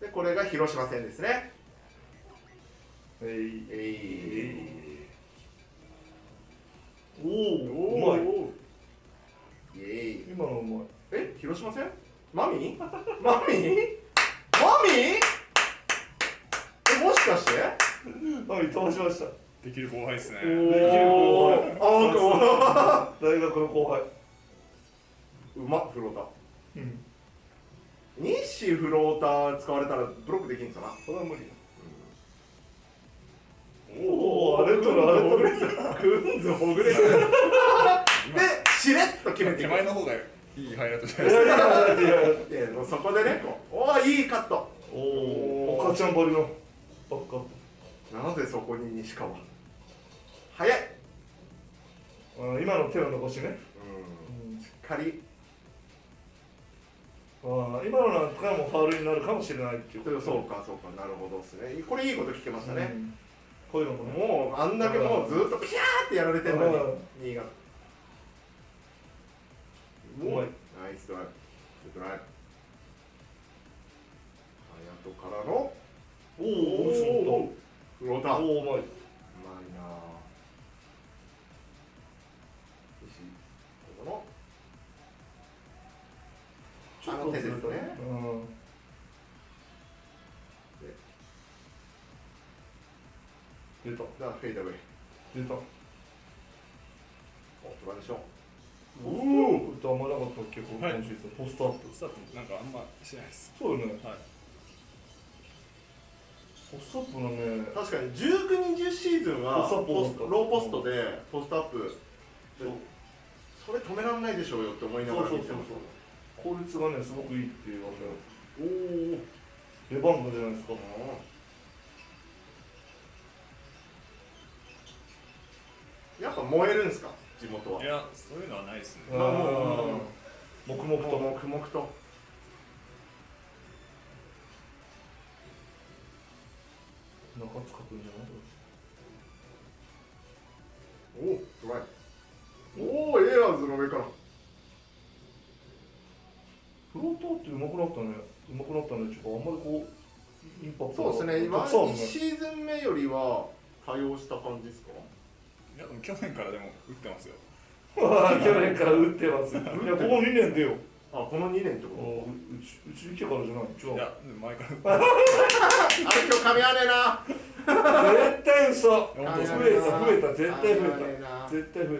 [SPEAKER 1] でこれが広島戦ですね
[SPEAKER 2] えい
[SPEAKER 1] え
[SPEAKER 2] お
[SPEAKER 1] お
[SPEAKER 2] おうまい
[SPEAKER 1] いイエーイ
[SPEAKER 2] 今のうまい
[SPEAKER 1] え広島戦マミーマミーマミーえもしかして
[SPEAKER 2] はい倒しました
[SPEAKER 3] できる後輩ですね。
[SPEAKER 1] おー
[SPEAKER 2] あ
[SPEAKER 1] あ
[SPEAKER 2] あ大学の後輩
[SPEAKER 1] うまっフローター
[SPEAKER 2] うん
[SPEAKER 1] 日誌フローター使われたらブロックできんかな
[SPEAKER 2] それは無理だ
[SPEAKER 1] お
[SPEAKER 2] おーあレトロあれほぐれてる
[SPEAKER 3] くんず ほぐれる
[SPEAKER 1] でしれっと決めてい
[SPEAKER 3] 手
[SPEAKER 1] く
[SPEAKER 3] 前の方がいいハイライトじゃない
[SPEAKER 2] い
[SPEAKER 3] ですか
[SPEAKER 2] やいやいやいや
[SPEAKER 1] でそこでねこうおーいいカット
[SPEAKER 2] おおお母ちゃんばりのバッカ
[SPEAKER 1] なぜそこに西川早い
[SPEAKER 2] うん今の手の残しね、
[SPEAKER 1] う
[SPEAKER 2] うん
[SPEAKER 1] しっかり
[SPEAKER 2] ん、今のなんかもファウルになるかもしれないっていう
[SPEAKER 1] そうかそうかなるほどですねこれいいこと聞けましたね、
[SPEAKER 2] うんこういうのもね
[SPEAKER 1] もうあんだけもうずっとピャーってやられてるのに
[SPEAKER 2] うん
[SPEAKER 1] 新潟
[SPEAKER 2] うまい
[SPEAKER 1] ナイスドライブドライブ隼人からの
[SPEAKER 2] おお
[SPEAKER 1] フロータ
[SPEAKER 2] お
[SPEAKER 1] ーう
[SPEAKER 2] おおうま
[SPEAKER 1] ま
[SPEAKER 2] い
[SPEAKER 1] いなぁ石ここの
[SPEAKER 2] ちょっ
[SPEAKER 1] あの
[SPEAKER 2] と
[SPEAKER 1] 手
[SPEAKER 2] ず
[SPEAKER 1] です
[SPEAKER 2] れた
[SPEAKER 1] ね
[SPEAKER 2] うん出た
[SPEAKER 1] だからフェイダーウェイ
[SPEAKER 2] 出た
[SPEAKER 1] おトランジション
[SPEAKER 2] おおあんまなかったっけ
[SPEAKER 3] はい
[SPEAKER 2] 今シーズンポストアップ
[SPEAKER 3] スタートなんかあんましないです
[SPEAKER 2] そうよね
[SPEAKER 3] はい
[SPEAKER 2] ポストアップのね
[SPEAKER 1] 確かに19、20シーズンは
[SPEAKER 2] ポストアップ
[SPEAKER 1] ポストローポストでポストアップそれ止められないでしょうよって思いながら見てました
[SPEAKER 2] 効率がねすごくいいっていうわけ
[SPEAKER 1] おお
[SPEAKER 2] レバンガじゃないですか
[SPEAKER 1] やっぱ燃えるんですか地元はい
[SPEAKER 3] やそういうのはないですね
[SPEAKER 2] うん
[SPEAKER 1] まあもううん
[SPEAKER 2] 黙々と
[SPEAKER 1] 黙々と
[SPEAKER 2] 中塚君じゃない
[SPEAKER 1] おおうまいおおエアーズの上から
[SPEAKER 2] フローターってうまくなったねうまくなったねっていうかあんまりこうインパクト
[SPEAKER 1] そうですね今
[SPEAKER 2] たくさんある
[SPEAKER 1] 1シーズン目よりは多用した感じですか
[SPEAKER 3] いやでも去年からでも打ってますよ
[SPEAKER 2] ね去年から打ってますい やここ2年でよ
[SPEAKER 1] あこの2年って
[SPEAKER 2] あ
[SPEAKER 1] こ
[SPEAKER 2] ううちうちに来てからじゃない違
[SPEAKER 3] いうやでも前から
[SPEAKER 1] とあれ今日噛み合わねえな
[SPEAKER 2] 絶対嘘
[SPEAKER 3] い
[SPEAKER 2] 増
[SPEAKER 3] や本当そ
[SPEAKER 2] えた増
[SPEAKER 3] う
[SPEAKER 2] えた絶対増
[SPEAKER 1] 噛み合わね
[SPEAKER 2] え
[SPEAKER 1] えな
[SPEAKER 2] た絶対増え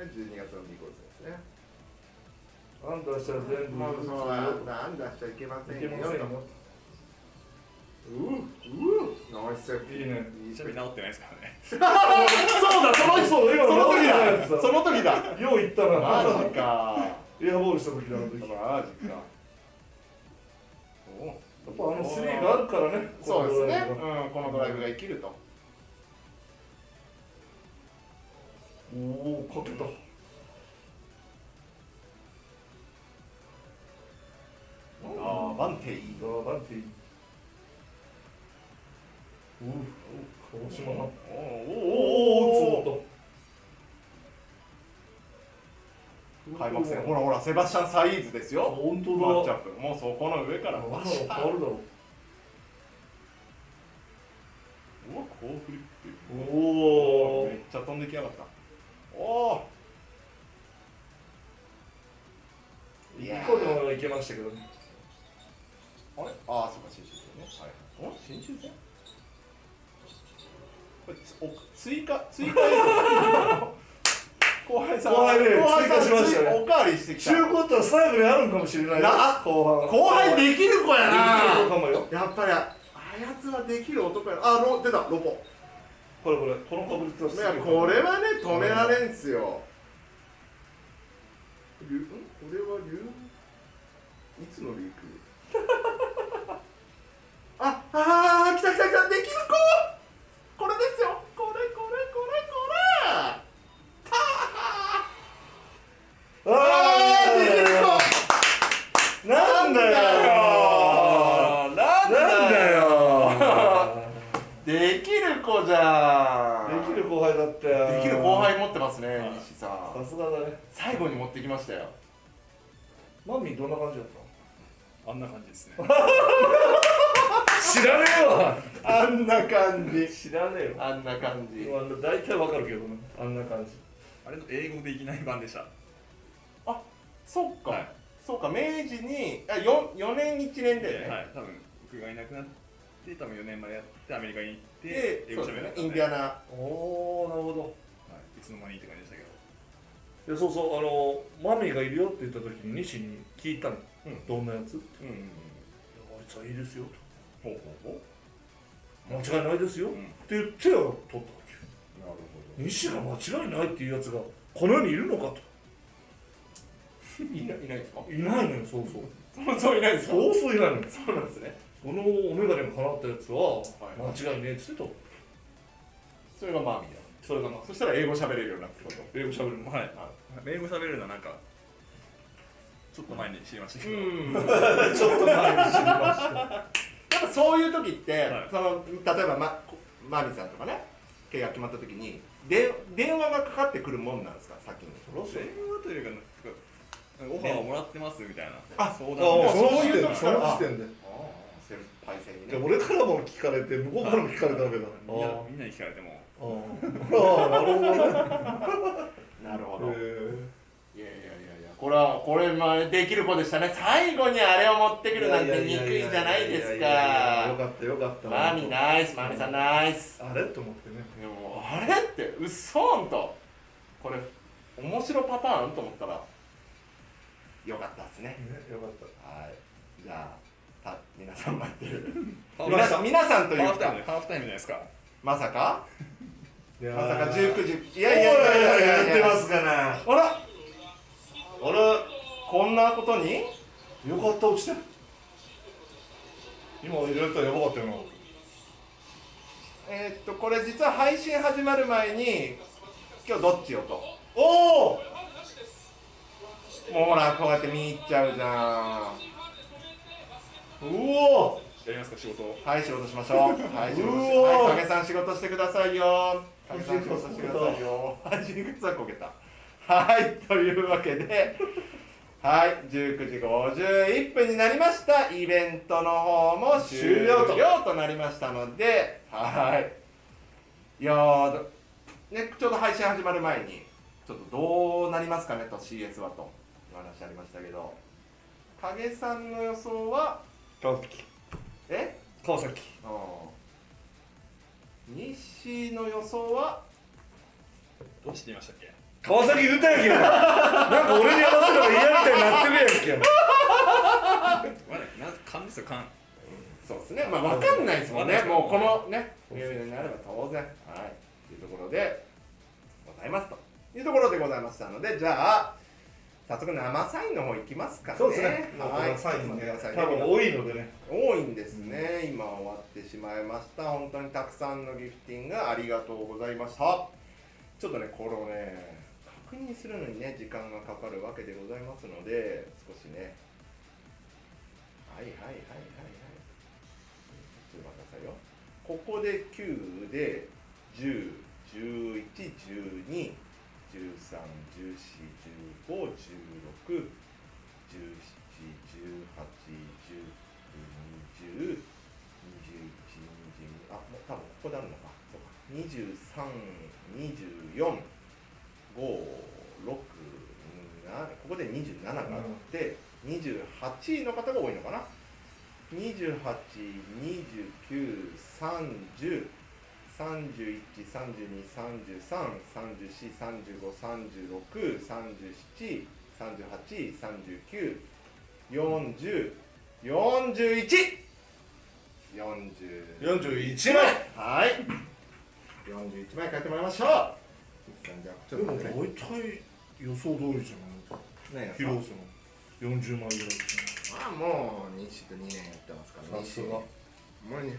[SPEAKER 1] 12月の2号ですね
[SPEAKER 2] たあんたしたら全部
[SPEAKER 1] もう
[SPEAKER 2] 打つ
[SPEAKER 1] そ
[SPEAKER 2] よ
[SPEAKER 1] うなんだなんだしちゃいけません
[SPEAKER 2] い
[SPEAKER 1] よ
[SPEAKER 2] けませんよ
[SPEAKER 1] うううナイスセーフ
[SPEAKER 2] いいね
[SPEAKER 1] いいセ
[SPEAKER 3] ちな
[SPEAKER 1] ーフ
[SPEAKER 3] みに治ってないですからね
[SPEAKER 1] そうだその
[SPEAKER 2] そうだ今
[SPEAKER 1] その時
[SPEAKER 2] や
[SPEAKER 1] だ
[SPEAKER 2] つだ
[SPEAKER 1] その時だ
[SPEAKER 2] よういったな
[SPEAKER 1] マジか
[SPEAKER 2] エアボールした時だあの時やっ
[SPEAKER 1] マジかお
[SPEAKER 2] ぱあのスリーがあるからね
[SPEAKER 1] そうですね
[SPEAKER 2] このドライブが
[SPEAKER 1] うんこのドライブが生きると
[SPEAKER 2] おおかけた
[SPEAKER 1] ああバンテイ
[SPEAKER 2] あーなんていい。うう、鹿児島な。
[SPEAKER 1] おお
[SPEAKER 2] おお、打つ
[SPEAKER 1] お
[SPEAKER 2] と。
[SPEAKER 1] 開幕戦ほらほらセバスチャン・サイーズですよ
[SPEAKER 2] 本
[SPEAKER 1] マッ
[SPEAKER 2] 当
[SPEAKER 1] チ
[SPEAKER 2] だ。
[SPEAKER 1] ャップもうそこの上から
[SPEAKER 2] あんな
[SPEAKER 1] わ
[SPEAKER 2] の
[SPEAKER 1] し
[SPEAKER 2] 変わるだろ
[SPEAKER 3] うわこうフリップ
[SPEAKER 2] う。お
[SPEAKER 1] めっ
[SPEAKER 2] お。
[SPEAKER 1] ちゃ飛んできやがったおお
[SPEAKER 2] 一個でもいけましたけどね。
[SPEAKER 1] あれああ、そうか、新州戦ね。はい。お新州戦これつお追加、追加映像 後輩さん、
[SPEAKER 2] 後輩ね
[SPEAKER 1] さん
[SPEAKER 2] 追加しましたね
[SPEAKER 1] おかわりしてきた。
[SPEAKER 2] 中古っては最後にあるんかもしれないよ。
[SPEAKER 1] な
[SPEAKER 2] 後半。
[SPEAKER 1] 後輩できる子やな
[SPEAKER 2] できるかもよ。
[SPEAKER 1] やっぱり、あやつはできる男やな。あ、ロ出た、ロポ。
[SPEAKER 2] これこれ、この確率はす
[SPEAKER 1] い
[SPEAKER 2] ご
[SPEAKER 1] やこれはね、止められんすよ。りゅんこれは竜いつの竜 あ、あー、来た来た来た、できる子これですよこれこれこれこれた
[SPEAKER 2] あ
[SPEAKER 1] ーあー、できる
[SPEAKER 2] ーなんだよ
[SPEAKER 1] 子なん
[SPEAKER 2] なんだよ
[SPEAKER 1] できる子じゃん
[SPEAKER 2] できる後輩だって。
[SPEAKER 1] できる後輩持ってますね
[SPEAKER 3] い、
[SPEAKER 1] 西さん
[SPEAKER 2] さすがだね。
[SPEAKER 1] 最後に持ってきましたよ
[SPEAKER 2] マミーどんな感じだった
[SPEAKER 3] あんな感じですね
[SPEAKER 2] の知らねえわ
[SPEAKER 1] あんな感じ
[SPEAKER 2] 知らねえよ
[SPEAKER 1] あんな感じ
[SPEAKER 2] あの大体わかるけどねあんな感じ
[SPEAKER 3] あれの英語できない版でした
[SPEAKER 1] そっか、
[SPEAKER 3] はい
[SPEAKER 1] そうか明治にあ 4, 4年1年だよね、
[SPEAKER 3] はい多分僕がいなくなって多分4年までやってアメリカに行って
[SPEAKER 1] で
[SPEAKER 3] 英
[SPEAKER 1] そ
[SPEAKER 3] 語
[SPEAKER 1] う
[SPEAKER 3] 喋
[SPEAKER 1] です
[SPEAKER 3] れなか
[SPEAKER 1] ね
[SPEAKER 3] った
[SPEAKER 1] イ
[SPEAKER 3] ん
[SPEAKER 1] ン
[SPEAKER 3] で
[SPEAKER 1] ディアナ
[SPEAKER 2] おおなるほ
[SPEAKER 3] はいいつの間にって感じでしたけど
[SPEAKER 2] どでそうそうあのマミーがいるよって言った時に西に聞いたの、
[SPEAKER 1] うん
[SPEAKER 2] どんなやつっていや
[SPEAKER 1] うん
[SPEAKER 2] あいつはいいですよと
[SPEAKER 3] ほうほうほう
[SPEAKER 2] 間違いないですよ、っ
[SPEAKER 3] ん
[SPEAKER 2] て言って取ったわ
[SPEAKER 1] なるほ
[SPEAKER 2] けよ西が間違いないっていうやつがこの世にいるのか
[SPEAKER 4] いないいないですか
[SPEAKER 2] といないのよそうそう
[SPEAKER 4] そうそういないですか
[SPEAKER 2] そうそういないのよ
[SPEAKER 4] そうなんですね
[SPEAKER 2] そのお眼鏡がかなったやつは
[SPEAKER 4] は
[SPEAKER 2] 間違いねえっつってと
[SPEAKER 1] それがまあみたいな
[SPEAKER 4] それがまあ
[SPEAKER 1] そしたら英語喋れるようになってくると
[SPEAKER 4] 英語喋るの
[SPEAKER 3] はい英語喋れるのはなんかちょっと前に知りましたけど、
[SPEAKER 4] うんちょっと前に知りました
[SPEAKER 1] やっぱそういう時って、
[SPEAKER 3] はい
[SPEAKER 1] その例えばまマミさんとかね契約決まった時にで電話がかかってくるもんなんですか先に
[SPEAKER 2] そりゃそう
[SPEAKER 3] 電話というかなんかオファーをもらってますみたいな、
[SPEAKER 1] あ
[SPEAKER 3] 相
[SPEAKER 1] あ
[SPEAKER 3] 談
[SPEAKER 1] あ
[SPEAKER 3] み
[SPEAKER 1] そういうの
[SPEAKER 2] その時点で
[SPEAKER 1] 先輩戦に
[SPEAKER 2] で
[SPEAKER 1] ね
[SPEAKER 2] 俺からも聞かれて向こうからも聞かれたわけだ
[SPEAKER 3] たいなみん
[SPEAKER 2] あ
[SPEAKER 3] なみんなに聞かれても
[SPEAKER 2] あああなるほどね
[SPEAKER 1] なるほど、
[SPEAKER 2] へ
[SPEAKER 1] いやいやいやいやこれはこれまあできる子でしたね最後にあれを持ってくるなんて憎いじゃないです
[SPEAKER 2] いやいやいやよ
[SPEAKER 1] か
[SPEAKER 2] かったよかった
[SPEAKER 1] マミナイスマミさんナイス
[SPEAKER 2] あれと思ってね
[SPEAKER 1] でもあれってうっそーんとこれ面白パターンと思ったらよかったですね
[SPEAKER 2] ねよかった
[SPEAKER 1] はい、じゃあ、た皆さん待って る。
[SPEAKER 3] ハー
[SPEAKER 1] 皆
[SPEAKER 3] フ
[SPEAKER 1] さん、皆さんという
[SPEAKER 3] タイ
[SPEAKER 1] か、
[SPEAKER 3] ムハーフタイムじゃないですか
[SPEAKER 1] まさか、
[SPEAKER 2] いや
[SPEAKER 1] まさか
[SPEAKER 2] ー
[SPEAKER 1] 19時、い
[SPEAKER 2] い
[SPEAKER 1] やいやいやいやいや
[SPEAKER 2] やってますかな
[SPEAKER 1] あら、あら、こんなことに。
[SPEAKER 2] よかった落ちてる今入れたらやばかったよな
[SPEAKER 1] えーっと、これ実は配信始まる前に、今日どっちよと。
[SPEAKER 2] おお
[SPEAKER 1] もうほら、こうやって見入っちゃうじゃ
[SPEAKER 2] うお
[SPEAKER 3] やりますか仕事を
[SPEAKER 1] ん。はい、仕事しましょう。はい、仕事し
[SPEAKER 2] うおー
[SPEAKER 1] はい、影さん仕事してくださいよ。影さん仕事してくださいよ。はい、死に口はこけた。はい、というわけで。はい、19時51分になりました。イベントの方も終了と
[SPEAKER 2] 終
[SPEAKER 1] なりましたので、はい。いやーどね、ちょうど配信始まる前に、ちょっとどうなりますかねと CS はという話ありましたけど、影さんの予想は、
[SPEAKER 2] 川崎
[SPEAKER 1] え
[SPEAKER 2] 川崎
[SPEAKER 1] うん西の予想は
[SPEAKER 3] どうして言いましたっけ
[SPEAKER 2] 川崎出たやんけお前なんか俺に合わせれば嫌みたいになってるやんけ
[SPEAKER 3] まだな勘ですよ勘
[SPEAKER 1] そうですね、まあ、分かんないですもんね、
[SPEAKER 3] うん
[SPEAKER 1] もうこのね、有名になれば当然、はい、というところでございますというところでございましたので、じゃあ、早速、生サインの方行きますかね。はい、
[SPEAKER 2] サインね
[SPEAKER 1] 生サイン
[SPEAKER 2] 多分多いのでね
[SPEAKER 1] 多いんですね、今終わってしまいました本当にたくさんのギフティングありがとうございましたちょっとねこれをね確認するのにね時間がかかるわけでございますので少しねはいはいはいはいはいちょっと待ってくださいよここで9で10 11 12 13 14 15 16 17、18、19、20、21、22、23、24、25、26、27、28、29、30、31、32、33、34、35、36、37、38、39、40、41、42、43、44、45、46、47、48、49、50、51、52、53、54、55、56、57、58、59、60、61、62、63、64、65、66、67、68、69、70、71、72、73、74、75、76、77、78、79、80、81、82、83、84、85、86、77、88、89、90、91、92、93、94、95、96、97、98、99、100、101、102、103、104、105、106、107、108、109、110、111、112、113、114、115、116、117、118、119、120、121、122、123、124、125、126、127、128、129、130、131、132、133、134、135、136、137、138、139、140、141、142、143、144、145、146、147、148、149、150、151、152、153、154、155、156、157、158、159、160、161、162、163、164、165、166、167、168、169、170、171、172あもう多分ここであるのかそうか232456ここで27があって、28位の方が多いのかな282930 31、32、33、34、35、36、37、38、39、40、41、40
[SPEAKER 2] 41枚
[SPEAKER 1] はい41枚書いてもらいましょうじゃあち
[SPEAKER 2] で
[SPEAKER 1] ょっと
[SPEAKER 2] も
[SPEAKER 1] 待って
[SPEAKER 2] 大体予想通りじゃない
[SPEAKER 1] ねえ
[SPEAKER 2] 広瀬の40枚ぐらいですね
[SPEAKER 1] まあもう西と2年やってますから
[SPEAKER 2] さすが
[SPEAKER 1] もうね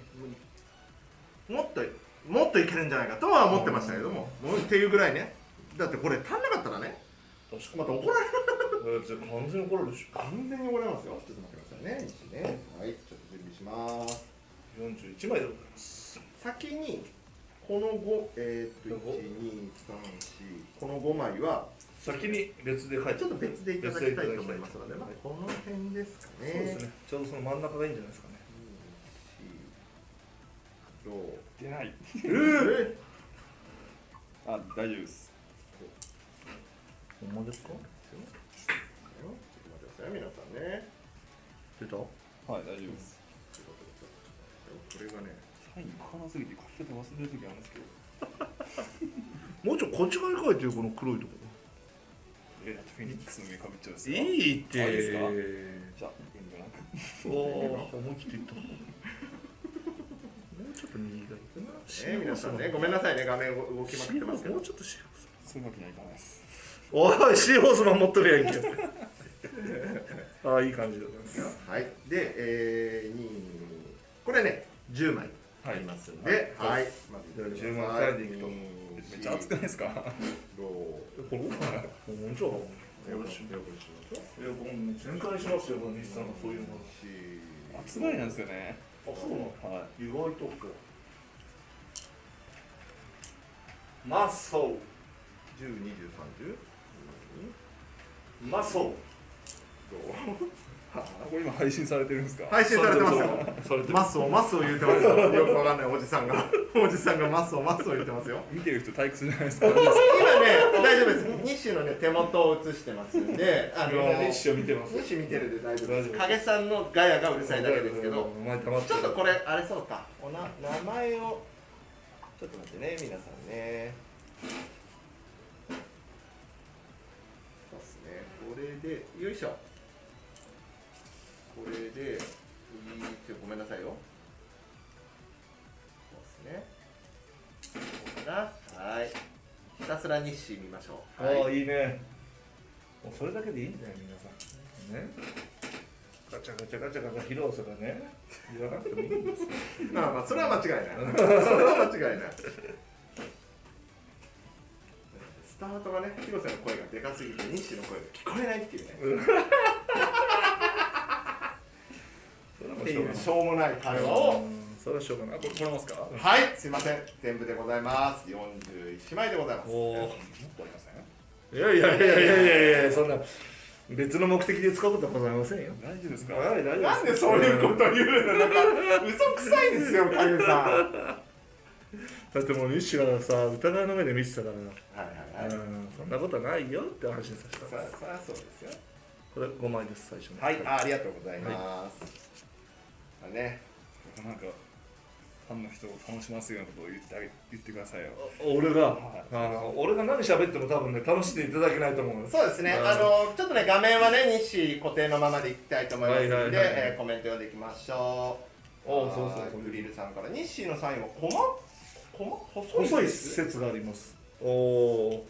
[SPEAKER 1] もっともっといけるんじゃないかとは思ってましたけどももうっていうぐらいねだってこれ足んなかったらね
[SPEAKER 2] 確か
[SPEAKER 1] また怒られる
[SPEAKER 2] にだって完全に怒るでしょ
[SPEAKER 1] 完全に怒られますよちょっと待ってくださいね西ねはいちょっと準備します
[SPEAKER 2] 41枚でございます
[SPEAKER 1] 先にこの5えー、っと
[SPEAKER 2] この
[SPEAKER 1] 12345
[SPEAKER 2] 五
[SPEAKER 1] この5枚は
[SPEAKER 2] 先に列で書いて
[SPEAKER 1] ちょっと別でいただきたいと思いますので、まあ
[SPEAKER 2] はい、
[SPEAKER 1] この辺ですか
[SPEAKER 2] そうで
[SPEAKER 1] ね
[SPEAKER 2] す。ねちょうどその真ん中がいいんじゃないですかね
[SPEAKER 1] どう
[SPEAKER 3] 出ない
[SPEAKER 1] えー、
[SPEAKER 3] あ大丈夫です
[SPEAKER 2] ほんまです
[SPEAKER 1] ち
[SPEAKER 2] か
[SPEAKER 1] ょっと待ってください皆さんね。
[SPEAKER 2] 出た
[SPEAKER 3] はい大丈夫です
[SPEAKER 1] これがね、
[SPEAKER 3] サイン書かなすぎて書き方忘れる時あるんですけど
[SPEAKER 2] もうちょいこっち側に書いてよこの黒いとこ
[SPEAKER 3] えだってフェニックスの目かぶっちゃうんです
[SPEAKER 2] い
[SPEAKER 3] よ
[SPEAKER 2] いっ
[SPEAKER 3] あいいですか
[SPEAKER 2] て
[SPEAKER 3] じゃあ遠慮なく
[SPEAKER 2] おお思い切っていったねうちょっと右がいいかな。
[SPEAKER 1] えー皆さんね、ごめんなさいね、画面動動きまくってますけ
[SPEAKER 2] もう
[SPEAKER 1] ど。
[SPEAKER 2] ちょっとシーホース
[SPEAKER 3] そんなわけにはいかないです。
[SPEAKER 2] おい、シーホースマン持っとるやんけ。 ああ、いい感じだ。
[SPEAKER 1] はい、で、えー、にこれね、10枚ありますんで、はい、まずいただきます
[SPEAKER 2] 10枚からでいくと
[SPEAKER 3] めっちゃ熱くないですか。
[SPEAKER 1] ど
[SPEAKER 2] これ、もう本当
[SPEAKER 1] うよろしくお願いします。
[SPEAKER 2] いや、もう全開しますよ、この西さんのそういうの。
[SPEAKER 3] 熱がりなんですよね。
[SPEAKER 2] あ、そうなの
[SPEAKER 3] は
[SPEAKER 2] 意外とこう。マッソ
[SPEAKER 1] 10、20、30?
[SPEAKER 2] ー、マッソ
[SPEAKER 1] どう
[SPEAKER 3] い。これ今配信されてるんですか。
[SPEAKER 1] 配信されてますよ。
[SPEAKER 2] ー。それ
[SPEAKER 1] マスをマスを言ってますよ。よくわかんないおじさんが、 おじさんがマスをマスを言ってますよ。
[SPEAKER 3] 見てる人退屈じゃない ですか。
[SPEAKER 1] 今ね、大丈夫です。西のね手元を映してますんで、あの
[SPEAKER 2] 西を見てます。
[SPEAKER 1] 西見てるで大丈夫
[SPEAKER 2] 大
[SPEAKER 1] で
[SPEAKER 2] 丈
[SPEAKER 1] す。
[SPEAKER 2] 夫
[SPEAKER 1] 影さんのガヤがうるさいだけですけど。
[SPEAKER 2] お前黙って
[SPEAKER 1] ちょっとこれあれそうかおな名前をちょっと待ってね皆さんねそうっすねこれでよいしょこれでいいちょっとごめんなさいよそうっすねこうかなはいひたすら日誌見ましょう
[SPEAKER 2] あ
[SPEAKER 1] は
[SPEAKER 2] あ、
[SPEAKER 1] い
[SPEAKER 2] いいね。もうそれだけでいいんだよ、皆さん。ね。ガチャガチャガチャガチャ広瀬がね、言わなくてもいいんですよ。
[SPEAKER 1] まあまあそれは間違いないそれは間違いないスタートがね広瀬の声がでかすぎて西の声が聞こえないっていうね
[SPEAKER 2] それは
[SPEAKER 1] っ
[SPEAKER 2] もう
[SPEAKER 1] て
[SPEAKER 2] し
[SPEAKER 1] い
[SPEAKER 2] ょうがな
[SPEAKER 1] う
[SPEAKER 2] い
[SPEAKER 1] しょうもない会話を
[SPEAKER 2] うんそれはしょうがない。
[SPEAKER 3] これもらえますか。
[SPEAKER 1] はいすいません全部でございます41枚でございます
[SPEAKER 2] お
[SPEAKER 3] もっ
[SPEAKER 2] ー
[SPEAKER 3] とありません。
[SPEAKER 2] いやいやいやいやいやいや、そんな別の目的で使うことはございませんよ。
[SPEAKER 3] 大丈夫ですか。
[SPEAKER 2] はい、大丈夫
[SPEAKER 1] なんでそういうこと言うのなんか嘘くさいです よ影さん
[SPEAKER 2] とだってもうミッシュがさ、疑いの目で見てたからな、
[SPEAKER 1] はいはいはい
[SPEAKER 2] うん、そんなことはないよって話にさせ
[SPEAKER 1] そ
[SPEAKER 2] た
[SPEAKER 1] りゃそりゃそうですよ
[SPEAKER 2] これ5枚です、最初の。
[SPEAKER 1] はいあありがとうございます、あね
[SPEAKER 3] なんか。ファンの人を楽しますようなことを言ってあげ、言ってくださいよ。
[SPEAKER 2] お俺が、あの俺が何喋っても多分ね、楽しんでいただけないと思うんです。
[SPEAKER 1] そうですね、
[SPEAKER 2] うん
[SPEAKER 1] あのちょっとね、画面はね、日誌固定のままでいきたいと思いますので、
[SPEAKER 2] はいはいはい
[SPEAKER 1] えーコメント読んでいきましょう。
[SPEAKER 2] おうそうそう
[SPEAKER 1] はいグリルさんから、日誌のサインはコマ、コマ細い
[SPEAKER 2] 細い
[SPEAKER 1] です
[SPEAKER 2] 説があります。おお。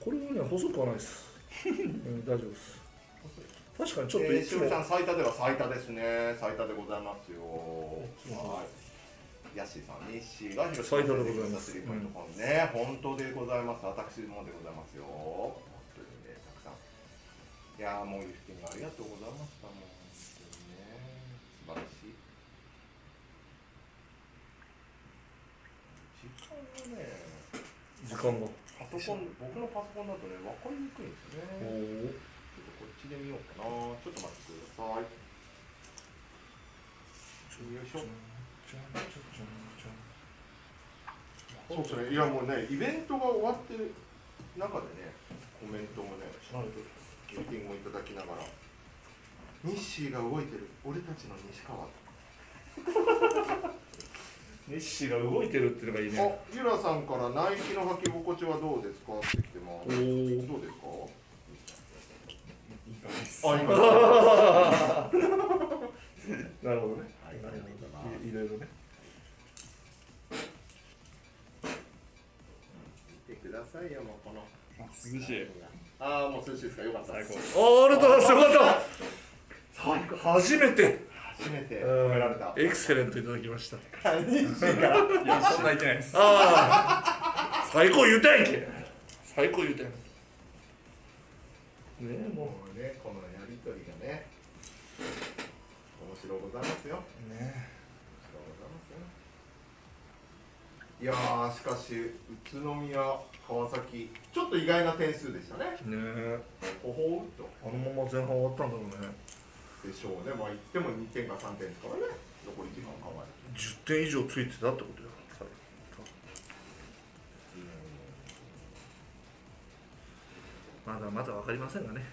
[SPEAKER 2] これはね、細くはないです。うん、大丈夫です。確かにちょっと
[SPEAKER 1] え
[SPEAKER 2] い
[SPEAKER 1] ー、し
[SPEAKER 2] つ
[SPEAKER 1] お
[SPEAKER 2] も
[SPEAKER 1] りさん、最多では最多ですね。最多でございますよ。はい。ヤッシーさん、日誌が広島
[SPEAKER 2] 最多でございます
[SPEAKER 1] スリーポイントコンね、本当でございます。私もでございますよ。本当にね、たくさん。いやー、もうユースケにありがとうございました。もう本当にね、素晴らしい。時間がね、
[SPEAKER 2] 時間が。
[SPEAKER 1] パソコン、僕のパソコンだとね、わかりにくいんですよね。ちょっとこっちで見ようかな。ちょっと待ってください。よいしょ。そうですね。いやもうね、イベントが終わってる中でね、コメントもね、ミーティングをいただきながら、ニッシーが動いてる、俺たちの西川。
[SPEAKER 2] ネッシーが動いてるっていうのがいい
[SPEAKER 1] あ
[SPEAKER 2] ね。、
[SPEAKER 1] ゆらさんからナイキの履き心地はどうですかって来てます。どう
[SPEAKER 2] お
[SPEAKER 1] ですか？
[SPEAKER 3] いい感じです。
[SPEAKER 1] あ、今。
[SPEAKER 2] なるほどね。
[SPEAKER 1] はいありがとうございます
[SPEAKER 2] いろいろね。
[SPEAKER 1] 見てくださいよもうこの。
[SPEAKER 3] 涼しい。
[SPEAKER 1] あーもう涼しいですか？よかったで
[SPEAKER 3] 最
[SPEAKER 1] す
[SPEAKER 3] 高。です。
[SPEAKER 2] あ、ありがとうございます。よかった。初めて。
[SPEAKER 1] 初めて
[SPEAKER 2] うん
[SPEAKER 1] 褒められた。
[SPEAKER 2] エクセレントいただきました。
[SPEAKER 1] ニッシーが。
[SPEAKER 3] いや、そんないけないです。
[SPEAKER 2] ああ。最高言うたやんけ。最高言うたやんけ。ねえ、もう
[SPEAKER 1] も。うね、このやりとりがね、面白ございますよ。
[SPEAKER 2] ね
[SPEAKER 1] 面白ございますよ。いやー、しかし、宇都宮、川崎、ちょっと意外な点数でしたね。
[SPEAKER 2] えねえ
[SPEAKER 1] ほほうっと。
[SPEAKER 2] あのまま前半終わったんだろうね
[SPEAKER 1] でしょうね。まあ、言っても2点か3点ですからね。残り時間考える
[SPEAKER 2] 10点以上ついてたってことよ最後まだまだ分かりませんがね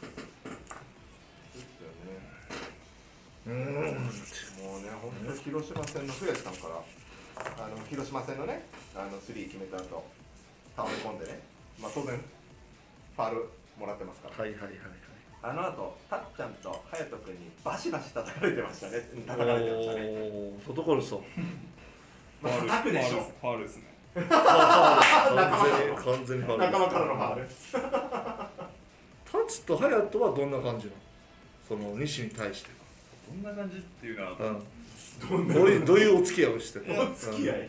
[SPEAKER 1] と。ですよね。
[SPEAKER 2] うん
[SPEAKER 1] もうね、本当に広島戦の古谷さんから、あの、広島戦のね、あの、スリー決めた後、倒れ込んでね、まあ、当然、ファールもらってますから。
[SPEAKER 2] はいはいはいはい
[SPEAKER 1] あの後たっちゃんと隼人君にバシバシ叩かれてましたね叩かれてましたね
[SPEAKER 2] おープロトコルさ
[SPEAKER 1] まあ
[SPEAKER 3] ファ
[SPEAKER 1] 叩
[SPEAKER 3] ウ
[SPEAKER 1] く
[SPEAKER 3] ル
[SPEAKER 1] で
[SPEAKER 3] で
[SPEAKER 1] し
[SPEAKER 3] す
[SPEAKER 1] ょ
[SPEAKER 3] ファウルですね
[SPEAKER 2] 完全に完全にファウルです
[SPEAKER 1] 仲間からのファウル
[SPEAKER 2] タツと隼人はどんな感じなのその西に対して、
[SPEAKER 3] どんな感じっていうのは
[SPEAKER 2] うん、どういうどういうお付き合いをしてた
[SPEAKER 1] お付き合い
[SPEAKER 3] よ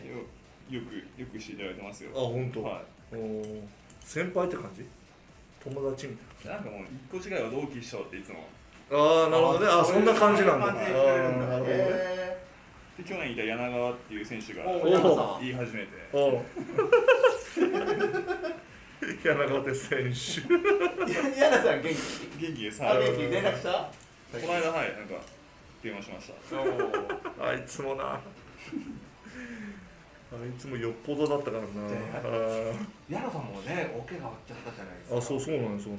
[SPEAKER 3] くよくしていただいてますよ
[SPEAKER 2] あ本当、
[SPEAKER 3] は
[SPEAKER 2] おー先輩って感じ友達みたい
[SPEAKER 3] いなんかもう一個違いは同期しようっていつも
[SPEAKER 2] なああなるほどねあそんな感じなんだ
[SPEAKER 1] そ感じで言ってるんだ
[SPEAKER 2] あーなるほどね
[SPEAKER 1] へ
[SPEAKER 3] で去年いた柳川っていう選手が
[SPEAKER 1] ーお
[SPEAKER 2] ー
[SPEAKER 1] ーおさん
[SPEAKER 3] 言い始めて
[SPEAKER 2] おう柳川手選手
[SPEAKER 1] 嫌なさん元気
[SPEAKER 3] 元気でさ
[SPEAKER 1] あ元
[SPEAKER 3] こ
[SPEAKER 1] 気連絡した
[SPEAKER 3] の間はいなんか電話しました
[SPEAKER 2] あいつもなあいつもよっぽどだったからな
[SPEAKER 1] ヤナさんもね、おけが負っちゃったじゃないです
[SPEAKER 2] あ
[SPEAKER 1] か。
[SPEAKER 2] ーあそう
[SPEAKER 1] ね
[SPEAKER 2] そうなんやそうなん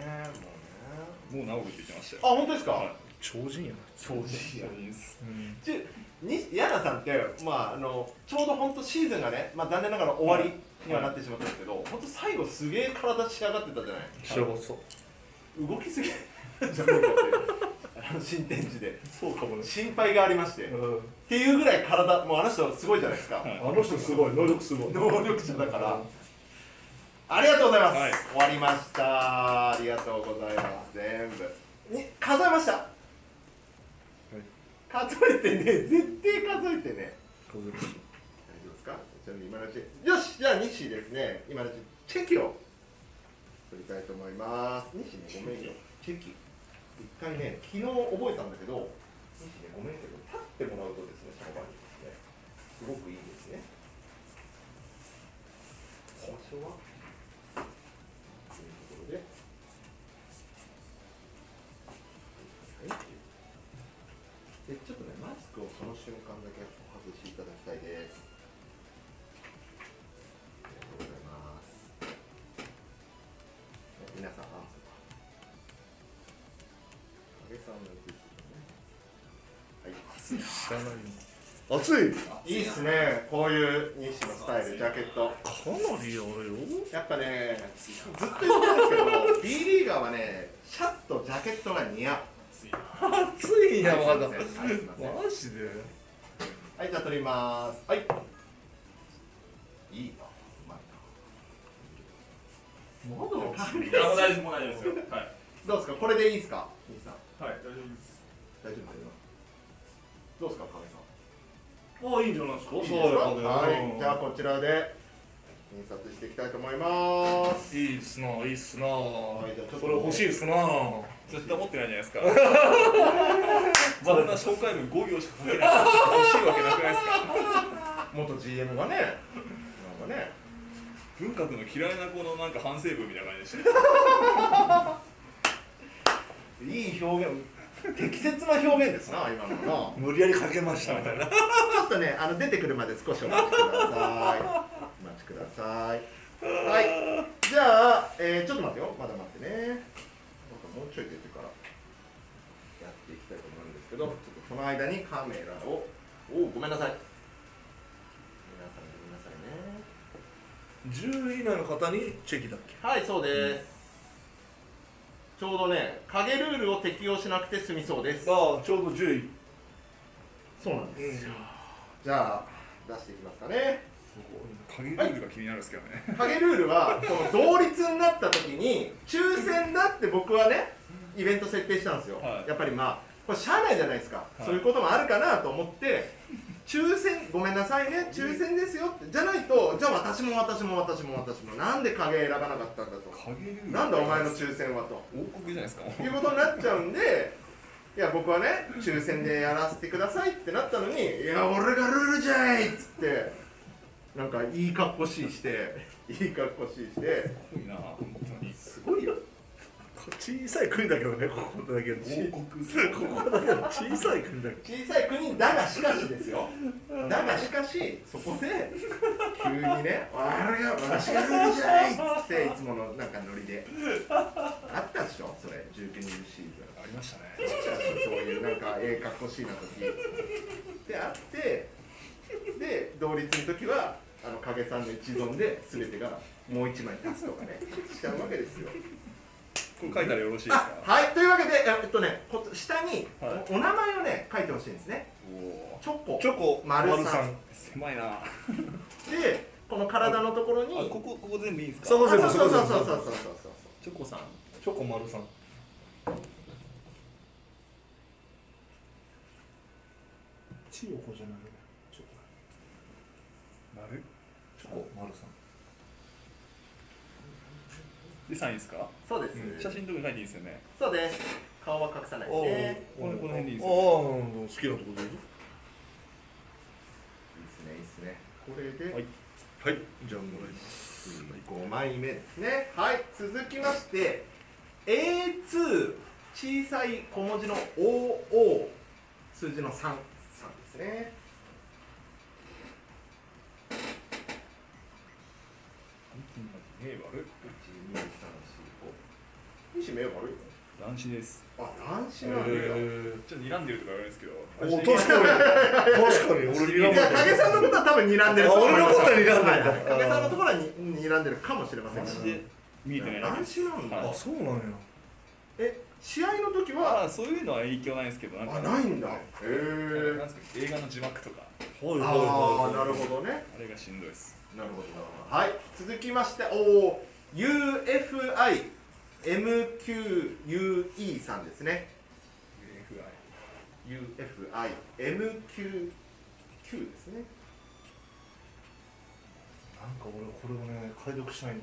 [SPEAKER 2] や
[SPEAKER 1] え、もうね。
[SPEAKER 3] もう直樹って言ってました
[SPEAKER 1] あ、
[SPEAKER 3] よ
[SPEAKER 1] 本当ですか。
[SPEAKER 3] は
[SPEAKER 2] 超人やな、
[SPEAKER 1] 超人や
[SPEAKER 3] いいいです
[SPEAKER 2] うん、
[SPEAKER 1] ちゅ、に、ヤナさんって、まあ、あの、ちょうど本当シーズンがね、まあ、残念ながら終わりにはなってしまったんですけど。本当最後すげえ体仕上がってたじゃない。
[SPEAKER 2] 白こそ
[SPEAKER 1] 動きすぎ。じゃないかっていうあの新天地で
[SPEAKER 2] そうかもね、
[SPEAKER 1] 心配がありまして、っ
[SPEAKER 2] うん
[SPEAKER 1] ていうぐらい体もうあの人すごいじゃないですか、
[SPEAKER 3] はい
[SPEAKER 2] あの人すごい、能力すごい。
[SPEAKER 1] 能力者だから。ありがとうございます、
[SPEAKER 3] はい
[SPEAKER 1] 終わりましたありがとうございます全部に数えました、数えてね絶対数えてね
[SPEAKER 2] 数えましょ
[SPEAKER 1] 大丈夫ですかじゃあ今のうちよしじゃあ西ですね今のうちチェキを取りたいと思います西ねごめんよチェキ一回ね昨日覚えたんだけど西ねごめんけど立ってもらうとですねその場にですねすごくいいですね場所はというところではいでちょっとねマスクをその瞬間だけお外していただきたいですありがとうございますね皆さんあそうか影さんのやつですよね
[SPEAKER 2] う。知らないの。暑い。
[SPEAKER 1] はいいいっすねこういう西のスタイルジャケット
[SPEAKER 2] かなりあれよ。
[SPEAKER 1] やっぱねずっと言ってますけど B リーガーはねシャツとジャケットが似合う
[SPEAKER 2] 暑いなまだ。
[SPEAKER 1] は
[SPEAKER 2] マ
[SPEAKER 1] いすいません
[SPEAKER 2] ジで。
[SPEAKER 1] はい、じゃあ取ります。はい。いいな、うまいな。まだ
[SPEAKER 3] あもう大丈夫もう大丈夫ですよ はい
[SPEAKER 1] どうですか、これでいいですか。兄さん、
[SPEAKER 3] はい大丈夫です
[SPEAKER 1] 大丈夫ですよ。どうですか、亀さん。
[SPEAKER 2] あいいんじゃないですか。
[SPEAKER 1] いいですかはい、じゃあ、こちらで。印刷していきたいと思います。
[SPEAKER 2] いいっすな、いいっすな。
[SPEAKER 1] いじゃあちょっと
[SPEAKER 2] これ欲しいっすな。
[SPEAKER 3] 絶対持ってないじゃないです かそんな紹介文5行しか書けない欲しいわけなくないですか
[SPEAKER 1] 元 G. M. がね。なんかね。
[SPEAKER 3] 文学の嫌いな子のなんか反省文みたいな感じでして
[SPEAKER 1] いい表現。適切な表現ですな、今のな。
[SPEAKER 2] 無理やりかけましたみたいな。
[SPEAKER 1] ちょっとね、あの出てくるまで少しお待ちください。お待ちください。はい。じゃあ、えー、ちょっと待ってよ。まだ待ってね。なんかもうちょい出てからやっていきたいと思うんですけど、ちょっとその間にカメラを。おお、ごめんなさい。皆さんごめんなさいね。
[SPEAKER 2] 十位以内の方にチェキだっけ。
[SPEAKER 1] はい、そうです。ちょうどね、影ルールを適用しなくて済みそうです。
[SPEAKER 2] ああ、ちょうど十位。
[SPEAKER 1] そうなん
[SPEAKER 2] うん。す
[SPEAKER 1] じゃあ、出していきますかね。
[SPEAKER 3] 影ルールが気になるんですけどね
[SPEAKER 1] 影ルールはその同率になった時に抽選だって僕はねイベント設定したんですよ、
[SPEAKER 3] はい
[SPEAKER 1] やっぱりまあこれ社内じゃないですか、
[SPEAKER 3] い
[SPEAKER 1] そういうこともあるかなと思って抽選ごめんなさいね抽選ですよってじゃないとじゃあ私も私も私も私もなんで影選ばなかったんだと
[SPEAKER 3] 影ルール
[SPEAKER 1] なんだお前の抽選はと
[SPEAKER 3] 王国じゃないですか
[SPEAKER 1] いうことになっちゃうんでいや僕はね抽選でやらせてくださいってなったのに「いや俺がルールじゃい!」っつってなんかいい格好しいしていい格好しいして
[SPEAKER 3] すごいな本当に
[SPEAKER 1] すごいよ
[SPEAKER 2] 小さい国だけどね、ここだけど。
[SPEAKER 3] 王国
[SPEAKER 2] ここだけど小さい国だけど。
[SPEAKER 1] 小さい国だがしかしですよだがしかしそこで急にね「俺が私がルールじゃない!」っつっていつものなんかノリであったでしょそれ19人シーズン
[SPEAKER 3] ありましたね
[SPEAKER 1] そういうなんかええかっこしいな時であってで同率の時はあの影さんの一存で全てがもう一枚足すとかねしちゃうわけですよ
[SPEAKER 3] これ書いたらよろし いですか
[SPEAKER 1] あはいというわけでえっとねこ下に
[SPEAKER 3] はい
[SPEAKER 1] おお名前をね書いてほしいんですね
[SPEAKER 3] お
[SPEAKER 1] チョコ
[SPEAKER 3] おチョコ
[SPEAKER 1] 丸さん
[SPEAKER 3] ん狭いなあ
[SPEAKER 1] でこの体のところに
[SPEAKER 3] ここここ全部いいんですか
[SPEAKER 2] そう
[SPEAKER 1] あ
[SPEAKER 2] そう
[SPEAKER 1] そう
[SPEAKER 2] そう
[SPEAKER 1] そうそうそう
[SPEAKER 2] そ
[SPEAKER 1] そううそうそう
[SPEAKER 3] チョコさん
[SPEAKER 4] チョコ丸さん
[SPEAKER 2] チヨコじゃないチョコ
[SPEAKER 3] 丸
[SPEAKER 2] チョコ丸さん
[SPEAKER 3] でサインですか
[SPEAKER 1] そうで
[SPEAKER 4] う
[SPEAKER 1] す、
[SPEAKER 3] 写真のとこに書いていいですよね
[SPEAKER 1] そうです顔は隠さないで
[SPEAKER 3] このこの辺でいいです
[SPEAKER 2] ああ
[SPEAKER 3] よ
[SPEAKER 2] 好きなとこどうぞ
[SPEAKER 1] いいですねいいですねこれで、
[SPEAKER 3] はい
[SPEAKER 2] はいじゃあもらいます
[SPEAKER 1] 5枚目ですねはい続きまして A2 小さい小文字の OO 数字の33ですね1 2 3 4 5
[SPEAKER 3] 目悪い
[SPEAKER 1] 西目悪い
[SPEAKER 3] 乱視です
[SPEAKER 1] のあ乱視
[SPEAKER 2] え
[SPEAKER 1] なんだ
[SPEAKER 2] ー
[SPEAKER 3] ちょっと睨んでるとか言われるんですけど
[SPEAKER 2] お確かに確かに俺睨まれ
[SPEAKER 1] いや
[SPEAKER 2] た
[SPEAKER 1] 影さんのことは多分睨んでると思います
[SPEAKER 2] あ俺のことは睨んでるんだ
[SPEAKER 1] はいはい影さんのところはに睨んでるかもしれません
[SPEAKER 3] 乱
[SPEAKER 1] が
[SPEAKER 3] 視で見えてないだけ
[SPEAKER 1] 乱
[SPEAKER 3] です
[SPEAKER 1] 視なんだ
[SPEAKER 3] はい
[SPEAKER 2] あそうなんや
[SPEAKER 1] え試合の時
[SPEAKER 3] ま
[SPEAKER 1] は
[SPEAKER 3] あそういうのは影響ないんですけどなんか
[SPEAKER 1] あないんだへ
[SPEAKER 3] なん
[SPEAKER 1] え
[SPEAKER 3] ですか映画の字幕とか
[SPEAKER 2] はいはい
[SPEAKER 1] あ
[SPEAKER 2] は
[SPEAKER 1] あ
[SPEAKER 2] い
[SPEAKER 1] なるほどね
[SPEAKER 3] あれがしんどいです
[SPEAKER 1] なるほど。はい、続きまして、おお、U. F. I. M. Q. U. E. さんですね。U. F. I. M. Q. Q. ですね。
[SPEAKER 2] なんか俺これをね解読したいんだよね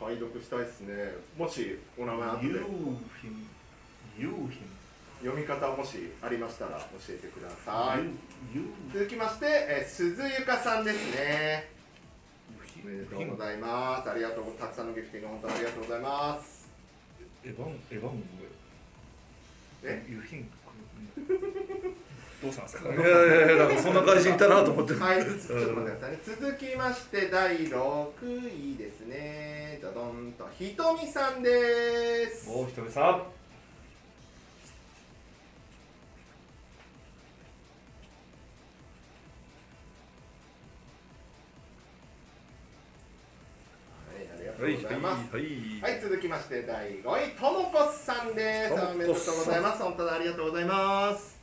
[SPEAKER 1] 解読したいですね。もし、お名前後で
[SPEAKER 2] ユーフィンユーフィン
[SPEAKER 1] 読み方もしありましたら、教えてくださ
[SPEAKER 2] ユ
[SPEAKER 1] い。
[SPEAKER 2] ーユー
[SPEAKER 1] 続きまして、えー、鈴ゆかさんですね。
[SPEAKER 2] フ
[SPEAKER 1] お
[SPEAKER 2] ィン
[SPEAKER 1] めでとうございます。ありがとう、たくさんのギフティング、本当にありがとうございます。
[SPEAKER 2] エヴァンエヴァンの
[SPEAKER 1] え
[SPEAKER 2] ユーフィン
[SPEAKER 3] どうしたんですか
[SPEAKER 2] いやいやいやなんかそんな感じいたなと思って
[SPEAKER 1] はい、ちょっと待ってくださいね。続きまして第6位ですね。ドドンとひとみさんです。
[SPEAKER 2] お一人さん
[SPEAKER 1] はい、ありがとうございます。
[SPEAKER 3] はい
[SPEAKER 1] はい、続きまして第5位ともこさんです。
[SPEAKER 2] ともこさ
[SPEAKER 1] お
[SPEAKER 2] ん
[SPEAKER 1] めでとうございます。本当にありがとうございます。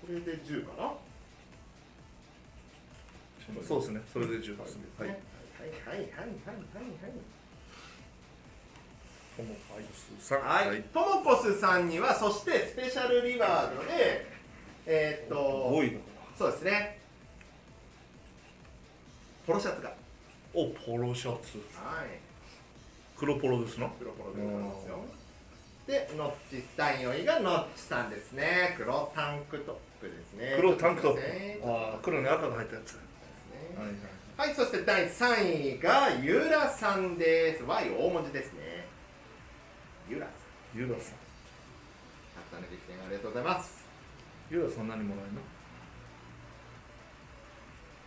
[SPEAKER 1] これで10かな。
[SPEAKER 2] そうですねそれで十分です
[SPEAKER 1] は
[SPEAKER 2] はいい
[SPEAKER 1] はいはいはい
[SPEAKER 2] トモパイスさん
[SPEAKER 1] はいはい。はい、ともこすさんにはそしてスペシャルリワードでえーっと
[SPEAKER 2] 多いのか
[SPEAKER 1] そうですね。ポロシャツが。
[SPEAKER 2] なおポロシャツ
[SPEAKER 1] はい。
[SPEAKER 2] 黒ポロですな
[SPEAKER 1] 黒ポロでございますよ。で、ノッチ第4位がノッチさんですね。黒タンクトップですね。
[SPEAKER 2] 黒タンクトップ
[SPEAKER 1] ね
[SPEAKER 2] ああ黒に赤が入ったやつはいはい
[SPEAKER 1] はい、そして第3位がゆらさんです。Y 大文字ですね。ゆらさん。
[SPEAKER 2] ユラさん
[SPEAKER 1] たくさんの激戦ありがとうございます。
[SPEAKER 2] ユラさん何もらえんの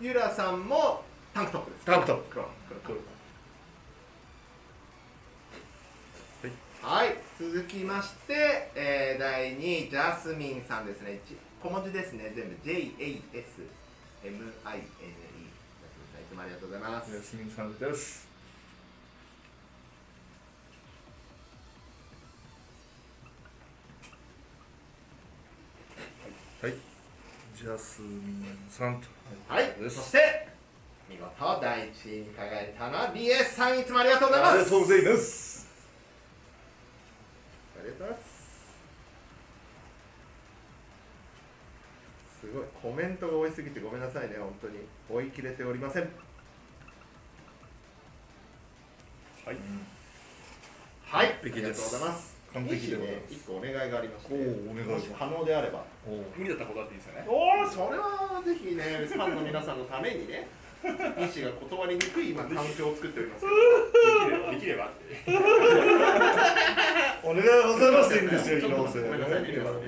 [SPEAKER 1] ゆらさんもタンクトップです。
[SPEAKER 2] タンクトップ
[SPEAKER 1] 黒黒黒
[SPEAKER 2] 黒
[SPEAKER 1] はい、続きまして、えー第2位、ジャスミンさんですね。じ小文字ですね、全部。JASMINE。ジャスミンさんいつもありがとうございます。
[SPEAKER 2] 休みさんですはいジャスミンさんと
[SPEAKER 1] はい、
[SPEAKER 2] です
[SPEAKER 1] そして、見事、第1位に輝いたのは、BS さん、いつもありがとうございます。
[SPEAKER 2] ありがとうございます
[SPEAKER 1] ありがとうございます。すごい、コメントが多いすぎてごめんなさいね、本当に。追い切れておりません。
[SPEAKER 3] はい
[SPEAKER 1] はい、あり
[SPEAKER 2] 璧
[SPEAKER 1] がとう
[SPEAKER 2] で
[SPEAKER 1] ご
[SPEAKER 2] す
[SPEAKER 1] ざいます。
[SPEAKER 2] 完璧でございます
[SPEAKER 1] 一個お願いがありまして、
[SPEAKER 2] おーお願い
[SPEAKER 1] もし可能であれば。
[SPEAKER 2] おお
[SPEAKER 3] 無理だったことあっていいですよね
[SPEAKER 1] おお、それはぜひね、ファンの皆さんのために ね、西が断りにくい今環境を作っておりますよ。
[SPEAKER 3] できればできればって
[SPEAKER 2] お願いございますいいんですよ
[SPEAKER 1] ちょっと
[SPEAKER 2] 広瀬
[SPEAKER 1] ごめんなさいね、皆さんね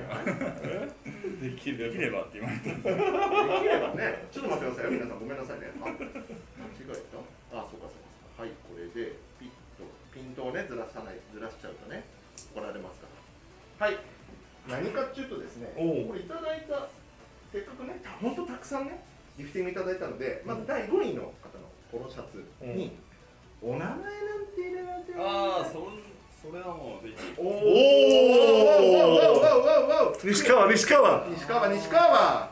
[SPEAKER 3] できればできればって言われた
[SPEAKER 1] できればね、ちょっと待ってくださいよ、皆さん、ごめんなさいね。あ、間違えた。あ、そうか、そうか。はい、これで、ピッと、ピントをね、ずらさない、ずらしちゃうとね、怒られますから。はい。何かっていうとですね、
[SPEAKER 2] おう
[SPEAKER 1] これいただいた、せっかくね、たほんとたくさんね、ギフティングいただいたので、まず第5位の方のポロシャツに、お名前なんて入れられてない
[SPEAKER 3] ああそんそれはもうぜひ
[SPEAKER 1] おお
[SPEAKER 2] おー
[SPEAKER 1] おお
[SPEAKER 2] 西川西川
[SPEAKER 1] 西川西川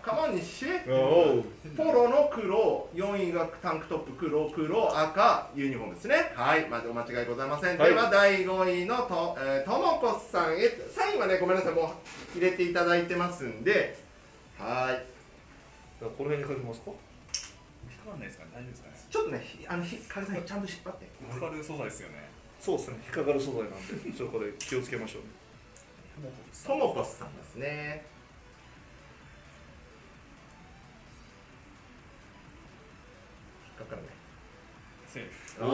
[SPEAKER 1] カモン西
[SPEAKER 2] おお
[SPEAKER 1] ポロの黒4位がタンクトップ黒黒赤ユニフォームですねはいまずお間違いございません、
[SPEAKER 2] はい
[SPEAKER 1] では第5位のと,、えー、ともこさんえ3位はねごめんなさいもう入れていただいてますんではい
[SPEAKER 2] この辺にかけますか
[SPEAKER 3] 引っかかんないですかね大丈夫ですかね
[SPEAKER 1] ちょっとねひあのひかげさんちゃんと引っ張って
[SPEAKER 3] 引っかかる素材ですよね
[SPEAKER 2] そうですね引っかかる素材なん でそこで気をつけましょうね
[SPEAKER 1] ともこさんですね引っかからない
[SPEAKER 3] セーフ
[SPEAKER 2] お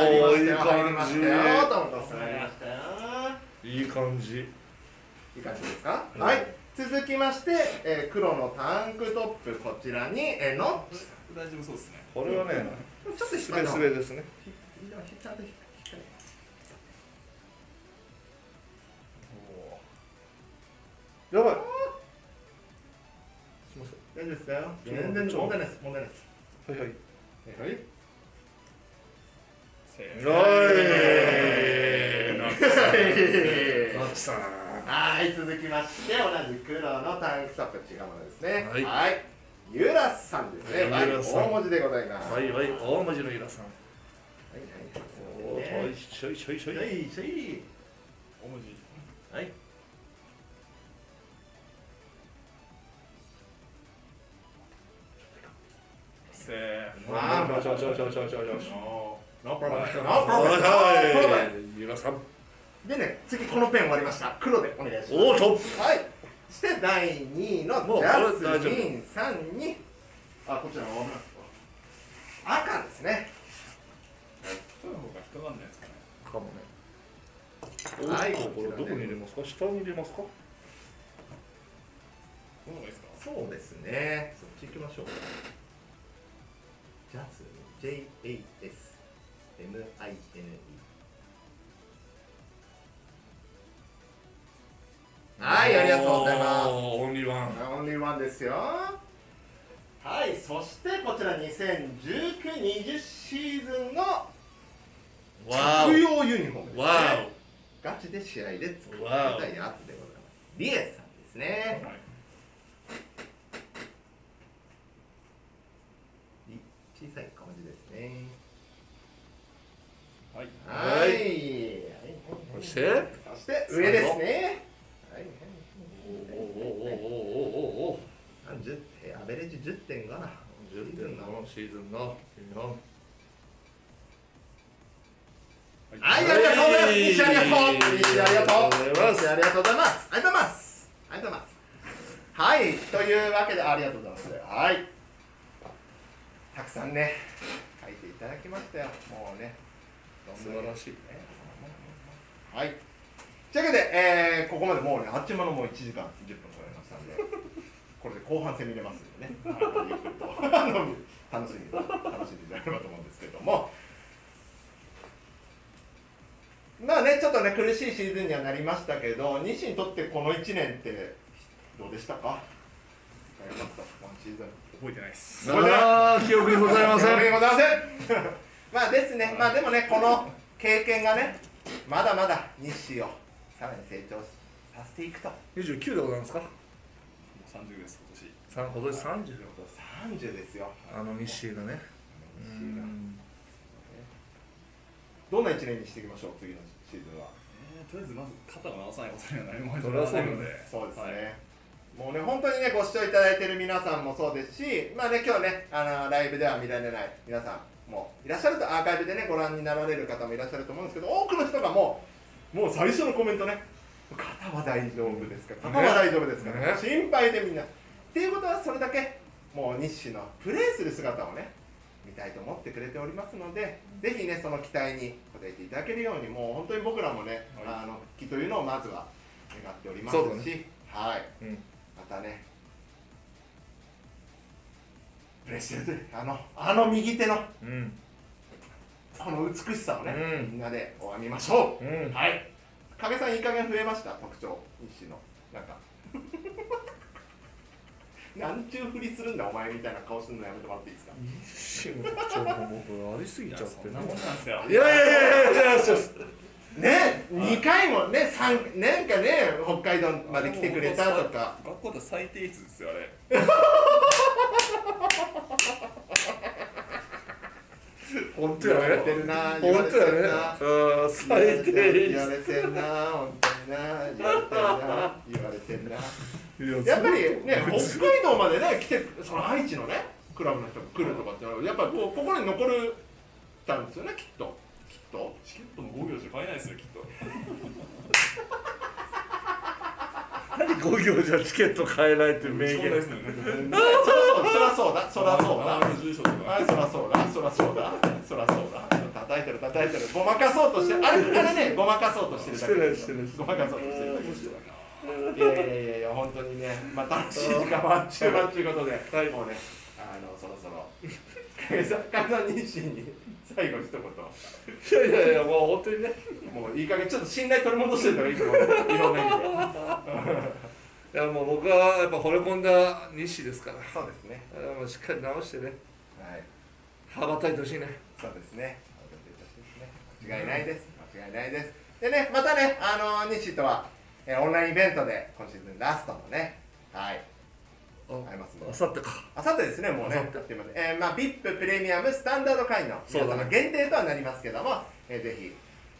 [SPEAKER 2] ー
[SPEAKER 1] 入り
[SPEAKER 2] いい
[SPEAKER 1] ましたよ入りま
[SPEAKER 2] 感
[SPEAKER 1] し
[SPEAKER 2] じ
[SPEAKER 1] たよともこさん入りましたよ
[SPEAKER 2] いい感じ
[SPEAKER 1] いい感じですか、
[SPEAKER 2] うん
[SPEAKER 1] はい続きまして、えー黒のタンクトップこちらに、えー、の
[SPEAKER 3] 大丈夫そうですね
[SPEAKER 2] これはね
[SPEAKER 1] ちょっと
[SPEAKER 2] すべすべですね
[SPEAKER 1] ちゃんと引っ掛け
[SPEAKER 2] やばいすいませ
[SPEAKER 1] 大丈夫ですよ
[SPEAKER 2] ちょっと
[SPEAKER 1] 全然
[SPEAKER 2] ちょっと
[SPEAKER 1] 問題ないです問題ないです
[SPEAKER 2] んはいはい
[SPEAKER 1] はい
[SPEAKER 3] セ
[SPEAKER 2] お
[SPEAKER 3] ーフ
[SPEAKER 2] い
[SPEAKER 3] なんか
[SPEAKER 1] は
[SPEAKER 2] マ
[SPEAKER 1] い
[SPEAKER 2] ッチさん
[SPEAKER 1] はい続きまして同じ黒のタンクトップ違うものですね
[SPEAKER 2] はい
[SPEAKER 1] ゆらさんですね、はい、
[SPEAKER 2] ゆらさん
[SPEAKER 1] 大文字でございます
[SPEAKER 2] はいはい大文字のイラさん
[SPEAKER 1] はい
[SPEAKER 2] おーはいしょいしょいしょい
[SPEAKER 1] はいはいはいはい
[SPEAKER 3] 大文字
[SPEAKER 1] はい。
[SPEAKER 3] セーフ
[SPEAKER 1] まあ
[SPEAKER 2] ちょちょちょちょちょちょ
[SPEAKER 3] あ
[SPEAKER 1] ノープロブレムノープロブレムノープロブレム
[SPEAKER 2] はいゆらさん
[SPEAKER 1] でね、次このペン終わりました。黒でお願いします。
[SPEAKER 2] おートップ
[SPEAKER 1] はい。そして第2位の
[SPEAKER 2] もう
[SPEAKER 1] ジャ
[SPEAKER 2] 大
[SPEAKER 1] ス
[SPEAKER 2] 丈夫
[SPEAKER 1] ミンさんに、あ、こちらの赤ですね。
[SPEAKER 3] そういう方が引っかかんないですかね
[SPEAKER 2] かもね。
[SPEAKER 1] は
[SPEAKER 2] はいい、これ
[SPEAKER 1] こちらね
[SPEAKER 2] どこに入れますか。下に入れますか。
[SPEAKER 3] どうがいいですか
[SPEAKER 1] そうですね。そっち行きましょう。ジャスミン J A S M I N E。はい、ありがとうございます。
[SPEAKER 2] おーオンリーワン。
[SPEAKER 1] オンリーワンですよはいそしてこちら2019-20シーズンの
[SPEAKER 2] わ
[SPEAKER 1] 着用ユニフォームです、
[SPEAKER 2] お。
[SPEAKER 1] ね、
[SPEAKER 2] わ
[SPEAKER 1] ガチで試合で作った
[SPEAKER 2] わ
[SPEAKER 1] や
[SPEAKER 2] お
[SPEAKER 1] つでございますリエさんですね
[SPEAKER 3] はい
[SPEAKER 1] リ小さい顔字ですね
[SPEAKER 3] はい
[SPEAKER 1] はいはいはい
[SPEAKER 2] お。
[SPEAKER 1] はい
[SPEAKER 2] そし。
[SPEAKER 1] そしてて上ですねはいはい
[SPEAKER 2] おおおおおおお。
[SPEAKER 1] あ10えアベレージ10.5な
[SPEAKER 2] 十点のシーズンの。
[SPEAKER 1] はい、ありがとうございます。西ありがとう。西ありがとう。西
[SPEAKER 2] あ
[SPEAKER 1] ありがとうございます。ありがとうございます。ありがとうございます。はい、というわけで、ありがとうございます。はい。たくさんね、書いていただきましたよ。もうね。
[SPEAKER 2] 素晴ら
[SPEAKER 1] い。
[SPEAKER 2] しい。
[SPEAKER 1] はい。というわけで、えー、ここまでもうね、あっちゅう間のもう1時間10分超えました んで、これで後半戦見れますんでね、ゆっくりとあの楽しんで、楽しんでいただければと思うんですけども、まあね、ちょっとね、苦しいシーズンにはなりましたけど、西にとってこの1年って、どうでしたかありました、今シーズン。
[SPEAKER 3] 覚えてないです
[SPEAKER 2] ああ、記憶にございません。
[SPEAKER 1] 申し訳ございません まあですね、まあでもね、この経験がね、まだまだ西をさらに成長させていくと。
[SPEAKER 2] 二十九でございますか。
[SPEAKER 3] 三十です今年
[SPEAKER 2] 三、今年三十。
[SPEAKER 1] 30ですよ。
[SPEAKER 2] あのミッシーがね。うん
[SPEAKER 1] どんな1年にしていきましょう、次のシーズンは。
[SPEAKER 3] えーとりあえずまず肩を直さないことには何も
[SPEAKER 2] それはそうだ
[SPEAKER 3] ない
[SPEAKER 2] ね
[SPEAKER 3] ので
[SPEAKER 1] そうですね。
[SPEAKER 3] はい
[SPEAKER 1] もうね、本当にね、ご視聴いただいてる皆さんもそうですし、まあね、今日ね、あのライブでは見られない皆さんもいらっしゃると、アーカイブでね、ご覧になられる方もいらっしゃると思うんですけど、多くの人がもう、もう最初のコメントね、肩は大丈夫ですか、肩は大丈夫ですか、
[SPEAKER 2] ねね
[SPEAKER 1] 心配でみんな。っていうことは、それだけ、もう日誌のプレーする姿をね、見たいと思ってくれておりますので、ぜひね、その期待に応えていただけるように、もう本当に僕らもね、
[SPEAKER 3] はい
[SPEAKER 1] あの復帰というのをまずは願っております
[SPEAKER 2] そうだ
[SPEAKER 1] し、はい、
[SPEAKER 2] うん。
[SPEAKER 1] またね、プレッシャーで、あの、あの右手の、
[SPEAKER 2] うん。
[SPEAKER 1] この美しさをね、
[SPEAKER 2] うん
[SPEAKER 1] みんなで拝みましょ
[SPEAKER 2] う
[SPEAKER 1] う。
[SPEAKER 2] ん。
[SPEAKER 1] はい。影さん、いい加減増えました、特徴、西の、なん か。なんちゅうふりするんだ、お前みたいな顔するのやめてもらっていいですか。
[SPEAKER 2] ミッシーの特徴が僕ありすぎ
[SPEAKER 3] いや
[SPEAKER 2] ちゃって
[SPEAKER 3] そ
[SPEAKER 2] ね
[SPEAKER 3] んなもんなんですよ
[SPEAKER 2] いやいやいやいやいや、
[SPEAKER 1] ね2回もね三なんかね北海道まで来てくれたとか
[SPEAKER 3] 学校で最低率ですよあれ
[SPEAKER 2] 本当
[SPEAKER 1] 言わ
[SPEAKER 2] や
[SPEAKER 1] れ
[SPEAKER 2] ね
[SPEAKER 1] てるな言わ
[SPEAKER 2] 本
[SPEAKER 1] れ
[SPEAKER 2] 当
[SPEAKER 1] て
[SPEAKER 2] や
[SPEAKER 1] る
[SPEAKER 2] ね
[SPEAKER 1] な
[SPEAKER 2] うん最低
[SPEAKER 1] 言わ
[SPEAKER 2] 率
[SPEAKER 1] れてんな本当にな言われてんな言われてんなやっぱりね北海道までね来てその愛知のねクラブの人が来るとかってなるとやっぱこう心に残るたんですよねきっときっ と
[SPEAKER 3] チケットも5秒じゃ買えないですよきっと
[SPEAKER 2] 何5行じゃチケット買えないっていう名
[SPEAKER 3] 打ち込んだや
[SPEAKER 2] 言
[SPEAKER 3] つだよね
[SPEAKER 1] そらそうだそらそうだ
[SPEAKER 3] 名前の住所とか
[SPEAKER 1] はい、そらそうだ、そらそうだ、そらそうだ、叩いてる、叩いてる、ごまかそうとしてる、あれからね、ごまかそうとしてるだけ
[SPEAKER 2] してないして
[SPEAKER 1] ごまかそうとしてるだけいやいやいやいや、本当にね、まあ、楽しい時間はあっちゅう間ということで、もうね、あの、そろそろ。かげさん、かげさん妊娠に、最後一言、
[SPEAKER 2] いやいやいやもう本当にね
[SPEAKER 1] もういい加減、ちょっと信頼取り戻してるのがいいと思う、いろんな意味で。
[SPEAKER 2] いやもう僕はやっぱ惚れ込んだ西ですから
[SPEAKER 1] そうですね。
[SPEAKER 2] あもうしっかり直してね
[SPEAKER 1] はい、
[SPEAKER 2] 羽ばたいてほしいね
[SPEAKER 1] そうですね。間違いないです。間違いないです。でね、またね、あのー、西とは、えーオンラインイベントで、今シーズンラストのね、はい、ありますね
[SPEAKER 2] あさってか
[SPEAKER 1] あさってですね、もうね、
[SPEAKER 2] 明後
[SPEAKER 1] すいませんえーまあ、VIP、プレミアム、スタンダード会の、
[SPEAKER 2] そう
[SPEAKER 1] 皆
[SPEAKER 2] だね
[SPEAKER 1] 様限定とはなりますけども、えーぜひ、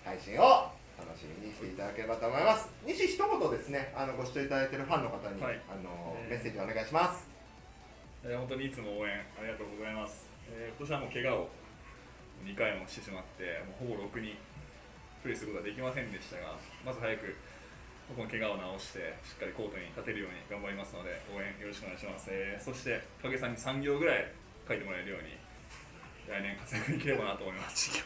[SPEAKER 1] 配信を楽しみにしていただければと思います。西、一言ですね、あの、ご視聴いただいているファンの方に、
[SPEAKER 3] はい
[SPEAKER 1] あのー
[SPEAKER 3] えー
[SPEAKER 1] メッセージお願いします。
[SPEAKER 3] えー本当にいつも応援ありがとうございます、えー今年はもう怪我を2回もしてしまってもうほぼ6にプレーすることはできませんでしたがまず早くこの怪我を治してしっかりコートに立てるように頑張りますので応援よろしくお願いします、えーそして影さんに3行ぐらい書いてもらえるように来年活躍できればなと思います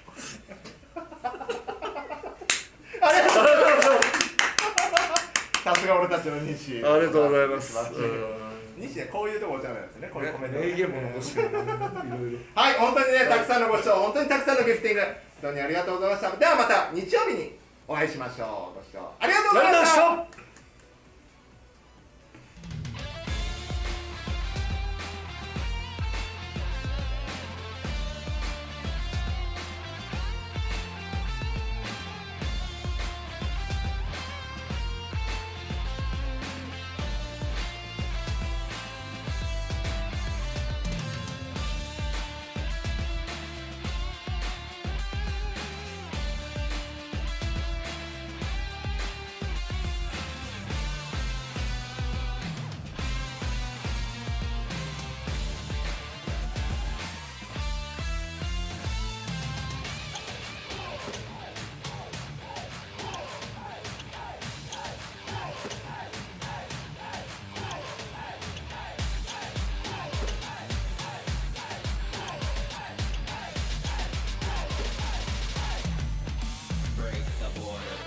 [SPEAKER 1] さすが俺たちの西。
[SPEAKER 2] ありがとうございます
[SPEAKER 1] 素晴らしい
[SPEAKER 2] うん
[SPEAKER 1] 西ね、こういうところじゃないですね、こういうコメントね。
[SPEAKER 2] 名言も残して るねいろいろ
[SPEAKER 1] はい、本当にね、たくさんのご視聴、本当にたくさんのギフティング、本当にありがとうございました。ではまた日曜日にお会いしましょう。ご視聴ありがとうございました。